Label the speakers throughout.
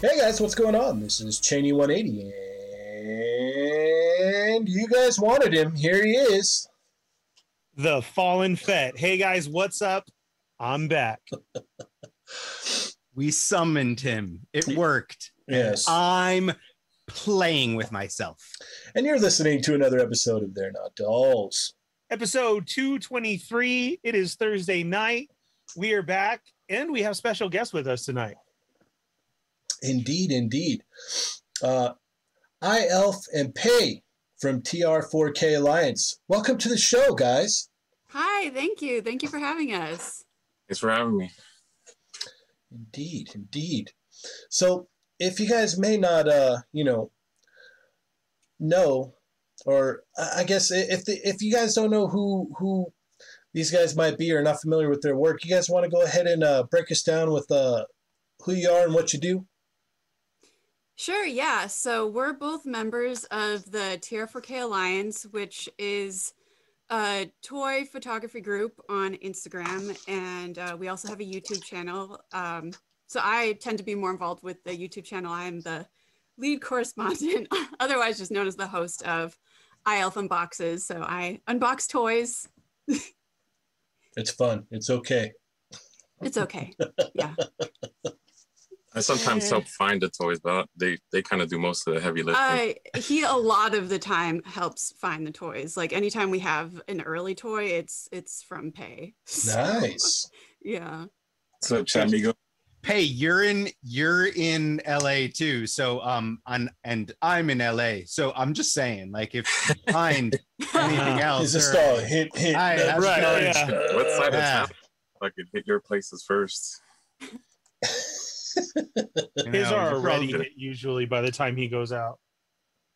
Speaker 1: Hey guys, what's going on? This is Cheney 180, and you guys wanted him. Here he is.
Speaker 2: The Fallen Fett. Hey guys, what's up? I'm back.
Speaker 3: We summoned him. It worked.
Speaker 1: Yes.
Speaker 3: I'm playing with myself.
Speaker 1: And you're listening to another episode of They're Not Dolls.
Speaker 2: Episode 223. It is Thursday night. We are back and we have special guests with us tonight.
Speaker 1: Indeed, indeed. Uh, I, Elf, and Pay from TR4K Alliance. Welcome to the show, guys.
Speaker 4: Hi, thank you. Thank you for having us.
Speaker 5: Thanks for having me.
Speaker 1: Indeed, indeed. So, if you guys may not, uh, you know, know, or I I guess i- if the, if you guys don't know who who these guys might be or not familiar with their work, you guys want to go ahead and uh, break us down with uh, who you are and what you do.
Speaker 4: Sure, yeah. So we're both members of the TR4K Alliance, which is a toy photography group on Instagram. And uh, we also have a YouTube channel. Um, so I tend to be more involved with the YouTube channel. I'm the lead correspondent, otherwise just known as the host of iElf Unboxes. So I unbox toys.
Speaker 1: It's fun. It's okay.
Speaker 4: It's okay.
Speaker 5: I sometimes
Speaker 2: Yeah.
Speaker 5: help find the toys, but they they kind of do most of the heavy lifting.
Speaker 4: Uh, he a lot of the time helps find the toys. Like anytime we have an early toy, it's it's from Pay. So,
Speaker 1: Nice.
Speaker 4: Yeah.
Speaker 5: so Chamigo,
Speaker 3: Hey, you're in you're in LA too. So um on and I'm in LA. So I'm just saying, like if you find anything else.
Speaker 1: He's a
Speaker 3: or-
Speaker 1: star. Hit hit.
Speaker 3: Oh, Hi,
Speaker 1: nudge,
Speaker 2: right,
Speaker 1: nudge.
Speaker 2: yeah.
Speaker 1: Uh,
Speaker 5: what side
Speaker 3: yeah.
Speaker 5: of town? I could hit your places first.
Speaker 3: you
Speaker 2: His
Speaker 3: know,
Speaker 2: are
Speaker 3: you're
Speaker 2: already
Speaker 3: probably-
Speaker 2: hit usually by the time he goes out.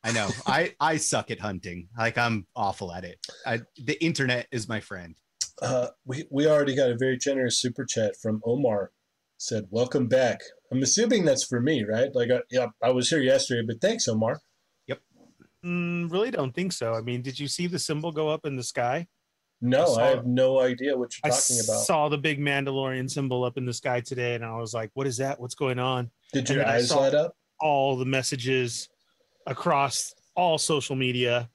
Speaker 3: I know. I I suck at hunting. Like I'm awful at it. I, the internet is my friend.
Speaker 1: Uh, we, we already got a very generous super chat from Omar. Said, "Welcome back." I'm assuming that's for me, right? Like, I, yeah, I was here yesterday, but thanks, Omar.
Speaker 2: Mm, really don't think so. I mean, did you see the symbol go up in the sky?
Speaker 1: No,
Speaker 2: I
Speaker 1: I,
Speaker 2: saw
Speaker 1: have
Speaker 2: it.
Speaker 1: no idea what
Speaker 2: I
Speaker 1: you're talking about.
Speaker 2: saw the big Mandalorian symbol up in the sky today and I was like, what is that? What's going on?
Speaker 1: Did your
Speaker 2: and I
Speaker 1: eyes
Speaker 2: saw-
Speaker 1: light up?
Speaker 2: all the messages across all social media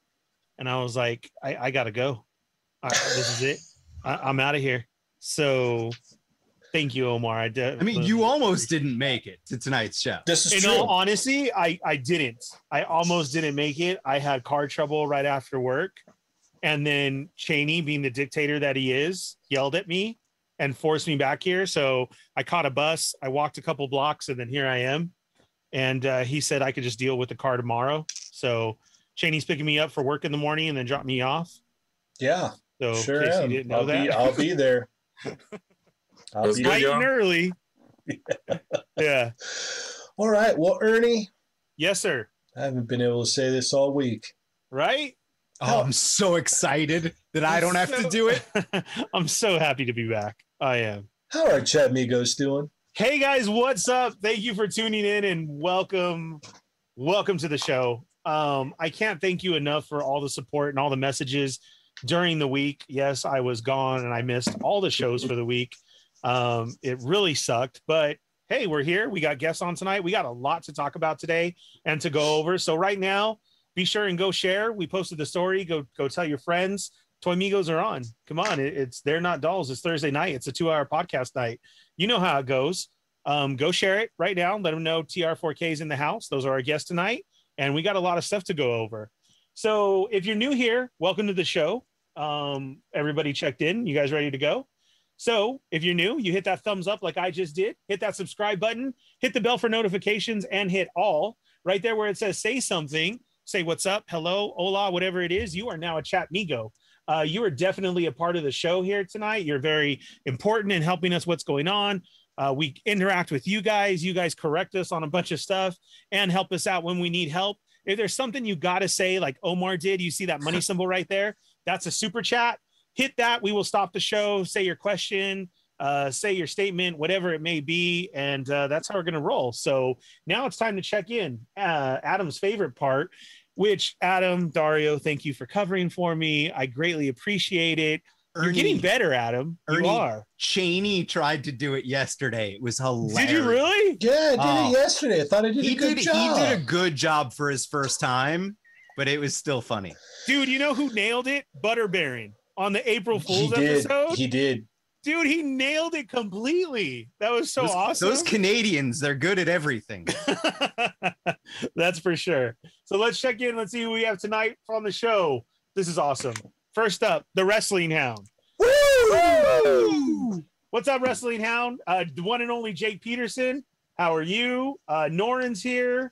Speaker 2: and i was like i, I gotta go I, this is it I, i'm out of here so thank you omar i, de-
Speaker 3: I mean, you almost didn't make it to tonight's show.
Speaker 1: This is
Speaker 2: in
Speaker 1: true.
Speaker 2: all honesty i i didn't i almost didn't make it i had car trouble right after work and then cheney being the dictator that he is yelled at me and forced me back here so i caught a bus i walked a couple blocks and then here i am and uh, he said i could just deal with the car tomorrow so cheney's picking me up for work in the morning and then dropped me off
Speaker 1: yeah,
Speaker 2: so Oh, in
Speaker 1: sure
Speaker 2: case you
Speaker 1: am.
Speaker 2: didn't know
Speaker 1: I'll
Speaker 2: that
Speaker 1: be, I'll be there. I'll
Speaker 5: Let's
Speaker 1: be
Speaker 5: go.
Speaker 2: bright and early yeah
Speaker 1: All right. Well, Ernie,
Speaker 2: yes sir
Speaker 1: I haven't been able to say this all week.
Speaker 2: right
Speaker 3: Oh, I'm so excited that I don't have to
Speaker 2: So-
Speaker 3: do it.
Speaker 2: I'm so happy to be back. I am.
Speaker 1: How are Chat Migos doing?
Speaker 2: Hey guys, what's up? Thank you for tuning in and welcome welcome to the show. Um I can't thank you enough for all the support and all the messages during the week. Yes, I was gone and I missed all the shows for the week. Um it really sucked, but hey, we're here. We got guests on tonight. We got a lot to talk about today and to go over. So right now, be sure and go share. We posted the story. Go go tell your friends. Toy Migos are on. Come on, it- it's they're not dolls. It's Thursday night. It's a two-hour podcast night. You know how it goes. Um, go share it right now. Let them know TR4K is in the house. Those are our guests tonight, and we got a lot of stuff to go over. So if you're new here, welcome to the show. Um, everybody checked in. You guys ready to go? So if you're new, you hit that thumbs up like I just did. Hit that subscribe button. Hit the bell for notifications and hit all right there where it says say something. Say what's up, hello, hola, whatever it is. You are now a chat migo. Uh, you are definitely a part of the show here tonight. You're very important in helping us what's going on. Uh, we interact with you guys. You guys correct us on a bunch of stuff and help us out when we need help. If there's something you got to say, like Omar did, you see that money symbol right there? That's a super chat. Hit that. We will stop the show. Say your question, uh, say your statement, whatever it may be. And uh, that's how we're going to roll. So now it's time to check in. Uh, Adam's favorite part, which Adam, Dario, thank you for covering for me. I greatly appreciate it. You're getting
Speaker 3: Ernie
Speaker 2: better, Adam.
Speaker 3: Ernie.
Speaker 2: You are.
Speaker 3: Cheney tried to do it yesterday. It was hilarious.
Speaker 2: Did you really?
Speaker 1: Yeah, I did
Speaker 3: Oh.
Speaker 2: Ah.
Speaker 1: it yesterday. I thought I did
Speaker 3: He
Speaker 1: a good
Speaker 3: did. He
Speaker 1: job.
Speaker 3: did a good job for his first time, but it was still funny.
Speaker 2: Dude, you know who nailed it? Butter Baron on the April
Speaker 1: He
Speaker 2: Fool's
Speaker 1: did.
Speaker 2: episode.
Speaker 1: He did.
Speaker 2: Dude, he nailed it completely. That was so
Speaker 3: those,
Speaker 2: awesome.
Speaker 3: Those Canadians, they're good at everything.
Speaker 2: That's for sure. So let's check in. Let's see who we have tonight on the show. This is awesome. First up, the Wrestling Hound. Woo! What's up, Wrestling Hound? Uh, the one and only Jake Peterson. How are you? Uh, Norin's here.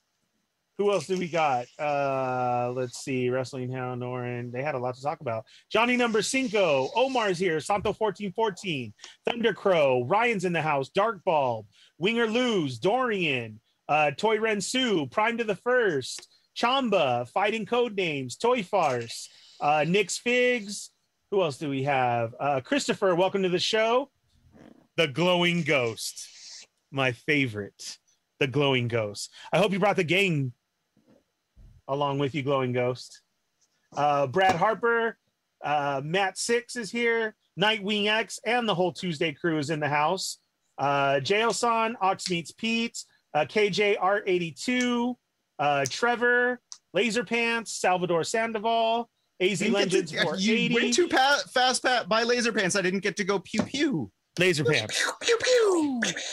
Speaker 2: Who else do we got? Uh, let's see. Wrestling Hound, Norin. They had a lot to talk about. Johnny number cinco. Omar's here. Santo 1414. Thunder Crow. Ryan's in the house. Dark Bulb. Winger Lose. Dorian uh, Toy Rensu, Prime to the First, Chamba, Fighting Code Names, Toy Farce, uh, Nick's Figs. Who else do we have? Uh, Christopher, welcome to the show. The Glowing Ghost, my favorite. The Glowing Ghost. I hope you brought the gang along with you, Glowing Ghost. Uh, Brad Harper, uh, Matt Six is here, Nightwing X, and the whole Tuesday crew is in the house. Uh, Jailson, Ox Meets Pete, uh, KJ Art 82, uh, Trevor, Laser Pants, Salvador Sandoval, AZ
Speaker 3: Didn't get
Speaker 2: Legends
Speaker 3: to- you
Speaker 2: 480,
Speaker 3: went too pa- fast pat by laser pants. I didn't get to go pew pew.
Speaker 2: Laser Pants.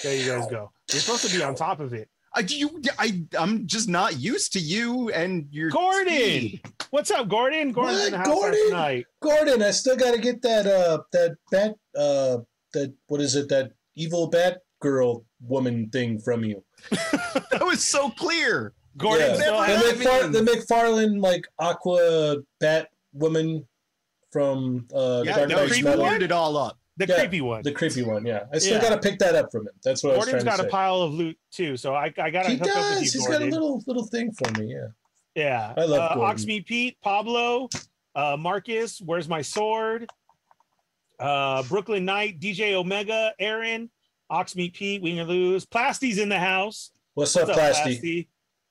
Speaker 2: There you guys go. You're supposed to be on top of it.
Speaker 3: I do you I I'm just not used to you and your
Speaker 2: Gordon!
Speaker 3: speed.
Speaker 2: What's up, Gordon? Gordon's in the
Speaker 1: What?
Speaker 2: house last
Speaker 1: Gordon?
Speaker 2: night.
Speaker 1: Gordon, I still got to get that uh that bat uh that what is it that evil bat girl woman thing from you.
Speaker 3: That was so clear.
Speaker 2: Gordon,
Speaker 1: Yeah.
Speaker 2: still
Speaker 3: Never
Speaker 1: The,
Speaker 2: has-
Speaker 1: McFar-
Speaker 3: Batman.
Speaker 1: the McFarlane like Aqua Bat Woman from uh,
Speaker 3: Yeah,
Speaker 1: Dark
Speaker 3: no,
Speaker 1: Knight
Speaker 2: creepy
Speaker 3: he
Speaker 1: Metal.
Speaker 2: one?
Speaker 3: warmed it all up.
Speaker 2: the
Speaker 1: yeah,
Speaker 2: creepy one.
Speaker 1: The creepy one, yeah. I still
Speaker 2: Yeah.
Speaker 1: gotta pick that up from him. That's what
Speaker 2: Gordon's
Speaker 1: I was
Speaker 2: got a
Speaker 1: trying to
Speaker 2: pile of loot too, so I, I gotta
Speaker 1: say. He
Speaker 2: hook up
Speaker 1: does.
Speaker 2: with you,
Speaker 1: He's got
Speaker 2: Gordon.
Speaker 1: a little little thing for me. Yeah.
Speaker 2: yeah,
Speaker 1: I love
Speaker 2: uh,
Speaker 1: Gordon.
Speaker 2: Oxmead Pete, Pablo, uh, Marcus. Where's my sword? Uh, Brooklyn Knight, DJ Omega, Aaron, Oxmead Pete, Winger Lose, Plasty's in the house.
Speaker 1: What's,
Speaker 2: What's
Speaker 1: up,
Speaker 2: up,
Speaker 1: Plasty?
Speaker 2: Plasty?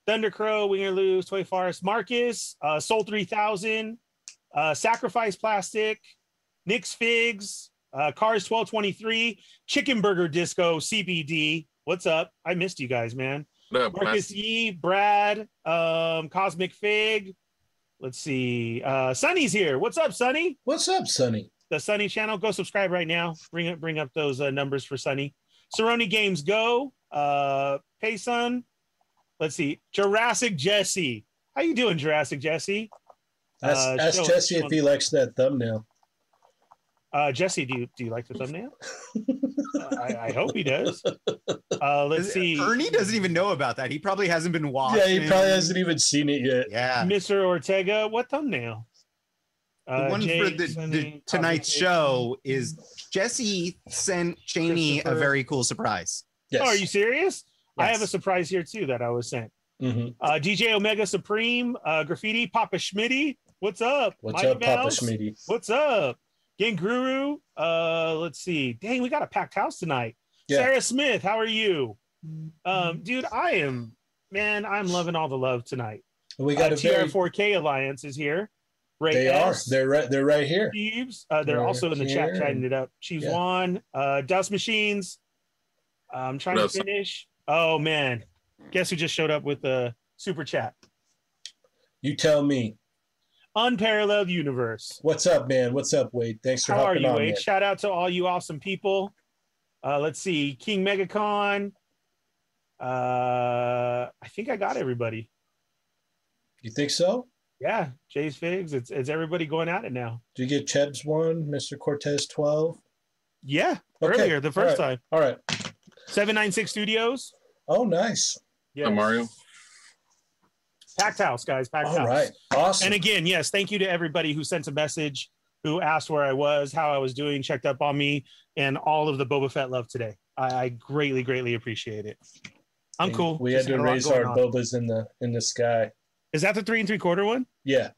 Speaker 2: Thundercrow, Winger Lose, Toy Forest, Marcus, uh, Soul 3000, uh, Sacrifice Plastic, Nick's Figs, uh, Cars 1223, Chicken Burger Disco, CBD. What's up? I missed you guys, man.
Speaker 5: What up,
Speaker 2: Marcus
Speaker 5: Matt?
Speaker 2: Yee, Brad, um, Cosmic Fig. Let's see. Uh, Sunny's here. What's up, Sunny?
Speaker 1: What's up, Sonny?
Speaker 2: the Sunny channel. Go subscribe right now. Bring up bring up those uh, numbers for Sunny. Cerrone Games Go. Uh Payson. Let's see. Jurassic Jesse. How you doing, Jurassic Jesse?
Speaker 1: Ask,
Speaker 2: Uh,
Speaker 1: ask
Speaker 2: show-
Speaker 1: Jesse if he likes that thumbnail.
Speaker 2: Uh Jesse, do you do you like the thumbnail? Uh, I, I hope he does. Uh let's see.
Speaker 3: Ernie doesn't even know about that. He probably hasn't been watching.
Speaker 1: Yeah, he probably hasn't even seen it yet.
Speaker 3: Yeah.
Speaker 2: Mr. Ortega, what thumbnail? Uh,
Speaker 3: The one for
Speaker 2: Jake,
Speaker 3: the, the
Speaker 2: Sunny,
Speaker 3: tonight's
Speaker 2: Cosmic Fig.
Speaker 3: show is Jesse sent Cheney a
Speaker 2: Christopher.
Speaker 3: very cool surprise.
Speaker 1: Yes.
Speaker 2: Oh, are you serious? I have a
Speaker 3: Yes.
Speaker 2: surprise here too that I was sent.
Speaker 1: Mhm.
Speaker 2: Uh, DJ Omega Supreme, uh, Graffiti, Papa Schmitty. What's up?
Speaker 1: What's
Speaker 2: Mighty
Speaker 1: up, Papa
Speaker 2: Mouse?
Speaker 1: Schmitty?
Speaker 2: What's up? Genguru. Uh, let's see. Dang, we got a packed house tonight.
Speaker 1: Yeah.
Speaker 2: Sarah Smith, how are you? Um, dude, I am, man, I'm loving all the love tonight.
Speaker 1: And we
Speaker 2: Uh,
Speaker 1: got a very.
Speaker 2: TR4K Alliance is here. Ray
Speaker 1: They are.
Speaker 2: S,
Speaker 1: They're right. They're right here.
Speaker 2: Jeeves. Uh, they're
Speaker 1: They're
Speaker 2: also in the chat
Speaker 1: here.
Speaker 2: chatting it up. Chiefs
Speaker 1: Yeah.
Speaker 2: One, uh, Dust Machines. I'm trying
Speaker 5: What
Speaker 2: to
Speaker 5: else?
Speaker 2: finish. Oh, man. Guess who just showed up with a super chat?
Speaker 1: You tell me.
Speaker 2: Unparalleled Universe.
Speaker 1: What's up, man? What's up, Wade? Thanks for
Speaker 2: How are
Speaker 1: hopping
Speaker 2: you,
Speaker 1: on.
Speaker 2: Wade?
Speaker 1: man.
Speaker 2: Shout out to all you awesome people. Uh, let's see, King Megacon. Uh, I think I got everybody.
Speaker 1: You think so?
Speaker 2: Yeah, Jay's Figs. It's it's everybody going at it now.
Speaker 1: Do you get Chebs one, Mr. Cortez twelve?
Speaker 2: Yeah, earlier the first time.
Speaker 1: All right.
Speaker 2: Seven Nine Six Studios.
Speaker 1: Oh, nice.
Speaker 2: Yeah,
Speaker 5: Hi, Mario.
Speaker 2: packed house, guys, packed
Speaker 1: All
Speaker 2: house.
Speaker 1: right. Awesome.
Speaker 2: And again, yes, thank you to everybody who sent a message, who asked where I was, how I was doing, checked up on me, and all of the Boba Fett love today. I, I greatly, greatly appreciate it. I'm
Speaker 1: And
Speaker 2: cool.
Speaker 1: We
Speaker 2: Just
Speaker 1: had to
Speaker 2: a lot
Speaker 1: raise
Speaker 2: going
Speaker 1: our
Speaker 2: on.
Speaker 1: bobas in the in the sky.
Speaker 2: Is that the three and three quarter one?
Speaker 1: Yeah.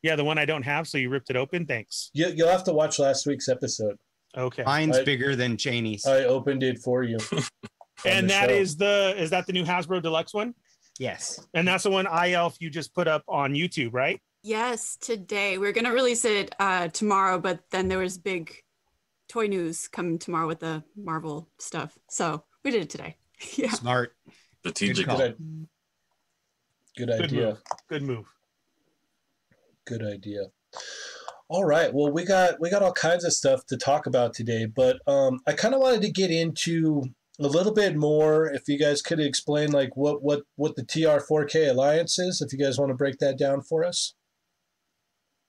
Speaker 2: Yeah, the one I don't have, so you ripped it open. Thanks.
Speaker 1: You, you'll have to watch last week's episode.
Speaker 2: Okay.
Speaker 3: Mine's
Speaker 1: I-
Speaker 3: bigger than Cheney's.
Speaker 1: I opened it for you. on
Speaker 2: and
Speaker 1: the
Speaker 2: that
Speaker 1: show.
Speaker 2: is the is that the new Hasbro Deluxe one?
Speaker 3: yes.
Speaker 2: And that's the one iElf you just put up on YouTube, right?
Speaker 4: Yes, today. We're going to release it uh, tomorrow, but then there was big toy news come tomorrow with the Marvel stuff. So we did it today. yeah.
Speaker 3: Smart.
Speaker 5: Strategic.
Speaker 3: call.
Speaker 1: Good, good idea.
Speaker 2: move. Good move.
Speaker 1: Good idea. All right. Well, we got we got all kinds of stuff to talk about today, but um, I kind of wanted to get into a little bit more. If you guys could explain, like what what what the TR4K alliance is, if you guys want to break that down for us.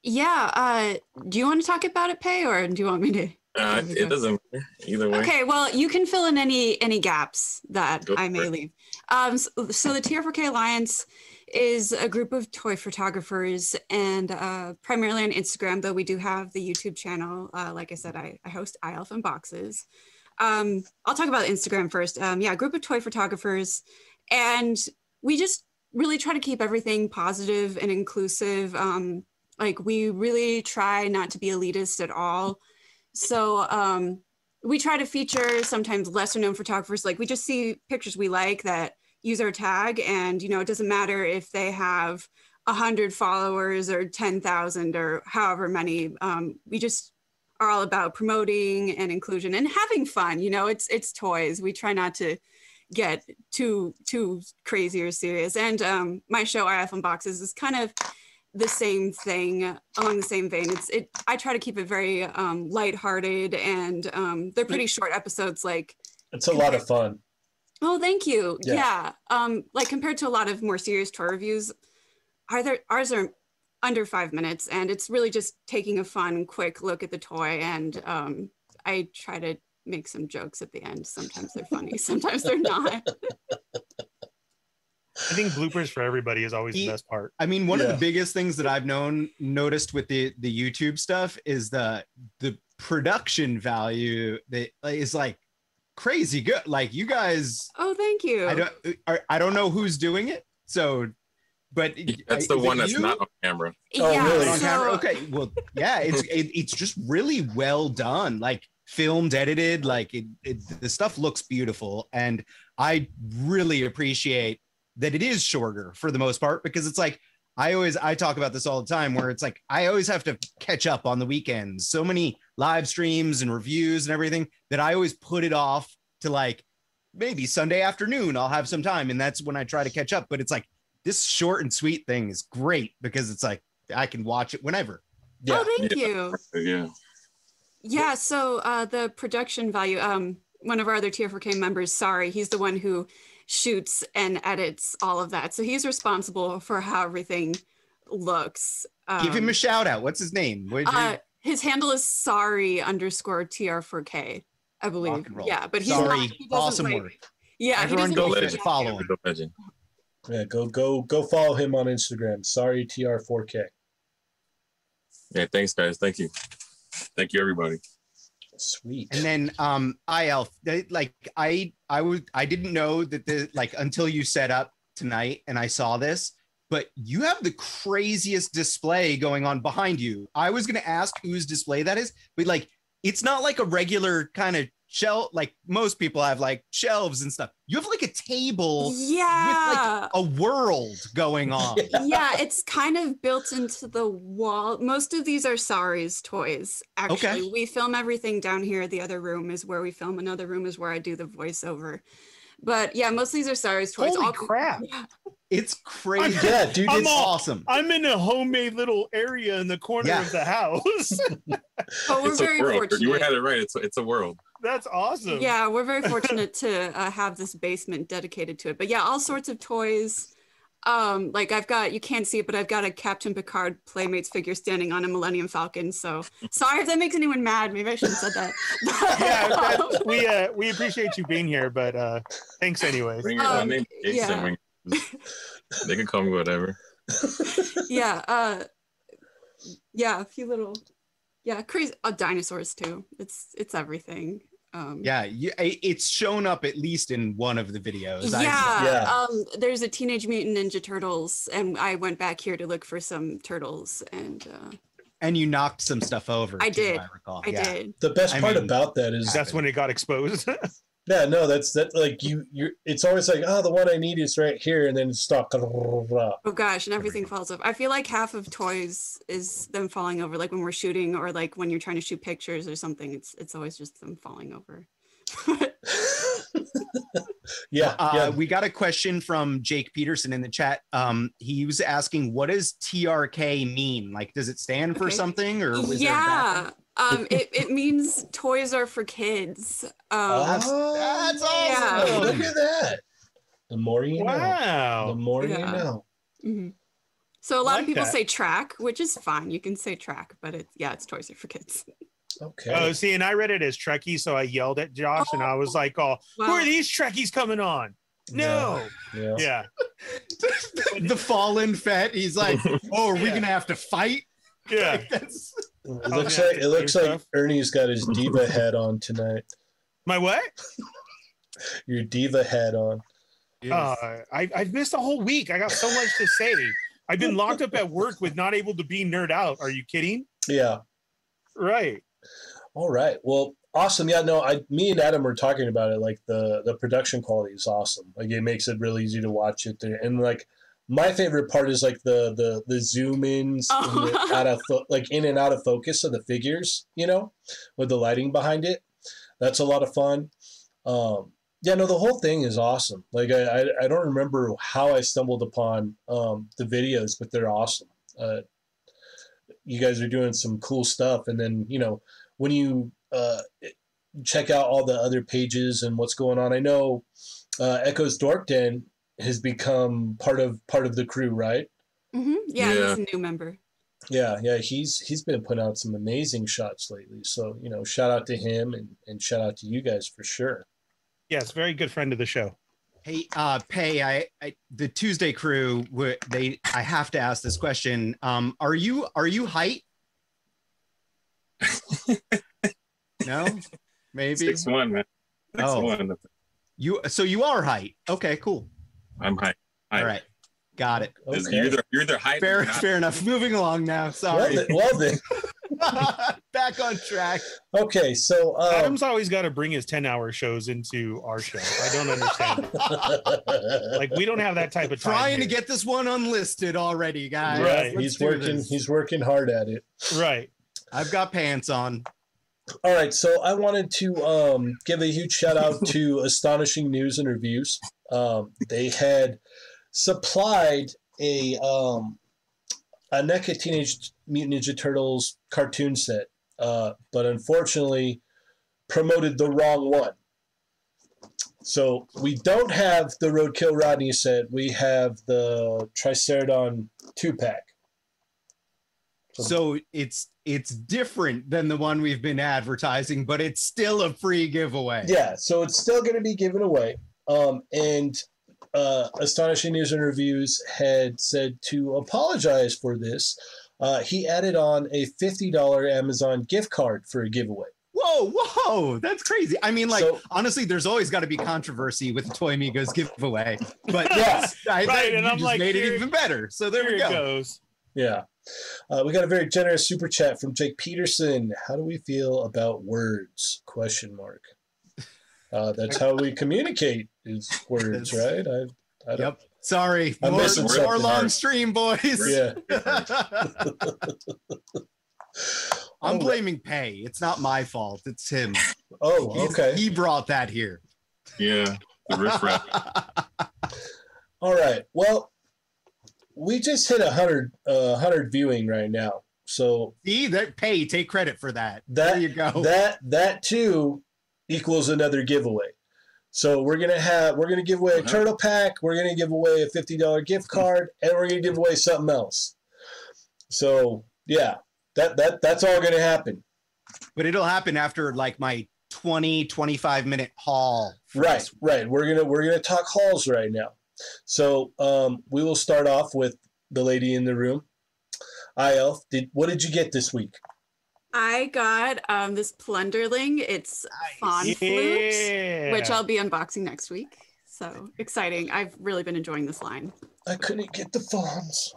Speaker 4: Yeah. Uh, do you want to talk about it, Pay, or do you want me to?
Speaker 5: Uh, it doesn't matter either way.
Speaker 4: Okay, well, you can fill in any any gaps that
Speaker 5: Go
Speaker 4: I
Speaker 5: for
Speaker 4: may
Speaker 5: it.
Speaker 4: leave. Um, so, so the TR4K Alliance is a group of toy photographers, and uh, primarily on Instagram. Though we do have the YouTube channel. Uh, like I said, I, I host IELF and Boxes. Um, I'll talk about Instagram first. Um, yeah, a group of toy photographers, and we just really try to keep everything positive and inclusive. Um, like we really try not to be elitist at all. So um, we try to feature sometimes lesser known photographers like we just see pictures we like that use our tag and you know it doesn't matter if they have 100 followers or 10,000 or however many um, we just are all about promoting and inclusion and having fun you know it's it's toys we try not to get too too crazy or serious and um, my show IF Boxes is kind of the same thing along the same vein. It's it. I try to keep it very um, lighthearted, and um, they're pretty short episodes. Like,
Speaker 1: It's a lot of fun.
Speaker 4: oh, thank you,
Speaker 1: Yeah.
Speaker 4: yeah. Um, like compared to a lot of more serious tour reviews, are there ours are under five minutes, and it's really just taking a fun, quick look at the toy, and um, I try to make some jokes at the end. Sometimes they're funny, sometimes they're not.
Speaker 2: I think bloopers for everybody is always the
Speaker 3: Eat-
Speaker 2: best part.
Speaker 3: I mean, one of
Speaker 1: Yeah.
Speaker 3: the biggest things that I've known noticed with the the YouTube stuff is the the production value that is like crazy good. Like you guys,
Speaker 4: Oh, thank you.
Speaker 3: I don't uh, I- I don't know who's doing it. So, but
Speaker 5: That's the
Speaker 3: is it
Speaker 5: one that's
Speaker 3: you?
Speaker 5: not on camera.
Speaker 1: Oh, really?
Speaker 3: on
Speaker 4: so-
Speaker 3: camera. Okay, well, yeah, it's it, it's just really well done, like filmed, edited, like it, it, the stuff looks beautiful, and I really appreciate that it is shorter for the most part because it's like I always I talk about this all the time where it's like I always have to catch up on the weekends. So many live streams and reviews and everything that I always put it off to like maybe Sunday afternoon I'll have some time and that's when I try to catch up. But it's like this short and sweet thing is great because it's like I can watch it whenever.
Speaker 1: Yeah.
Speaker 4: Oh, thank
Speaker 5: Yeah.
Speaker 4: you.
Speaker 5: Yeah.
Speaker 4: Yeah, so uh, the production value, um, one of our other TR4K members, sorry, he's the one who shoots and edits all of that. So he's responsible for how everything looks.
Speaker 3: Give him
Speaker 4: Um,
Speaker 3: a shout out. What's his name? What did you-
Speaker 4: uh, his handle is sorry underscore TR4K, I believe.
Speaker 3: Rock and roll.
Speaker 4: Yeah, but he's
Speaker 3: Sorry,
Speaker 4: not, he doesn't
Speaker 3: awesome
Speaker 4: like-
Speaker 3: work.
Speaker 4: Yeah, he
Speaker 3: Everyone
Speaker 4: doesn't
Speaker 3: go
Speaker 4: like
Speaker 5: legend.
Speaker 4: that.
Speaker 3: follow him.
Speaker 5: The legend.
Speaker 1: Yeah. Go go go. Follow him on Instagram. Sorry, TR4K.
Speaker 5: Yeah. Thanks, guys. Thank you. Thank you, everybody.
Speaker 1: Sweet.
Speaker 3: And then um I elf they- like I I would I didn't know that the like until you set up tonight and I saw this, but you have the craziest display going on behind you. I was gonna ask whose display that is, but like it's not like a regular kind of shelf, like most people have like shelves and stuff. You have like a table,
Speaker 4: Yeah.
Speaker 3: a world going on.
Speaker 4: yeah, it's kind of built into the wall. Most of these are Sari's toys. Actually,
Speaker 3: Okay.
Speaker 4: we film everything down here. The other room is where we film. Another room is where I do the voiceover. But yeah, most of these are Sari's toys.
Speaker 3: Holy
Speaker 4: All-
Speaker 3: crap.
Speaker 4: Yeah.
Speaker 3: It's crazy.
Speaker 1: yeah, dude.
Speaker 2: I'm
Speaker 3: It's
Speaker 2: all-
Speaker 3: awesome.
Speaker 2: I'm in a homemade little area in the corner
Speaker 3: Yeah.
Speaker 2: of the house.
Speaker 4: But we're
Speaker 5: it's
Speaker 4: very
Speaker 5: a world.
Speaker 4: fortunate.
Speaker 5: You had it right. It's a, it's a world.
Speaker 2: That's awesome.
Speaker 4: Yeah, we're very fortunate to uh, have this basement dedicated to it. But yeah, all sorts of toys. Um, like I've got, you can't see it, but I've got a Captain Picard Playmates figure standing on a Millennium Falcon. So sorry if that makes anyone mad. Maybe I shouldn't have said that. Um,
Speaker 2: Yeah, that- we uh, we appreciate you being here, but uh, thanks anyways.
Speaker 5: Bring your
Speaker 4: Um,
Speaker 5: name. Jason
Speaker 4: yeah.
Speaker 5: Wing. they can call me whatever.
Speaker 4: yeah uh yeah a few little yeah crazy uh, dinosaurs too it's it's everything um
Speaker 3: Yeah, you, i- it's shown up at least in one of the videos. I-
Speaker 4: yeah,
Speaker 1: Yeah.
Speaker 4: um there's a teenage mutant ninja turtles and i went back here to look for some turtles and uh,
Speaker 3: and you knocked some stuff over.
Speaker 4: I
Speaker 3: too,
Speaker 4: did.
Speaker 3: I recall.
Speaker 4: i
Speaker 3: yeah.
Speaker 4: did
Speaker 1: The best
Speaker 3: I
Speaker 1: part
Speaker 3: mean-
Speaker 1: about that is
Speaker 2: That's when it got exposed.
Speaker 1: Yeah, no, that's that. Like you, you. It's always like, oh, the one I need is right here, and then it's stuck.
Speaker 4: Oh gosh, and everything falls off. I feel like half of toys is them falling over, like when we're shooting or like when you're trying to shoot pictures or something. It's it's always just them falling over.
Speaker 1: yeah,
Speaker 3: Uh,
Speaker 1: yeah.
Speaker 3: We got a question from Jake Peterson in the chat. Um, he was asking, "What does TRK mean? Like, does it stand for
Speaker 4: Okay.
Speaker 3: something, or was there a
Speaker 4: yeah. Um, it, it means toys are for kids. Um,
Speaker 1: Oh,
Speaker 3: that's
Speaker 4: awesome.
Speaker 1: Look at that. The more you know, the
Speaker 2: Wow.
Speaker 1: more you
Speaker 4: Yeah.
Speaker 1: know.
Speaker 4: mhm. So a lot
Speaker 2: Like
Speaker 4: of people
Speaker 2: that.
Speaker 4: say track, which is fine. You can say track, but it's yeah, it's toys are for kids.
Speaker 1: Okay.
Speaker 2: Oh, see, and I read it as Trekkie, so I yelled at Josh, and I was like, "Oh, who
Speaker 4: Wow.
Speaker 2: are these Trekkies coming on?" No.
Speaker 1: Yeah. yeah.
Speaker 2: Yeah.
Speaker 3: back?" the fallen fet. He's like, "Oh, are we
Speaker 2: Yeah.
Speaker 3: gonna have to fight?"
Speaker 2: Yeah.
Speaker 3: Like, that's
Speaker 2: Oh,
Speaker 1: It looks
Speaker 2: yeah.
Speaker 1: like it looks like Ernie's got his diva head on tonight.
Speaker 2: My what?
Speaker 1: Your diva head on.
Speaker 2: Uh, I, I've missed a whole week. I got so much to say. I've been locked up at work with not able to be nerd out. Are you kidding?
Speaker 1: Yeah.
Speaker 2: Right.
Speaker 1: All right. Well, awesome. Yeah. No, I, me and Adam were talking about it. Like the the production quality is awesome. Like it makes it really easy to watch it. There. And like my favorite part is like the the the zoom ins
Speaker 4: Oh.
Speaker 1: and the out of fo- like in and out of focus of the figures. You know, with the lighting behind it. That's a lot of fun. Um, yeah. No, the whole thing is awesome. Like I I, I don't remember how I stumbled upon um, the videos, but they're awesome. Uh, you guys are doing some cool stuff, and then you know when you uh, check out all the other pages and what's going on. I know uh, Echoes Dork Den has become part of part of the crew, right?
Speaker 4: hmm Yeah,
Speaker 5: Yeah.
Speaker 4: he's a new member.
Speaker 1: Yeah, yeah. He's he's been putting out some amazing shots lately. So you know, shout out to him and and shout out to you guys for sure.
Speaker 2: Yes. Very good friend of the show.
Speaker 3: Hey, uh, Pay, I, I the Tuesday crew. were- They, I have to ask this question. Um, are you are you height? no, maybe
Speaker 5: Six one, man. Six
Speaker 3: Oh.
Speaker 5: one.
Speaker 3: you. So you are height. Okay, cool.
Speaker 5: I'm high. High.
Speaker 3: All right, got it.
Speaker 5: This-
Speaker 1: Okay.
Speaker 5: You're either you're either high. or
Speaker 3: Fair,
Speaker 5: you're not.
Speaker 3: fair enough. Moving along now.
Speaker 1: Well
Speaker 3: Sorry.
Speaker 1: then, well then.
Speaker 3: Back on track.
Speaker 1: Okay, so um,
Speaker 2: Adam's always got to bring his 10 hour shows into our show. I don't understand. like, we don't have that type of time.
Speaker 3: Trying to
Speaker 2: here.
Speaker 3: get this one unlisted already, guys.
Speaker 2: Right.
Speaker 3: Let's
Speaker 1: he's
Speaker 3: do
Speaker 1: working.
Speaker 3: this.
Speaker 1: He's working hard at it.
Speaker 2: right.
Speaker 3: I've got pants on.
Speaker 1: All right, so I wanted to um, give a huge shout out to Astonishing News and Reviews. Um, they had supplied a um, a NECA Teenage Mutant Ninja Turtles cartoon set, uh, but unfortunately promoted the wrong one. So we don't have the Roadkill Rodney set. We have the Triceradon two pack.
Speaker 3: So it's it's different than the one we've been advertising, but it's still a free giveaway.
Speaker 1: Yeah, so it's still going to be given away. Um, and uh, Astonishing News and Reviews had said to apologize for this. Uh, he added on a $50 Amazon gift card for a giveaway.
Speaker 3: Whoa, whoa, that's crazy. I mean, like
Speaker 1: So-
Speaker 3: honestly, there's always got to be controversy with the Toy Migos giveaway, but
Speaker 1: Yeah.
Speaker 3: I,
Speaker 2: Right,
Speaker 3: you
Speaker 2: and I'm
Speaker 3: just
Speaker 2: like,
Speaker 3: made
Speaker 2: here-
Speaker 3: it even better. So there we
Speaker 2: Here it
Speaker 3: go.
Speaker 2: goes.
Speaker 1: Yeah. Uh, we got a very generous super chat from Jake Peterson. How do we feel about words? Question mark. Uh, that's how we communicate is words, right? I, I don't,
Speaker 3: Yep. Sorry,
Speaker 1: I'm
Speaker 3: more,
Speaker 1: missing
Speaker 3: more
Speaker 1: something.
Speaker 3: long stream, boys.
Speaker 1: Yeah.
Speaker 3: I'm
Speaker 1: Oh, All right.
Speaker 3: blaming Pay. It's not my fault. It's him.
Speaker 1: Oh,
Speaker 3: He's-
Speaker 1: okay.
Speaker 3: He brought that here.
Speaker 5: Yeah. The riffraff.
Speaker 1: All right. Well, we just hit a hundred, uh, hundred viewing right now. So
Speaker 3: See that Pay, take credit for that.
Speaker 1: That-
Speaker 3: there you go.
Speaker 1: that that too equals another giveaway. So we're gonna have we're gonna give away a
Speaker 5: Uh-huh.
Speaker 1: turtle pack. We're gonna give away a fifty dollar gift card, and we're gonna give away something else. So yeah, that that that's all gonna happen.
Speaker 3: but it'll happen after like my 20, 25 minute haul. for
Speaker 1: Right,
Speaker 3: this
Speaker 1: right. We're gonna we're gonna talk hauls right now. So um, we will start off with the lady in the room. IELF, did what did you get this week?
Speaker 4: I got um this plunderling. It's fawn flutes.
Speaker 2: Yeah.
Speaker 4: which I'll be unboxing next week. So exciting. I've really been enjoying this line.
Speaker 1: I couldn't get the fawns.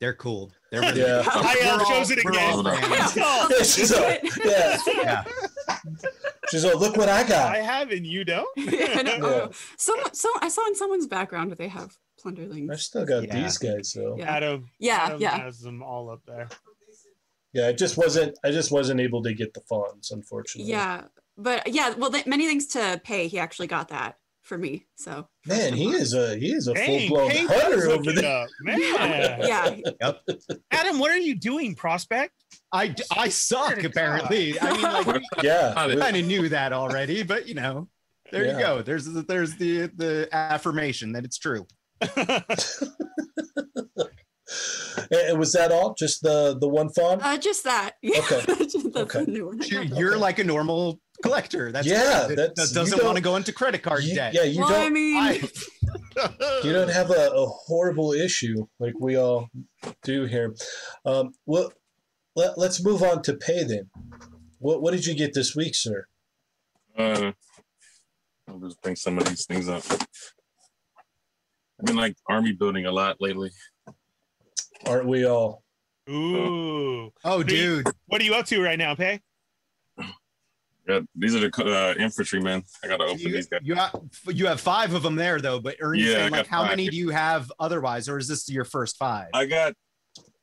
Speaker 3: They're cool. They're really
Speaker 1: Yeah.
Speaker 3: cool.
Speaker 2: I, uh,
Speaker 3: We're all-
Speaker 2: chose it
Speaker 3: we're
Speaker 2: again.
Speaker 3: all fans.
Speaker 4: Yeah.
Speaker 1: Yes, so- yeah.
Speaker 3: Yeah.
Speaker 1: She's like, look what I
Speaker 2: I
Speaker 1: got.
Speaker 2: have and you don't.
Speaker 4: I don't know.
Speaker 1: Yeah.
Speaker 4: Some, so I saw in someone's background that they have plunderlings.
Speaker 1: I still got
Speaker 3: Yeah.
Speaker 1: these guys though.
Speaker 4: Yeah.
Speaker 2: Adam,
Speaker 4: yeah,
Speaker 2: Adam
Speaker 4: yeah.
Speaker 2: has them all up there.
Speaker 1: Yeah, I just wasn't. I just wasn't able to get the fonts, unfortunately.
Speaker 4: Yeah, but yeah, well, th- many things to pay. He actually got that for me. So
Speaker 1: Man, he is a he is a full
Speaker 2: Dang,
Speaker 1: blown
Speaker 2: Kate
Speaker 1: hunter
Speaker 2: does look
Speaker 1: over
Speaker 2: it
Speaker 1: there.
Speaker 2: up. Man.
Speaker 4: yeah,
Speaker 2: Adam, what are you doing, prospect?
Speaker 3: I, I suck, apparently. I mean, like,
Speaker 5: What?
Speaker 1: Yeah,
Speaker 5: Got
Speaker 1: we-
Speaker 5: it.
Speaker 3: kind of knew that already, but you know, there
Speaker 1: Yeah.
Speaker 3: you go. There's the, there's the the affirmation that it's true.
Speaker 1: Eh, was that all? Just the the one font?
Speaker 4: uh, just that. Yeah,
Speaker 1: Okay.
Speaker 4: Just the
Speaker 1: Okay.
Speaker 4: new one. I
Speaker 3: You're,
Speaker 4: got.
Speaker 3: you're like a normal collector. That's
Speaker 1: Yeah,
Speaker 3: that
Speaker 1: that's-
Speaker 3: doesn't
Speaker 1: you
Speaker 3: want to
Speaker 1: don't-
Speaker 3: go into credit card
Speaker 1: You-
Speaker 3: debt.
Speaker 1: yeah, you
Speaker 4: well, I
Speaker 1: don't
Speaker 4: mean,
Speaker 3: I-
Speaker 1: you don't have a, a horrible issue like we all do here. Um, well, let, let's move on to pay then. What what did you get this week, sir?
Speaker 5: Uh, I'll just bring some of these things up. I've been like army building a lot lately.
Speaker 1: Aren't we all?
Speaker 2: Ooh.
Speaker 3: oh, dude,
Speaker 2: What are you up to right now, Pay?
Speaker 5: Yeah, these are the co- uh, infantry men. I gotta open
Speaker 3: you,
Speaker 5: these guys.
Speaker 3: you have you have five of them there though. But Ernie's
Speaker 5: Yeah, I
Speaker 3: saying like,
Speaker 5: got
Speaker 3: how
Speaker 5: five.
Speaker 3: many do you have otherwise, or is this your first five?
Speaker 5: I got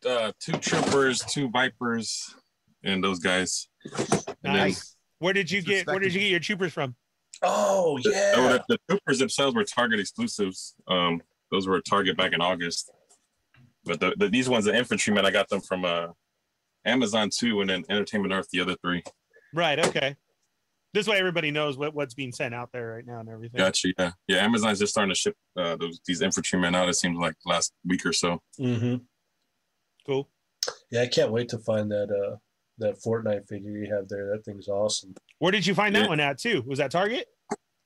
Speaker 5: uh, two troopers, two vipers, and those guys. And then
Speaker 2: Nice. Where did you get where did you get your troopers from?
Speaker 1: Oh
Speaker 5: Oh,
Speaker 1: yeah,
Speaker 5: the, the troopers themselves were Target exclusives. Um, those were a Target back in August. But the, the, these ones, the infantrymen, I got them from uh, Amazon too, and then Entertainment Earth, the other three.
Speaker 2: Right, okay. This way everybody knows what, what's being sent out there right now and everything.
Speaker 5: Gotcha. Yeah, yeah. Amazon's just starting to ship uh, those these infantrymen out. It seems like last week or so.
Speaker 1: hmm
Speaker 2: Cool.
Speaker 1: yeah. I can't wait to find that uh that Fortnite figure you have there. That thing's awesome.
Speaker 2: Where did you find
Speaker 5: Yeah.
Speaker 2: that one at too? Was that Target?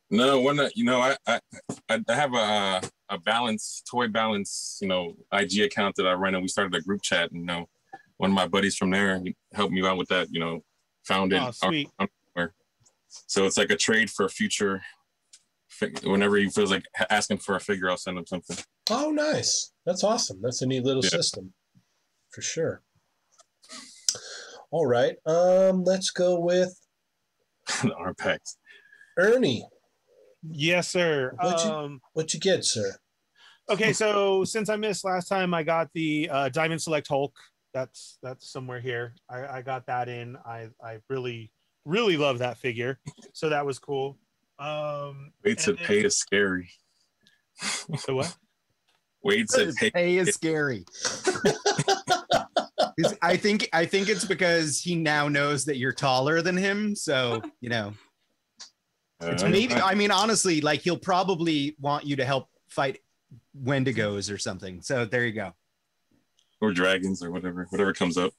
Speaker 5: No, one that you know, I I I I have a uh, a balance toy balance, you know, IG account that I run, and we started a group chat. And, you know, one of my buddies from there helped me out with that. You know, found it.
Speaker 2: Oh, sweet.
Speaker 5: So it's like a trade for future. fi- Whenever he feels like ha- asking for a figure, I'll send him something.
Speaker 1: Oh, nice. That's awesome. That's a neat little
Speaker 5: Yeah.
Speaker 1: system for sure. All right. Um, let's go with
Speaker 5: the arm packs.
Speaker 1: Ernie.
Speaker 2: Yes, sir.
Speaker 1: What'd you-
Speaker 2: Um,
Speaker 1: What you get, sir?
Speaker 2: okay, so since I missed last time, I got the uh, Diamond Select Hulk. That's that's somewhere here. I, I got that in. I I really really love that figure. So that was cool. Um,
Speaker 5: Wait to
Speaker 2: and then-
Speaker 5: pay is scary.
Speaker 2: So what?
Speaker 5: Wait to pay.
Speaker 3: Pay is scary. Is- I think I think it's because he now knows that you're taller than him, so you know.
Speaker 5: Uh,
Speaker 3: Maybe I mean honestly, like he'll probably want you to help fight Wendigos or something. So there you go.
Speaker 5: or dragons or whatever, whatever comes up.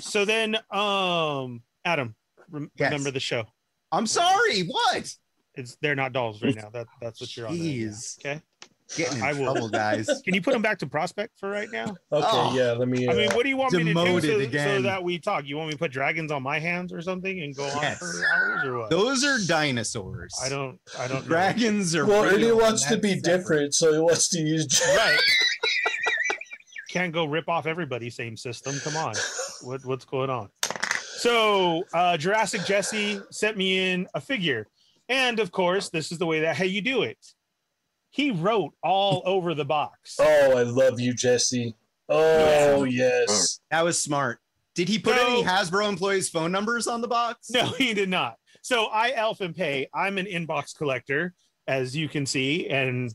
Speaker 2: So then, um, Adam, rem-
Speaker 3: Yes.
Speaker 2: remember the show.
Speaker 3: I'm sorry. What?
Speaker 2: It's they're not dolls right now. That that's what you're on. right now.
Speaker 3: Jeez.
Speaker 2: Okay.
Speaker 3: Getting in
Speaker 2: I will-
Speaker 3: trouble, guys.
Speaker 2: Can you put them back to prospect for right now?
Speaker 1: Okay,
Speaker 3: Oh.
Speaker 1: yeah. Let me.
Speaker 2: I mean,
Speaker 1: uh,
Speaker 2: what do you want me to do
Speaker 3: Demoted
Speaker 2: so, so
Speaker 3: again.
Speaker 2: that we talk? You want me to put dragons on my hands or something and go on
Speaker 3: Yes.
Speaker 2: for hours or what?
Speaker 3: Those are dinosaurs.
Speaker 2: I don't. I don't. know.
Speaker 3: Dragons are.
Speaker 1: well,
Speaker 3: real,
Speaker 1: Ernie wants
Speaker 3: and
Speaker 1: to be
Speaker 3: that's separate.
Speaker 1: different, so he wants to use.
Speaker 2: Right. Can't go rip off everybody's same system. Come on. What what's going on? So uh, Jurassic Jesse sent me in a figure, and of course, this is the way that how you do it. He wrote all over the box.
Speaker 1: Oh, I love you, Jesse. Oh yes.
Speaker 3: That was smart. Did he put
Speaker 2: No.
Speaker 3: any Hasbro employees' phone numbers on the box?
Speaker 2: No, he did not. So I elf and pay. I'm an inbox collector, as you can see, and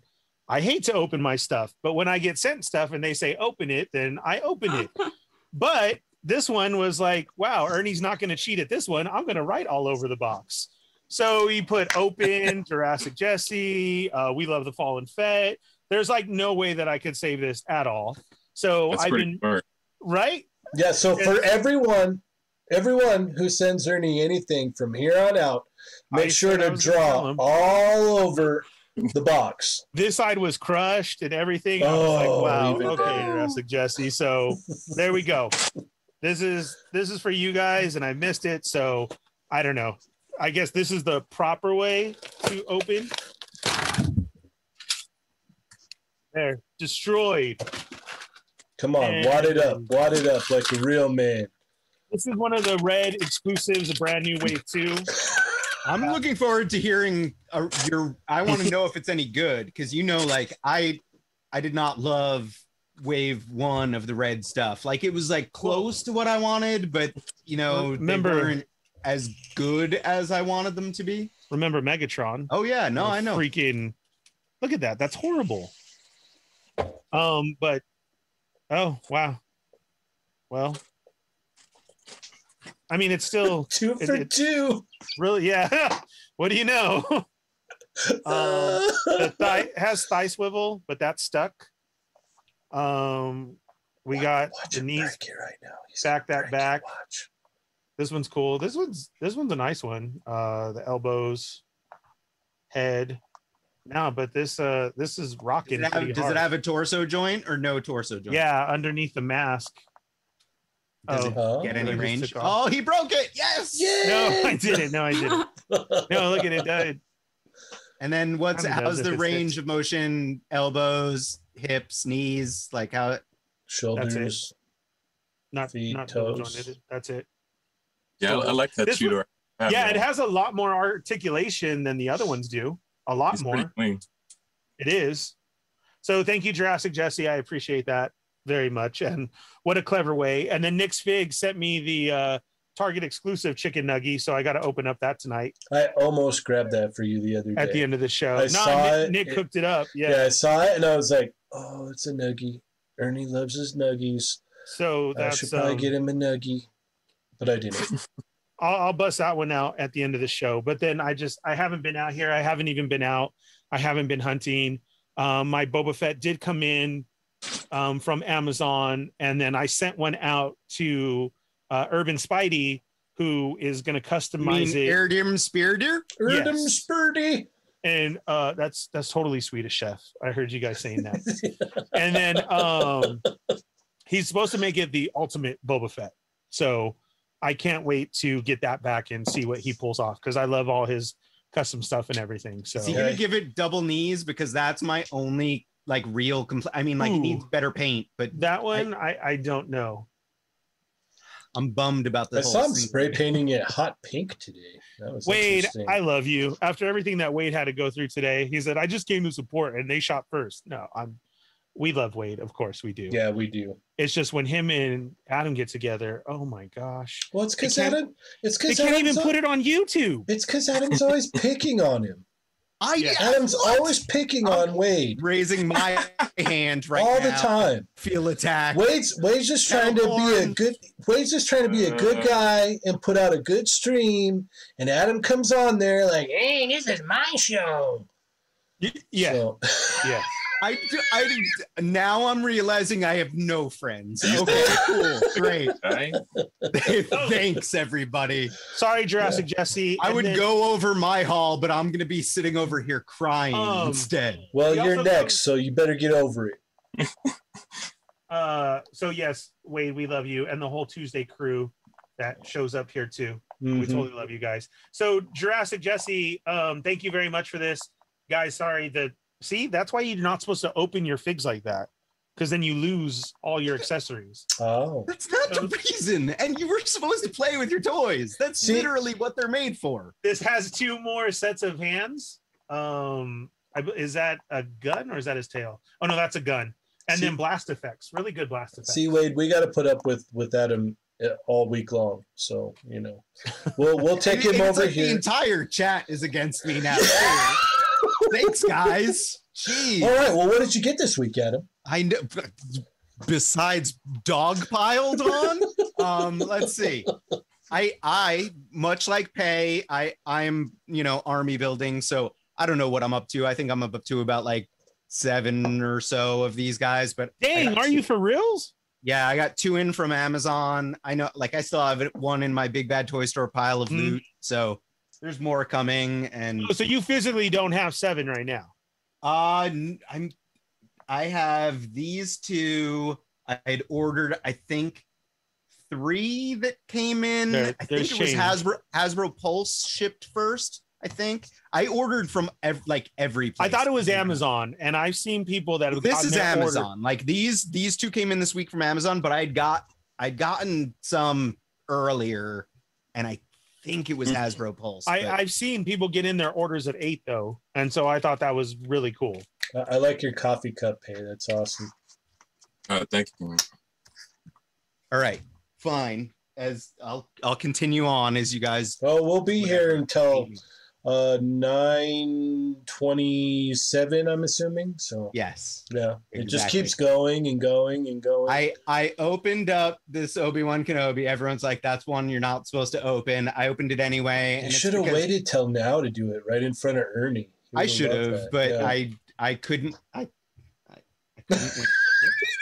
Speaker 2: I hate to open my stuff, but when I get sent stuff and they say open it, then I open it. but this one was like, wow, Ernie's not going to cheat at this one. I'm going to write all over the box. So he put open Jurassic Jesse, uh, we love the fallen Fett. There's like no way that I could save this at all. So
Speaker 5: That's
Speaker 2: I've
Speaker 5: pretty
Speaker 2: been
Speaker 5: smart.
Speaker 2: right.
Speaker 1: Yeah. So for everyone, everyone who sends Ernie anything from here on out, make
Speaker 2: I
Speaker 1: sure
Speaker 2: said I
Speaker 1: to
Speaker 2: was gonna tell
Speaker 1: draw
Speaker 2: him.
Speaker 1: all over the box.
Speaker 2: this side was crushed and everything. I was
Speaker 1: Oh,
Speaker 2: like,
Speaker 1: leave
Speaker 2: wow,
Speaker 1: it
Speaker 2: okay,
Speaker 4: there.
Speaker 2: Jurassic Jesse. So there we go. This is this is for you guys, and I missed it. So I don't know. I guess this is the proper way to open. There, destroyed.
Speaker 1: Come on, wad it up, wad it up like a real man.
Speaker 2: This is one of the red exclusives, a brand new wave two.
Speaker 3: I'm looking forward to hearing uh your. I want to know if it's any good because you know, like I, I did not love wave one of the red stuff. Like it was like close to what I wanted, but you know,
Speaker 2: Remember-
Speaker 3: they weren't as good as I wanted them to be.
Speaker 2: Remember Megatron?
Speaker 3: Oh yeah, no,
Speaker 2: What a
Speaker 3: I know.
Speaker 2: Freaking, look at that. That's horrible. Um, but oh wow, well, I mean, it's still
Speaker 1: Two
Speaker 2: It-
Speaker 1: for
Speaker 2: it-
Speaker 1: two.
Speaker 2: really yeah. what do you know? Um, the thigh has thigh swivel, but that's stuck. Um, we got
Speaker 1: Watch
Speaker 2: the
Speaker 1: him
Speaker 2: knees.
Speaker 1: back here right now. He's
Speaker 2: back that
Speaker 1: breaking.
Speaker 2: back.
Speaker 1: Watch.
Speaker 2: This one's cool. This one's this one's a nice one. Uh, the elbows, head. No, but this uh this is
Speaker 3: Does
Speaker 2: rocking.
Speaker 3: it, have,
Speaker 2: pretty
Speaker 3: does it
Speaker 2: hard.
Speaker 3: have a torso joint or no torso joint?
Speaker 2: Yeah, underneath the mask.
Speaker 3: Does it
Speaker 2: oh
Speaker 1: Oh.
Speaker 3: Get
Speaker 2: I
Speaker 3: any
Speaker 2: just
Speaker 3: range?
Speaker 2: took off.
Speaker 3: Oh, he broke it. Yes.
Speaker 1: Yay!
Speaker 2: no, I didn't. No, I didn't. No, look at it. Uh,
Speaker 3: And then what's
Speaker 2: Kinda does
Speaker 3: how's
Speaker 2: if
Speaker 3: the
Speaker 2: it
Speaker 3: range
Speaker 2: fits.
Speaker 3: of motion? Elbows, hips, knees, like how
Speaker 1: Shoulders.
Speaker 2: not
Speaker 1: Feet,
Speaker 2: not double
Speaker 1: toes.
Speaker 2: jointed. That's it.
Speaker 5: Yeah, I, I like that
Speaker 2: This
Speaker 5: Tudor.
Speaker 2: Yeah, it has a lot more articulation than the other ones do. A lot
Speaker 5: It's
Speaker 2: more.
Speaker 5: pretty clean.
Speaker 2: It is. So thank you, Jurassic Jesse. I appreciate that very much. And what a clever way. And then Nick's Fig sent me the uh, Target exclusive chicken nugget. So I got to open up that tonight
Speaker 1: I almost grabbed that for you the other day.
Speaker 2: at the end of the show.
Speaker 1: I
Speaker 2: no,
Speaker 1: saw
Speaker 2: Nick,
Speaker 1: it.
Speaker 2: Nick
Speaker 1: It-
Speaker 2: cooked it up. Yeah.
Speaker 1: yeah. I saw it and I was like, oh, it's a nuggie. Ernie loves his nuggies.
Speaker 2: So
Speaker 1: I
Speaker 2: that's.
Speaker 1: should probably
Speaker 2: um,
Speaker 1: get him a nuggie. But I didn't.
Speaker 2: I'll, I'll bust that one out at the end of the show. But then I just I haven't been out here. I haven't even been out. I haven't been hunting. Um, my Boba Fett did come in um, from Amazon, and then I sent one out to uh, Urban Spidey, who is going to
Speaker 3: I mean
Speaker 2: customize it.
Speaker 3: Airdim Spear Deer?
Speaker 1: Erdem
Speaker 2: Yes.
Speaker 1: Spurdy.
Speaker 2: and uh, that's that's totally Swedish Chef. I heard you guys saying that. and then um, he's supposed to make it the ultimate Boba Fett. So I can't wait to get that back and see what he pulls off because I love all his custom stuff and everything. So
Speaker 3: Is he
Speaker 1: Okay.
Speaker 3: gonna give it double knees? Because that's my only like real complaint. I mean, like it
Speaker 2: Ooh.
Speaker 3: needs better paint, but
Speaker 2: that one, I, I don't know.
Speaker 3: I'm bummed about
Speaker 1: I
Speaker 3: the
Speaker 1: saw
Speaker 3: whole
Speaker 1: him
Speaker 3: thing.
Speaker 1: spray painting it hot pink today. That was
Speaker 2: Wade,
Speaker 1: interesting.
Speaker 2: I love you. After everything that Wade had to go through today, he said, "I just came to support," and they shot first. No, I'm. We love Wade, of course we do.
Speaker 1: yeah, we do.
Speaker 2: It's just when him and Adam get together, oh my gosh.
Speaker 1: Well, it's because
Speaker 2: They can't-
Speaker 1: Adam. It's
Speaker 2: They
Speaker 1: because
Speaker 2: can't
Speaker 1: Adam's
Speaker 2: even
Speaker 1: al-
Speaker 2: put it on YouTube.
Speaker 1: It's because Adam's always picking on him.
Speaker 3: I
Speaker 2: Yeah.
Speaker 1: Adam's always picking
Speaker 2: Oh,
Speaker 1: on Wade
Speaker 3: raising my hand right
Speaker 1: all
Speaker 3: now.
Speaker 1: the time.
Speaker 3: Feel attacked.
Speaker 1: Wade's Wade's just trying to be a
Speaker 3: Capricorn.
Speaker 1: good Wade's just trying to be a
Speaker 2: Uh.
Speaker 1: good guy and put out a good stream. And Adam comes on there like, "Hey, this is my show."
Speaker 2: Yeah,
Speaker 1: So-
Speaker 2: yeah.
Speaker 3: I, d- I d- now I'm realizing I have no friends. Okay, cool, great.
Speaker 5: Right?
Speaker 3: Thanks, everybody.
Speaker 2: Sorry, Jurassic Jesse.
Speaker 3: I
Speaker 2: And
Speaker 3: would
Speaker 2: then-
Speaker 3: go over my hall, but I'm gonna be sitting over here crying
Speaker 2: Um,
Speaker 3: instead.
Speaker 1: well,
Speaker 2: He
Speaker 1: you're
Speaker 2: also
Speaker 1: next,
Speaker 2: goes-
Speaker 1: so you better get over it.
Speaker 2: Uh, so yes, Wade, we love you, and the whole Tuesday crew that shows up here too. We
Speaker 1: Mhm.
Speaker 2: totally love you guys. So Jurassic Jesse, um, thank you very much for this, guys. Sorry, the see that's why you're not supposed to open your figs like that, because then you lose all your accessories.
Speaker 1: Oh,
Speaker 3: That's not
Speaker 2: um,
Speaker 3: the reason. And you were supposed to play with your toys. That's
Speaker 1: See-
Speaker 3: literally what they're made for.
Speaker 2: This has two more sets of hands. Um, I, is that a gun or is that his tail? Oh no, that's a gun. And
Speaker 1: See-
Speaker 2: then blast effects, really good blast effects.
Speaker 1: see, Wade, we got to put up with with Adam uh, all week long. So you know, we'll we'll take
Speaker 3: And it-
Speaker 1: him
Speaker 3: and it's
Speaker 1: over
Speaker 3: like The
Speaker 1: here.
Speaker 3: entire chat is against me now. too. Thanks, guys. Jeez.
Speaker 1: All right. Well, what did you get this week, Adam?
Speaker 3: I know. Besides dog piled on, um, let's see. I I much like Pay. I I'm you know army building, so I don't know what I'm up to. I think I'm up to about like seven or so of these guys, but I
Speaker 2: Dang,
Speaker 3: got
Speaker 2: are
Speaker 3: two-
Speaker 2: you for reals?
Speaker 3: Yeah, I got two in from Amazon. I know, like I still have it- one in my big bad toy store pile of
Speaker 2: Hmm.
Speaker 3: loot. So there's more coming, and
Speaker 2: Oh, So you physically don't have seven right now.
Speaker 3: Uh, n- I'm I have these two. I had ordered, I think, three that came in.
Speaker 2: They're-
Speaker 3: I
Speaker 2: they're
Speaker 3: think it was
Speaker 2: shame.
Speaker 3: Hasbro Hasbro Pulse shipped first. I think I ordered from ev- like every
Speaker 2: I
Speaker 3: place.
Speaker 2: thought it was Amazon, and I've seen people that have
Speaker 3: This
Speaker 2: gotten
Speaker 3: is
Speaker 2: their order-
Speaker 3: Amazon. Like these these two came in this week from Amazon, but I'd got I'd gotten some earlier, and I think it was Hasbro Pulse.
Speaker 2: Mm. I,
Speaker 3: but-
Speaker 2: I've seen people get in their orders at eight though, and so I thought that was really cool.
Speaker 1: I, I like your coffee cup, hey. That's awesome.
Speaker 5: Uh, thank you. man.
Speaker 3: all right, fine. As I'll I'll continue on as you guys.
Speaker 1: Well, Oh, we'll be here
Speaker 2: Oh.
Speaker 1: until uh nine twenty-seven. I'm assuming. So
Speaker 3: Yes.
Speaker 1: yeah, it just
Speaker 3: Exactly.
Speaker 1: keeps going and going and going.
Speaker 3: I I opened up this Obi Wan Kenobi. Everyone's like, "That's one you're not supposed to open." I opened it anyway.
Speaker 1: you
Speaker 3: and it's
Speaker 1: should have
Speaker 3: because-
Speaker 1: waited till now to do it right in front of Ernie. He
Speaker 3: I
Speaker 1: would've
Speaker 3: should
Speaker 1: loved
Speaker 3: have,
Speaker 1: that.
Speaker 3: but
Speaker 1: Yeah.
Speaker 3: I I couldn't. I, I, I couldn't. win.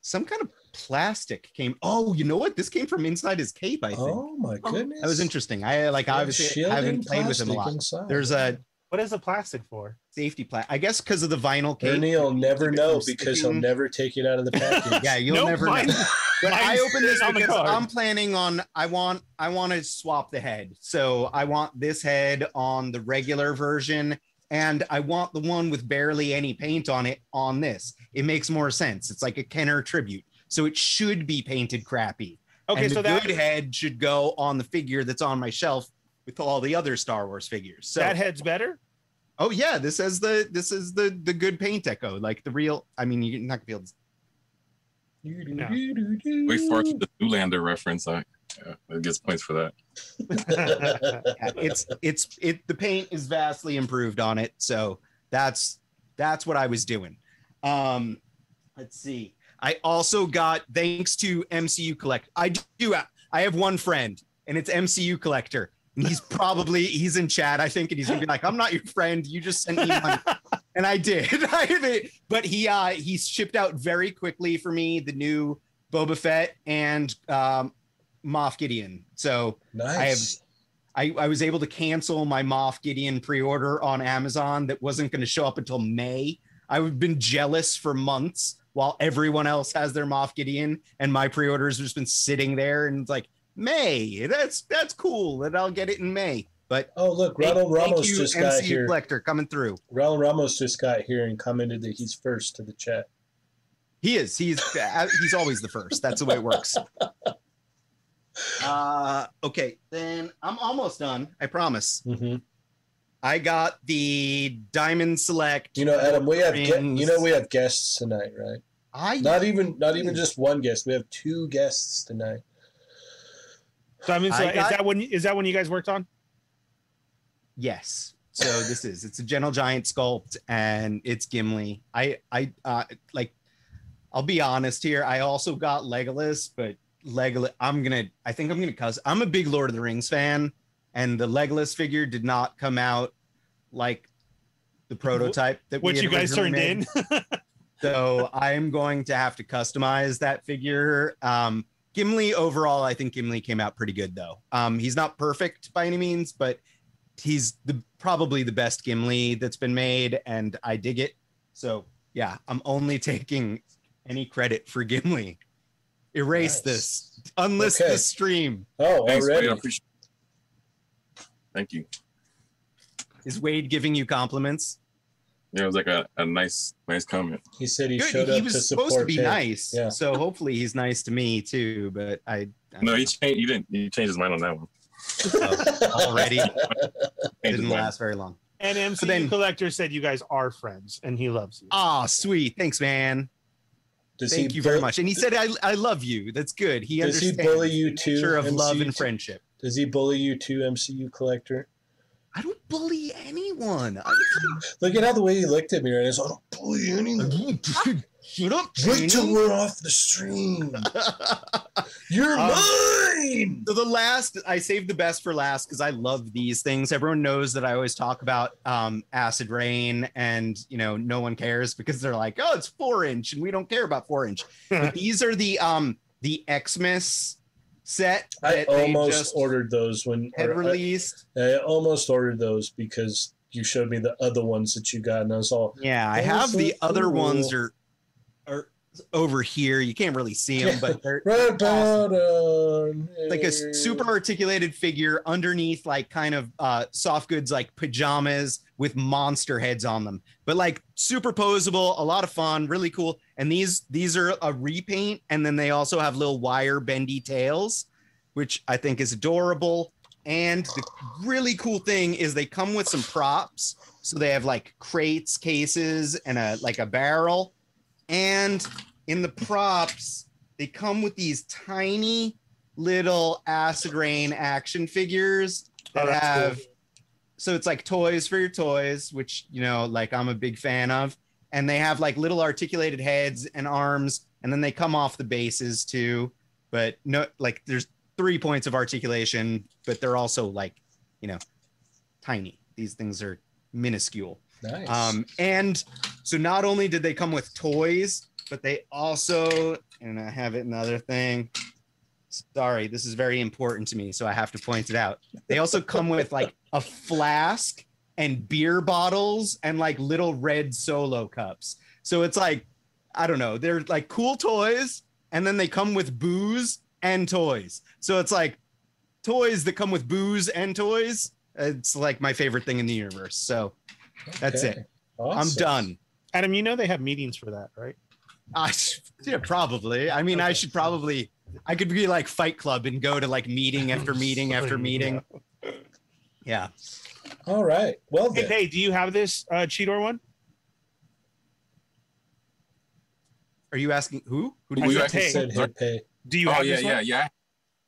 Speaker 3: Some kind of plastic came. Oh, you know what? This came from inside his cape. I think
Speaker 1: oh my goodness,
Speaker 3: that was interesting. I like
Speaker 1: Yeah,
Speaker 3: obviously
Speaker 1: shielding
Speaker 3: haven't played with him a
Speaker 1: plastic
Speaker 3: lot.
Speaker 1: inside.
Speaker 3: There's a
Speaker 2: What is the plastic for?
Speaker 3: safety pla I guess because of the vinyl cape.
Speaker 1: Ernie will never
Speaker 3: Keep it
Speaker 1: know
Speaker 3: from
Speaker 1: because he'll
Speaker 3: sticking.
Speaker 1: never take it out of the package.
Speaker 3: Yeah, you'll
Speaker 2: Nope,
Speaker 3: never
Speaker 2: mine-
Speaker 3: know. But
Speaker 2: mine's
Speaker 3: I opened this
Speaker 2: sitting on the
Speaker 3: because
Speaker 2: card.
Speaker 3: I'm planning on. I want. I want to swap the head. So I want this head on the regular version, and I want the one with barely any paint on it on this. It makes more sense. It's like a Kenner tribute. So it should be painted crappy.
Speaker 2: Okay,
Speaker 3: and
Speaker 2: so
Speaker 3: the
Speaker 2: that
Speaker 3: good head should go on the figure that's on my shelf with all the other Star Wars figures. So
Speaker 2: that head's better.
Speaker 3: oh yeah, this is the this is the the good paint echo, like the real. I mean, you're not gonna be able to
Speaker 5: Wait for the Zoolander reference. I, yeah, it gets points for that.
Speaker 3: Yeah, it's it's it the paint is vastly improved on it so that's that's what i was doing um let's see i also got thanks to mcu collect i do i have one friend and it's mcu collector and he's probably he's in chat i think and he's gonna be like i'm not your friend you just sent me money and i did I did. but he uh he shipped out very quickly for me the new boba fett and um moff gideon so
Speaker 1: nice.
Speaker 3: I, I was able to cancel my Moff Gideon pre-order on Amazon that wasn't going to show up until May. I've been jealous for months while everyone else has their Moff Gideon and my pre-orders have just been sitting there and it's like May. That's that's cool that I'll get it in May. But
Speaker 1: oh look,
Speaker 3: thank-
Speaker 1: Ronald
Speaker 3: thank
Speaker 1: Ramos
Speaker 3: you,
Speaker 1: just got
Speaker 3: MCU
Speaker 1: here.
Speaker 3: Collector coming through.
Speaker 1: Ronald Ramos just got here and commented that he's first to the chat.
Speaker 3: He is. He's he's always the first. That's the way it works. Uh, okay, then I'm almost done. I promise. I got the Diamond Select.
Speaker 1: You know, Adam, we have ge-
Speaker 3: Rings.
Speaker 1: you know we have guests tonight, right?
Speaker 3: I
Speaker 1: Not even not even just one guest. We have two guests tonight.
Speaker 2: So I mean, so
Speaker 3: I
Speaker 2: is
Speaker 3: got-
Speaker 2: that when is that when you guys worked on?
Speaker 3: Yes. So this is it's a gentle giant sculpt and it's Gimli. I I uh like I'll be honest here. I also got Legolas, but Legolas I'm gonna I think I'm gonna cuss. I'm a big Lord of the Rings fan, and the Legolas figure did not come out like the prototype that
Speaker 2: What
Speaker 3: we had
Speaker 2: you guys
Speaker 3: originally
Speaker 2: turned
Speaker 3: made.
Speaker 2: in?
Speaker 3: So I'm going to have to customize that figure. Um, Gimli overall, I think Gimli came out pretty good though. Um, he's not perfect by any means, but he's the probably the best Gimli that's been made, and I dig it. So yeah, I'm only taking any credit for Gimli. Erase
Speaker 1: Nice.
Speaker 3: this. Unlist
Speaker 1: Okay.
Speaker 3: this stream.
Speaker 1: Oh,
Speaker 5: Thanks, Wade. I
Speaker 1: already.
Speaker 5: appreciate. Thank you.
Speaker 3: Is Wade giving you compliments?
Speaker 5: Yeah, it was like a, a nice nice comment.
Speaker 1: He said he
Speaker 3: Good,
Speaker 1: showed
Speaker 3: he
Speaker 1: up
Speaker 3: was
Speaker 1: to support.
Speaker 3: supposed to be
Speaker 1: Pig.
Speaker 3: nice.
Speaker 1: Yeah.
Speaker 3: So hopefully he's nice to me too. But I, I don't
Speaker 5: No,
Speaker 3: know.
Speaker 5: he changed. He didn't. He changed his mind on that one.
Speaker 3: already
Speaker 5: Changed his
Speaker 3: didn't
Speaker 5: mind.
Speaker 3: last very long.
Speaker 2: and MCU
Speaker 3: So then-
Speaker 2: collector said you guys are friends, and he loves you.
Speaker 3: Ah, sweet. Thanks, man.
Speaker 1: Does
Speaker 3: Thank
Speaker 1: he
Speaker 3: you very
Speaker 1: bu-
Speaker 3: much. And he said, I, I love you. That's good. He
Speaker 1: Does he
Speaker 3: understands
Speaker 1: bully you
Speaker 3: the
Speaker 1: too,
Speaker 3: nature of love
Speaker 1: MCU?
Speaker 3: and friendship.
Speaker 1: Does he bully you too, MCU collector?
Speaker 3: I don't bully anyone. I-
Speaker 1: Look at how the way he looked at me right now. I don't bully anyone.
Speaker 3: Shut up,
Speaker 1: Wait till
Speaker 3: Janie.
Speaker 1: we're off the stream.
Speaker 3: so
Speaker 1: You're
Speaker 3: Um,
Speaker 1: mine.
Speaker 3: the last, I saved the best for last because I love these things. Everyone knows that I always talk about um, acid rain, and you know, no one cares because they're like, oh, it's four inch, and we don't care about four inch. but these are the um the Xmas set
Speaker 1: I
Speaker 3: that they
Speaker 1: almost
Speaker 3: just
Speaker 1: ordered those when
Speaker 3: had
Speaker 1: or I-
Speaker 3: released.
Speaker 1: I almost ordered those because you showed me the other ones that you got, and I was all,
Speaker 3: Yeah, I
Speaker 1: Those
Speaker 3: have the
Speaker 1: are
Speaker 3: other ones
Speaker 1: cool.
Speaker 3: are are over here. You can't really see them, but they're
Speaker 1: "Right about um,
Speaker 3: like a super articulated figure underneath like kind of uh soft goods like pajamas with monster heads on them. But like super posable, a lot of fun, really cool. And these these are a repaint and then they also have little wire bendy tails, which I think is adorable. And the really cool thing is they come with some props. So they have like crates, cases, and a like a barrel. And in the props, they come with these tiny little acid rain action figures
Speaker 2: Oh,
Speaker 3: that
Speaker 2: that's cool.
Speaker 3: have so it's like toys for your toys, which you know, like I'm a big fan of. And they have like little articulated heads and arms, and then they come off the bases too. But no, like there's three points of articulation, but they're also like, you know, tiny. These things are minuscule.
Speaker 1: Nice.
Speaker 3: Um, and so not only did they come with toys, but they also, and I have it another thing. Sorry, this is very important to me, so I have to point it out. They also come with like a flask and beer bottles and like little red solo cups. So it's like, I don't know, they're like cool toys, and then they come with booze and toys. So it's like toys that come with booze and toys. It's like my favorite thing in the universe. So that's it.
Speaker 1: Okay.
Speaker 3: I'm
Speaker 1: Awesome.
Speaker 3: done.
Speaker 2: Adam, you know they have meetings for that, right?
Speaker 3: I Uh, yeah, probably. I mean, I
Speaker 2: Okay.
Speaker 3: should probably. I could be like Fight Club and go to like meeting after meeting after meeting. Yeah.
Speaker 1: All right. Well,
Speaker 2: Hey,
Speaker 1: then.
Speaker 2: hey, do you have this uh, Cheetor one?
Speaker 3: Are you asking who? Who
Speaker 5: Were
Speaker 1: We
Speaker 5: you
Speaker 2: said,
Speaker 5: actually-
Speaker 2: hey.
Speaker 1: said hit pay.
Speaker 2: Do you
Speaker 5: Oh
Speaker 2: have
Speaker 5: yeah,
Speaker 2: this one?
Speaker 5: yeah, yeah.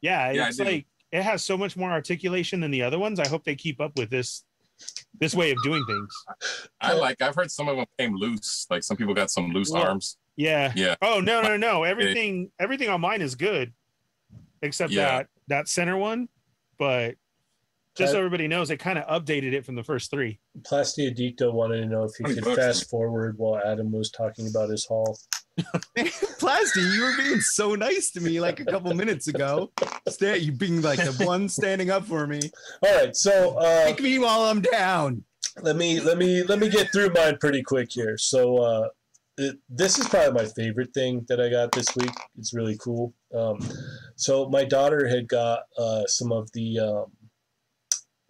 Speaker 2: Yeah,
Speaker 5: Yeah, I
Speaker 2: it's
Speaker 5: do.
Speaker 2: like it has so much more articulation than the other ones. I hope they keep up with this this way of doing things.
Speaker 5: I like. I've heard some of them came loose. Like some people got some loose
Speaker 2: Well,
Speaker 5: arms.
Speaker 2: Yeah.
Speaker 5: Yeah.
Speaker 2: Oh no, no, no. Everything everything on mine is good. Except
Speaker 5: Yeah.
Speaker 2: that that center one. But
Speaker 1: That-
Speaker 2: just so everybody knows, they kind of updated it from the first three.
Speaker 1: Plasti Adicto wanted to know if you
Speaker 5: Twenty
Speaker 1: could
Speaker 5: bucks.
Speaker 1: fast forward while Adam was talking about his haul.
Speaker 3: Plasty, you were being so nice to me like a couple minutes ago. Stay, you being like the one standing up for me.
Speaker 1: All right, so uh,
Speaker 3: Take me while I'm down.
Speaker 1: let me let me let me get through mine pretty quick here. So uh, it, this is probably my favorite thing that I got this week. It's really cool. Um, so my daughter had got uh, some of the um,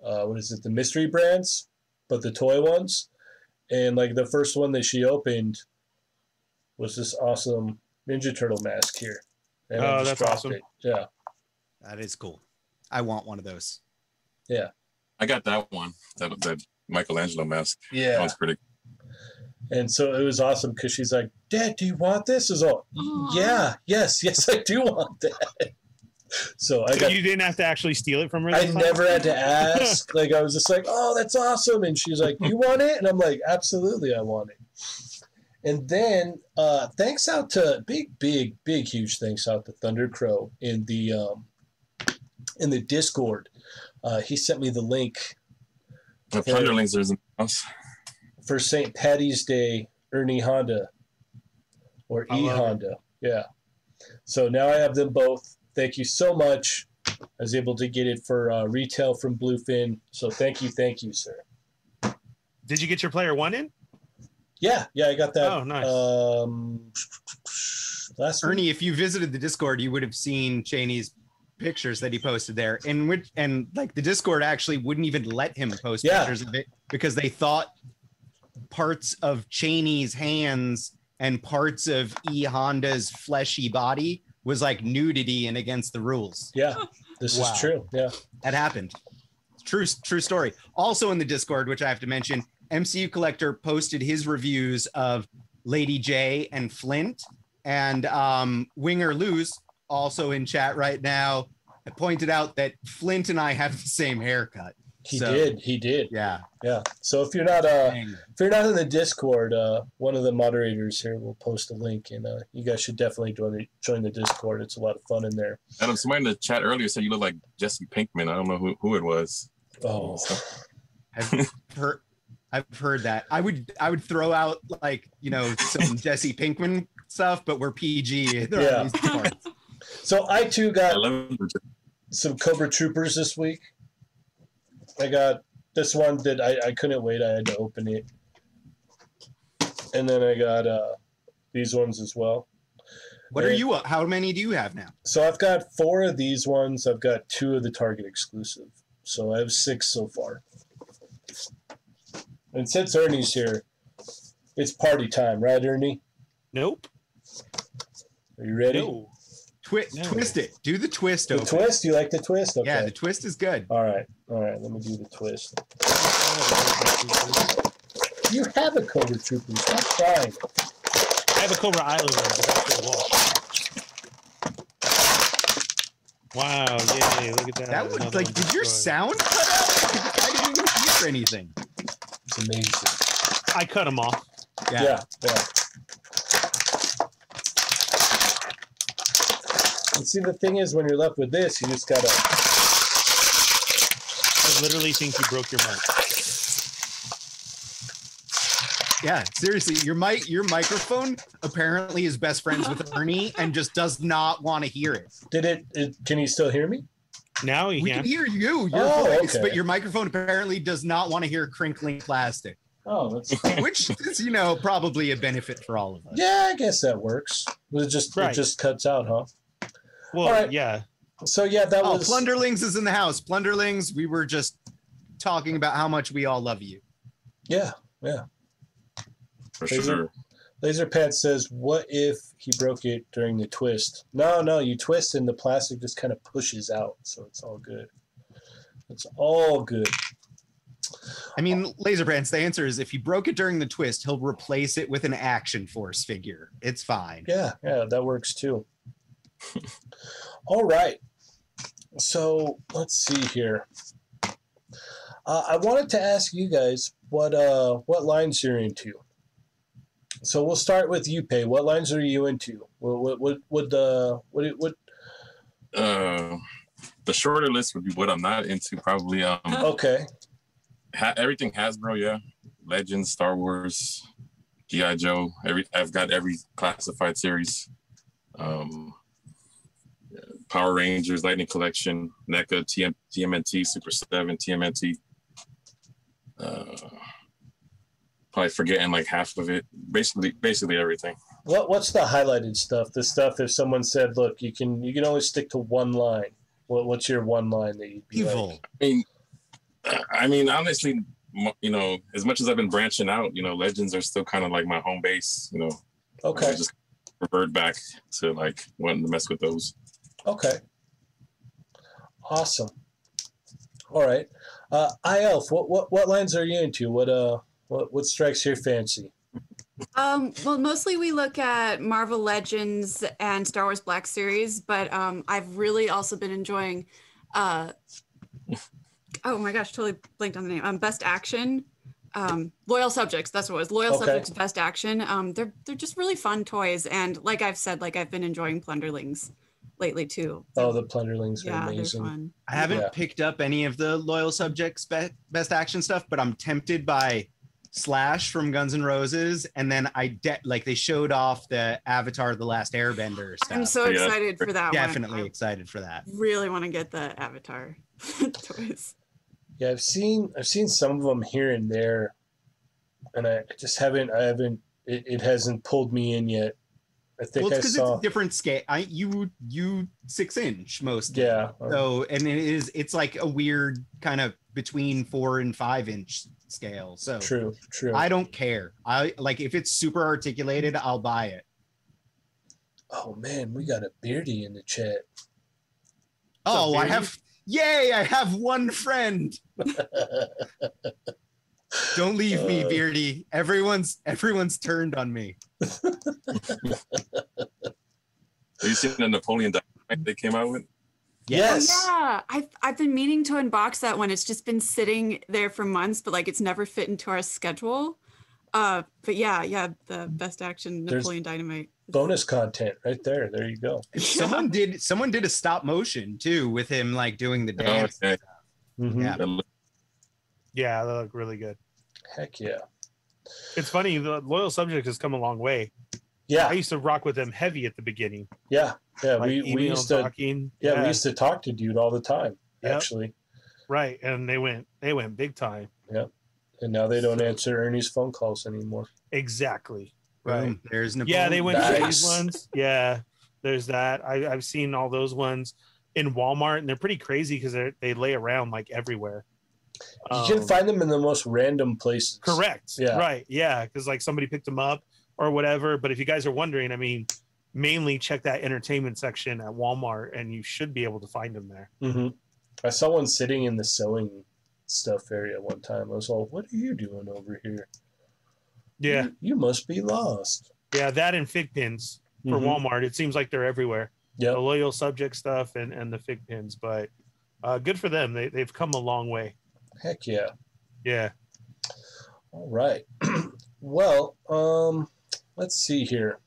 Speaker 1: uh, what is it? The mystery brands, but the toy ones. And like the first one that she opened was this awesome Ninja Turtle mask here. And I
Speaker 2: Oh,
Speaker 1: just
Speaker 2: that's
Speaker 1: dropped
Speaker 2: awesome.
Speaker 1: it. Yeah.
Speaker 3: That is cool. I want one of those.
Speaker 5: I got that one. That that Michelangelo mask.
Speaker 1: Yeah.
Speaker 5: That one's pretty.
Speaker 1: And so it was awesome because she's like, Dad, do you want this? Is all,
Speaker 4: Aw.
Speaker 1: yeah, yes, yes, I do want that. So I
Speaker 2: So
Speaker 1: got,
Speaker 2: you didn't have to actually steal it from her.
Speaker 1: I
Speaker 2: this time?
Speaker 1: never had to ask. Like I was just like, oh, that's awesome. And she's like, you want it? And I'm like, absolutely, I want it. And then uh, thanks out to big, big, big, huge thanks out to Thunder Crow in the um, in the Discord. Uh, he sent me the link
Speaker 5: The Thunderlings are in the house.
Speaker 1: for St. Patty's Day, Ernie Honda or
Speaker 2: I
Speaker 1: E
Speaker 2: love it.
Speaker 1: Honda. Yeah. So now I have them both. Thank you so much. I was able to get it for uh, retail from Bluefin. So thank you, thank you, sir.
Speaker 2: Did you get your player one in?
Speaker 1: Yeah, yeah, I got that.
Speaker 2: Oh, nice.
Speaker 1: Um, last week.
Speaker 3: Ernie, if you visited the Discord, you would have seen Cheney's pictures that he posted there, in which and like the Discord actually wouldn't even let him post
Speaker 1: Yeah.
Speaker 3: pictures of it because they thought parts of Cheney's hands and parts of E Honda's fleshy body was like nudity and against the rules.
Speaker 1: Yeah, this
Speaker 3: Wow.
Speaker 1: is true. Yeah.
Speaker 3: That happened. True, true story. Also in the Discord, which I have to mention, MCU Collector posted his reviews of Lady J and Flint, and um, Wing or Lose also in chat right now. Pointed out that Flint and I have the same haircut.
Speaker 1: He
Speaker 3: So-
Speaker 1: did. He did.
Speaker 3: Yeah.
Speaker 1: Yeah. So if you're not uh
Speaker 3: Dang.
Speaker 1: if you're not in the Discord, uh, one of the moderators here will post a link, and uh, you guys should definitely join the, join the Discord. It's a lot of fun in there.
Speaker 5: Adam, somebody in the chat earlier said you look like Jesse Pinkman. I don't know who, who it was.
Speaker 1: Oh,
Speaker 3: I've heard, I've heard that. I would, I would throw out like you know some Jesse Pinkman stuff, but we're PG. There are
Speaker 1: Yeah.
Speaker 3: these parts.
Speaker 1: so I too
Speaker 5: I
Speaker 1: got
Speaker 5: love
Speaker 1: some Cobra Troopers this week. I got this one that I, I couldn't wait. I had to open it. And then I got uh, these ones as well.
Speaker 3: What are you? How many do you have now?
Speaker 1: So I've got four of these ones. I've got two of the Target exclusive. So I have six so far. And since Ernie's here, it's party time, right, Ernie?
Speaker 2: Nope.
Speaker 1: Are you ready?
Speaker 2: No.
Speaker 3: Twi-
Speaker 2: No.
Speaker 3: Twist it. Do the twist
Speaker 1: The
Speaker 3: over.
Speaker 1: twist? You like the twist? Okay. Oh,
Speaker 3: Yeah, the twist is good.
Speaker 1: all right. All right. Let me do the twist. You have a Cobra Trooper. Stop crying.
Speaker 2: I have a Cobra Island. one, but that's for the wall. Wow! Yay! Look at that.
Speaker 3: That was
Speaker 2: Another
Speaker 3: like,
Speaker 2: one
Speaker 3: did your
Speaker 2: destroyed.
Speaker 3: sound cut out? I didn't even hear anything.
Speaker 1: It's amazing.
Speaker 2: I cut him off.
Speaker 1: Yeah. Yeah. And see, the thing is, when you're left with this, you just gotta.
Speaker 2: I literally think you broke your mic.
Speaker 3: Yeah, seriously, your mic, your microphone apparently is best friends with Ernie and just does not want to hear it.
Speaker 1: Did it? it can you still hear me?
Speaker 2: Now you
Speaker 3: We can
Speaker 2: can.
Speaker 3: hear you, your
Speaker 1: Oh,
Speaker 3: voice,
Speaker 1: okay.
Speaker 3: but your microphone apparently does not want to hear crinkling plastic,
Speaker 1: Oh, that's.
Speaker 3: which is, you know, probably a benefit for all of us.
Speaker 1: yeah, I guess that works. It just
Speaker 2: Right.
Speaker 1: it just cuts out, huh?
Speaker 2: Well,
Speaker 1: All right.
Speaker 2: yeah.
Speaker 1: So yeah, that
Speaker 3: Oh,
Speaker 1: was
Speaker 3: Plunderlings is in the house. Plunderlings, we were just talking about how much we all love you.
Speaker 1: Yeah,
Speaker 5: for sure.
Speaker 1: Laserpad says, "What if he broke it during the twist?" No, no, you twist and the plastic just kind of pushes out, so it's all good. It's all good.
Speaker 3: I mean, Laser Brands, the answer is if you broke it during the twist, he'll replace it with an action force figure. It's fine.
Speaker 1: Yeah, yeah, that works too. All right. So let's see here. Uh, I wanted to ask you guys what uh what lines you're into. So we'll start with you, Pay. What lines are you into? What what what what the what do- what?
Speaker 5: Uh, the shorter list would be what I'm not into. Probably um,
Speaker 1: Okay,
Speaker 5: ha- everything Hasbro. Yeah, Legends, Star Wars, GI Joe. Every I've got every classified series. Um, Power Rangers, Lightning Collection, NECA, TM- TMNT, Super Seven, TMNT. Uh, probably forgetting like half of it. Basically, basically everything.
Speaker 1: what what's the highlighted stuff? The stuff if someone said, "Look, you can you can only stick to one line." What what's your one line that you'd be
Speaker 3: Evil.
Speaker 1: Like?
Speaker 5: I mean, I mean, honestly, m- you know, as much as I've been branching out, you know, Legends are still kind of like my home base. You know, I
Speaker 1: Okay,
Speaker 5: just revert back to like wanting to mess with those.
Speaker 1: Okay. Awesome. All right. Uh, I Elf, what, what what lines are you into? What uh what what strikes your fancy?
Speaker 4: Um, well, mostly we look at Marvel Legends and Star Wars Black Series, but um, I've really also been enjoying. Uh, oh my gosh, totally blanked on the name. Um, Best Action, um, Loyal Subjects. That's what it was. Loyal
Speaker 1: Okay.
Speaker 4: Subjects, Best Action. Um, they're they're just really fun toys, and like I've said, like I've been enjoying Plunderlings lately too.
Speaker 1: Oh, the Plunderlings are
Speaker 4: yeah,
Speaker 1: amazing.
Speaker 4: they're fun.
Speaker 3: I haven't
Speaker 1: Yeah.
Speaker 3: picked up any of the loyal subjects be- best action stuff, but I'm tempted by Slash from Guns N' Roses, and then I de- like they showed off the Avatar: The Last Airbender stuff.
Speaker 4: I'm so
Speaker 5: Yeah.
Speaker 4: excited for that.
Speaker 3: definitely
Speaker 4: One.
Speaker 3: excited for that.
Speaker 4: I really want to get the Avatar toys.
Speaker 1: Yeah, I've seen I've seen some of them here and there, and I just haven't I haven't it, it hasn't pulled me in yet. I think
Speaker 3: Well,
Speaker 1: I
Speaker 3: it's because it's
Speaker 1: saw
Speaker 3: a different scale. I you you six inch mostly.
Speaker 1: yeah.
Speaker 3: So and it is it's like a weird kind of between four and five inch scale. So
Speaker 1: true, true.
Speaker 3: I don't care. I like if it's super articulated, I'll buy it.
Speaker 1: oh man, we got a beardy in the chat.
Speaker 3: Oh, I
Speaker 2: Beardy?
Speaker 3: have yay! I have one friend. Don't leave me,
Speaker 1: Uh.
Speaker 3: Beardy. Everyone's everyone's turned on me.
Speaker 5: Have you seen the Napoleon Dynamite they came out with?
Speaker 1: yes.
Speaker 3: Oh,
Speaker 4: Oh, Yeah, I've I've been meaning to unbox that one. It's just been sitting there for months, but like it's never fit into our schedule. Uh, but yeah, yeah, the best action
Speaker 1: There's-
Speaker 4: Napoleon Dynamite.
Speaker 1: Bonus content right there. There you go.
Speaker 3: Someone did someone did a stop motion too with him like doing the
Speaker 5: Oh,
Speaker 3: dance.
Speaker 5: okay.
Speaker 1: Mhm.
Speaker 3: Yeah.
Speaker 5: That look-
Speaker 2: Yeah, they look really good.
Speaker 1: Heck yeah.
Speaker 2: It's funny. The loyal subject has come a long way. I
Speaker 1: Yeah,
Speaker 2: used to rock with them heavy at the beginning.
Speaker 1: yeah, yeah.
Speaker 2: Like
Speaker 1: we, we
Speaker 2: email
Speaker 1: used to
Speaker 2: talking.
Speaker 1: Yeah, we used to talk to dude all the time,
Speaker 2: Yep.
Speaker 1: actually.
Speaker 2: right. And they went. They went big time.
Speaker 1: And now they don't answer Ernie's phone calls anymore.
Speaker 2: Exactly.
Speaker 3: Boom.
Speaker 2: Right.
Speaker 3: There's Napoleon.
Speaker 2: Yeah, they went to
Speaker 1: Nice.
Speaker 2: these ones. Yeah, there's that. I, I've seen all those ones in Walmart, and they're pretty crazy because they they lay around like everywhere.
Speaker 1: You
Speaker 2: Um,
Speaker 1: can find them in the most random places.
Speaker 2: Correct.
Speaker 1: Yeah.
Speaker 2: Right. Yeah. Because like somebody picked them up or whatever. But if you guys are wondering, I mean, mainly check that entertainment section at Walmart, and you should be able to find them there.
Speaker 1: hmm I saw one sitting in the sewing stuff area one time. I was all, "What are you doing over here?
Speaker 2: Yeah,
Speaker 1: you, you must be lost."
Speaker 2: yeah, that and fig pins for
Speaker 1: Mhm.
Speaker 2: Walmart. It seems like they're everywhere.
Speaker 1: Yep.
Speaker 2: The loyal subject stuff and and the fig pins, but uh, good for them. They they've come a long way.
Speaker 1: Heck yeah.
Speaker 2: Yeah,
Speaker 1: All right. well, um, let's see here.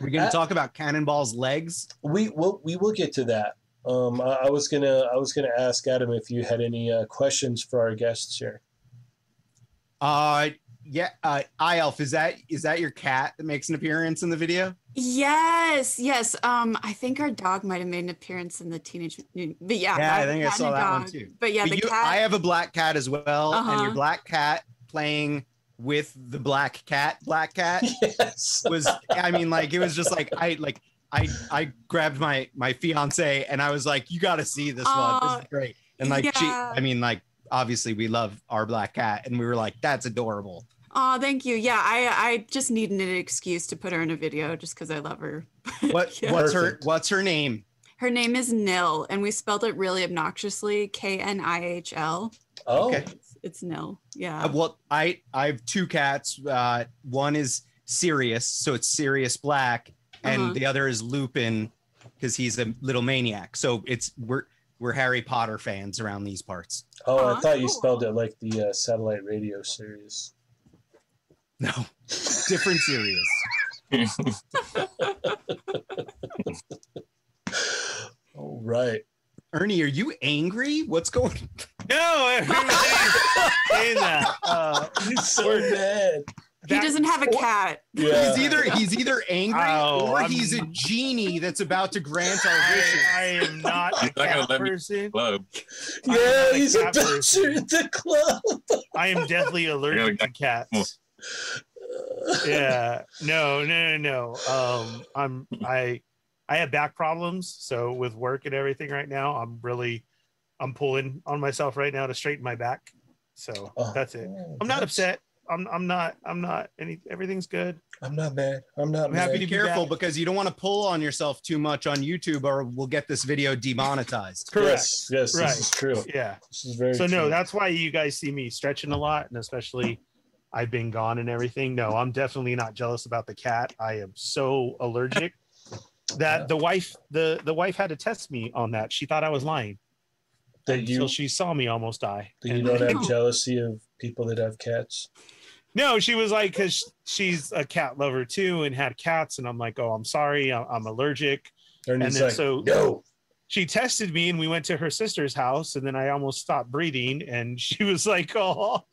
Speaker 3: We're going
Speaker 1: Uh,
Speaker 3: to talk about Cannonball's legs.
Speaker 1: We will we will get to that. Um, I, I was gonna I was gonna ask Adam if you had any uh, questions for our guests here.
Speaker 3: Uh, yeah. Uh, Ielf, is that is that your cat that makes an appearance in the video?
Speaker 4: Yes, yes. Um, I think our dog might have made an appearance in the teenage, Mutant- but yeah,
Speaker 3: Yeah, I
Speaker 4: the
Speaker 3: think I
Speaker 4: cat and
Speaker 3: saw
Speaker 4: the
Speaker 3: that one
Speaker 4: dog.
Speaker 3: too.
Speaker 4: But yeah,
Speaker 3: But
Speaker 4: the
Speaker 3: you-
Speaker 4: cat.
Speaker 3: I have a black cat as well, and
Speaker 4: Uh-huh.
Speaker 3: your black cat playing with the black cat, black cat
Speaker 1: yes.
Speaker 3: was. I mean, like it was just like I like I I grabbed my my fiance and I was like, you got to see this one. This
Speaker 4: Aw,
Speaker 3: is great. And like she,
Speaker 4: yeah.
Speaker 3: I mean, like obviously we love our black cat, and we were like, that's adorable.
Speaker 4: oh, thank you. Yeah, I I just needed an excuse to put her in a video just because I love her.
Speaker 3: What
Speaker 4: Yeah.
Speaker 3: what's
Speaker 1: Perfect.
Speaker 3: her what's her name?
Speaker 4: Her name is Nil, and we spelled it really obnoxiously K N I H L.
Speaker 1: Oh,
Speaker 3: Okay.
Speaker 4: It's- It's Nil. Yeah.
Speaker 3: Uh, well, I I have two cats. Uh, one is Sirius, so it's Sirius Black, and
Speaker 4: Uh-huh.
Speaker 3: the other is Lupin, because he's a little maniac. So it's we're we're Harry Potter fans around these parts.
Speaker 1: oh, I
Speaker 4: Aw,
Speaker 1: thought you
Speaker 4: cool.
Speaker 1: spelled it like the uh, satellite radio series.
Speaker 3: No, different Sirius.
Speaker 1: All right.
Speaker 3: Ernie, are you angry? What's going?
Speaker 2: no, everything in that. Uh,
Speaker 1: He's so mad.
Speaker 4: he
Speaker 2: that-
Speaker 4: doesn't have a
Speaker 3: Or-
Speaker 4: cat.
Speaker 1: Yeah.
Speaker 3: He's either he's either angry
Speaker 2: Uh, Oh,
Speaker 3: or
Speaker 2: I'm-
Speaker 3: he's a genie that's about to grant our
Speaker 2: I,
Speaker 3: wishes.
Speaker 2: I am not a
Speaker 5: He's not gonna
Speaker 2: cat
Speaker 5: let me-
Speaker 2: person.
Speaker 5: Club.
Speaker 1: yeah,
Speaker 2: I'm
Speaker 1: he's a
Speaker 2: like that
Speaker 1: butcher at the club.
Speaker 2: I am deathly allergic to cats. Yeah. No, no, no, no. Um, I'm I I have back problems, so with work and everything right now, I'm really I'm pulling on myself right now to straighten my back. So
Speaker 1: Oh,
Speaker 2: that's it. I'm not upset. I'm I'm not I'm not any everything's good.
Speaker 1: I'm not mad. I'm not
Speaker 2: I'm
Speaker 1: mad.
Speaker 2: happy to
Speaker 3: Be
Speaker 2: be
Speaker 3: careful
Speaker 2: back.
Speaker 3: because you don't want to pull on yourself too much on YouTube, or we'll get this video demonetized.
Speaker 1: Yes, yes,
Speaker 2: Right.
Speaker 1: this is true.
Speaker 2: Yeah.
Speaker 1: This is very
Speaker 2: so no
Speaker 1: true.
Speaker 2: that's why you guys see me stretching a lot and especially i've been gone and everything no i'm definitely not jealous about the cat i am so allergic that the wife the the wife had to test me on that she thought i was lying
Speaker 1: that you
Speaker 2: until she saw me almost die
Speaker 1: that you
Speaker 2: And-
Speaker 1: don't have
Speaker 4: No.
Speaker 1: jealousy of people that have cats.
Speaker 2: no she was like because she's a cat lover too and had cats and i'm like oh i'm sorry I- i'm allergic
Speaker 1: And,
Speaker 2: And
Speaker 1: he's
Speaker 2: then
Speaker 1: like,
Speaker 2: so-
Speaker 1: no.
Speaker 2: she tested me and we went to her sister's house and then I almost stopped breathing and she was like, "Oh,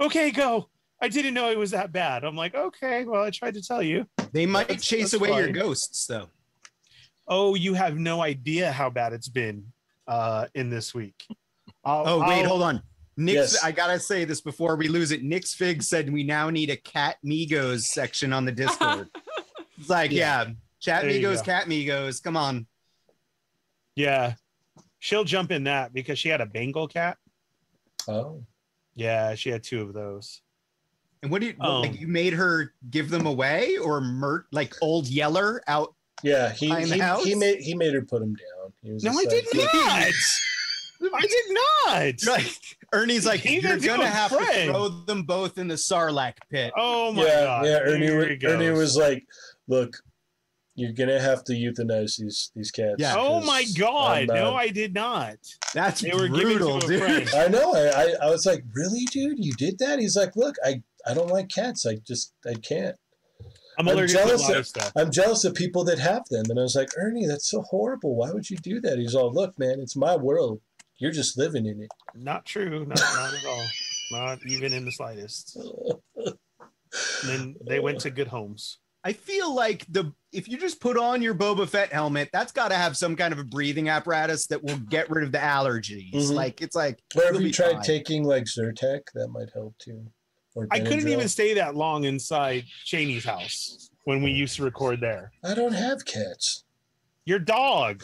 Speaker 2: okay, go." I didn't know it was that bad. I'm like, "Okay, well, I tried to tell you."
Speaker 3: They might
Speaker 1: That's-
Speaker 3: chase
Speaker 1: that's
Speaker 3: away your
Speaker 1: fine.
Speaker 3: ghosts, though.
Speaker 2: Oh, you have no idea how bad it's been uh in this week. I'll,
Speaker 3: Oh, wait,
Speaker 2: I'll-
Speaker 3: hold on. Nick's,
Speaker 1: Yes.
Speaker 3: I gotta say this before we lose it. Nick's Fig said we now need a Cat Migos section on the Discord. it's like, yeah, Chat
Speaker 2: There you
Speaker 3: Migos,
Speaker 2: go.
Speaker 3: Cat Migos, come on.
Speaker 2: Yeah. She'll jump in that because she had a Bengal cat.
Speaker 1: Oh,
Speaker 2: Yeah, she had two of those.
Speaker 3: And what do you
Speaker 2: Um.
Speaker 3: like? You made her give them away or murt like old Yeller out?
Speaker 1: yeah. He
Speaker 3: Behind the
Speaker 1: he,
Speaker 3: house?
Speaker 1: he made he made her put him down. He was
Speaker 3: No,
Speaker 1: just
Speaker 3: I
Speaker 1: like,
Speaker 3: did
Speaker 1: "You-
Speaker 3: not.
Speaker 2: I did not.
Speaker 3: Like Ernie's like,
Speaker 2: Neither
Speaker 3: you're
Speaker 2: do
Speaker 3: gonna
Speaker 2: a
Speaker 3: have
Speaker 2: friend."
Speaker 3: to throw them both in the Sarlacc pit.
Speaker 2: Oh my
Speaker 1: yeah,
Speaker 2: god.
Speaker 1: yeah. Ernie,
Speaker 2: Here
Speaker 1: wa-
Speaker 2: it
Speaker 1: Ernie
Speaker 2: goes.
Speaker 1: was like, look, you're gonna have to euthanize these these cats.
Speaker 3: Yeah.
Speaker 2: Oh my
Speaker 1: 'cause
Speaker 2: god.
Speaker 1: I'm uh,
Speaker 2: No,
Speaker 1: not-
Speaker 2: I did not.
Speaker 3: That's
Speaker 2: They were giving to
Speaker 3: brutal,
Speaker 2: a
Speaker 3: dude.
Speaker 2: friend.
Speaker 1: I know. I, I I was like, really, dude, you did that? He's like, look, I I don't like cats. I just I can't.
Speaker 2: I'm
Speaker 1: I'm
Speaker 2: allergic to a
Speaker 1: jealous
Speaker 2: lot
Speaker 1: of-
Speaker 2: of stuff.
Speaker 1: I'm jealous of people that have them. And I was like, Ernie, that's so horrible. Why would you do that? He's all, look, man, it's my world. You're just living in it.
Speaker 2: Not true. Not, not at all. Not even in the slightest. And then they went to good homes.
Speaker 3: I feel like the if you just put on your Boba Fett helmet, that's got to have some kind of a breathing apparatus that will get rid of the allergies.
Speaker 2: Mm-hmm.
Speaker 1: Mhm.
Speaker 3: Like it's like
Speaker 1: Or
Speaker 3: you'll
Speaker 1: if you
Speaker 3: be
Speaker 1: tried
Speaker 3: fine.
Speaker 1: taking like Zyrtec, that might help too. Or
Speaker 2: I couldn't
Speaker 1: Benadryl.
Speaker 2: even stay that long inside Cheney's house when we used to record there.
Speaker 1: I don't have cats.
Speaker 2: Your dog.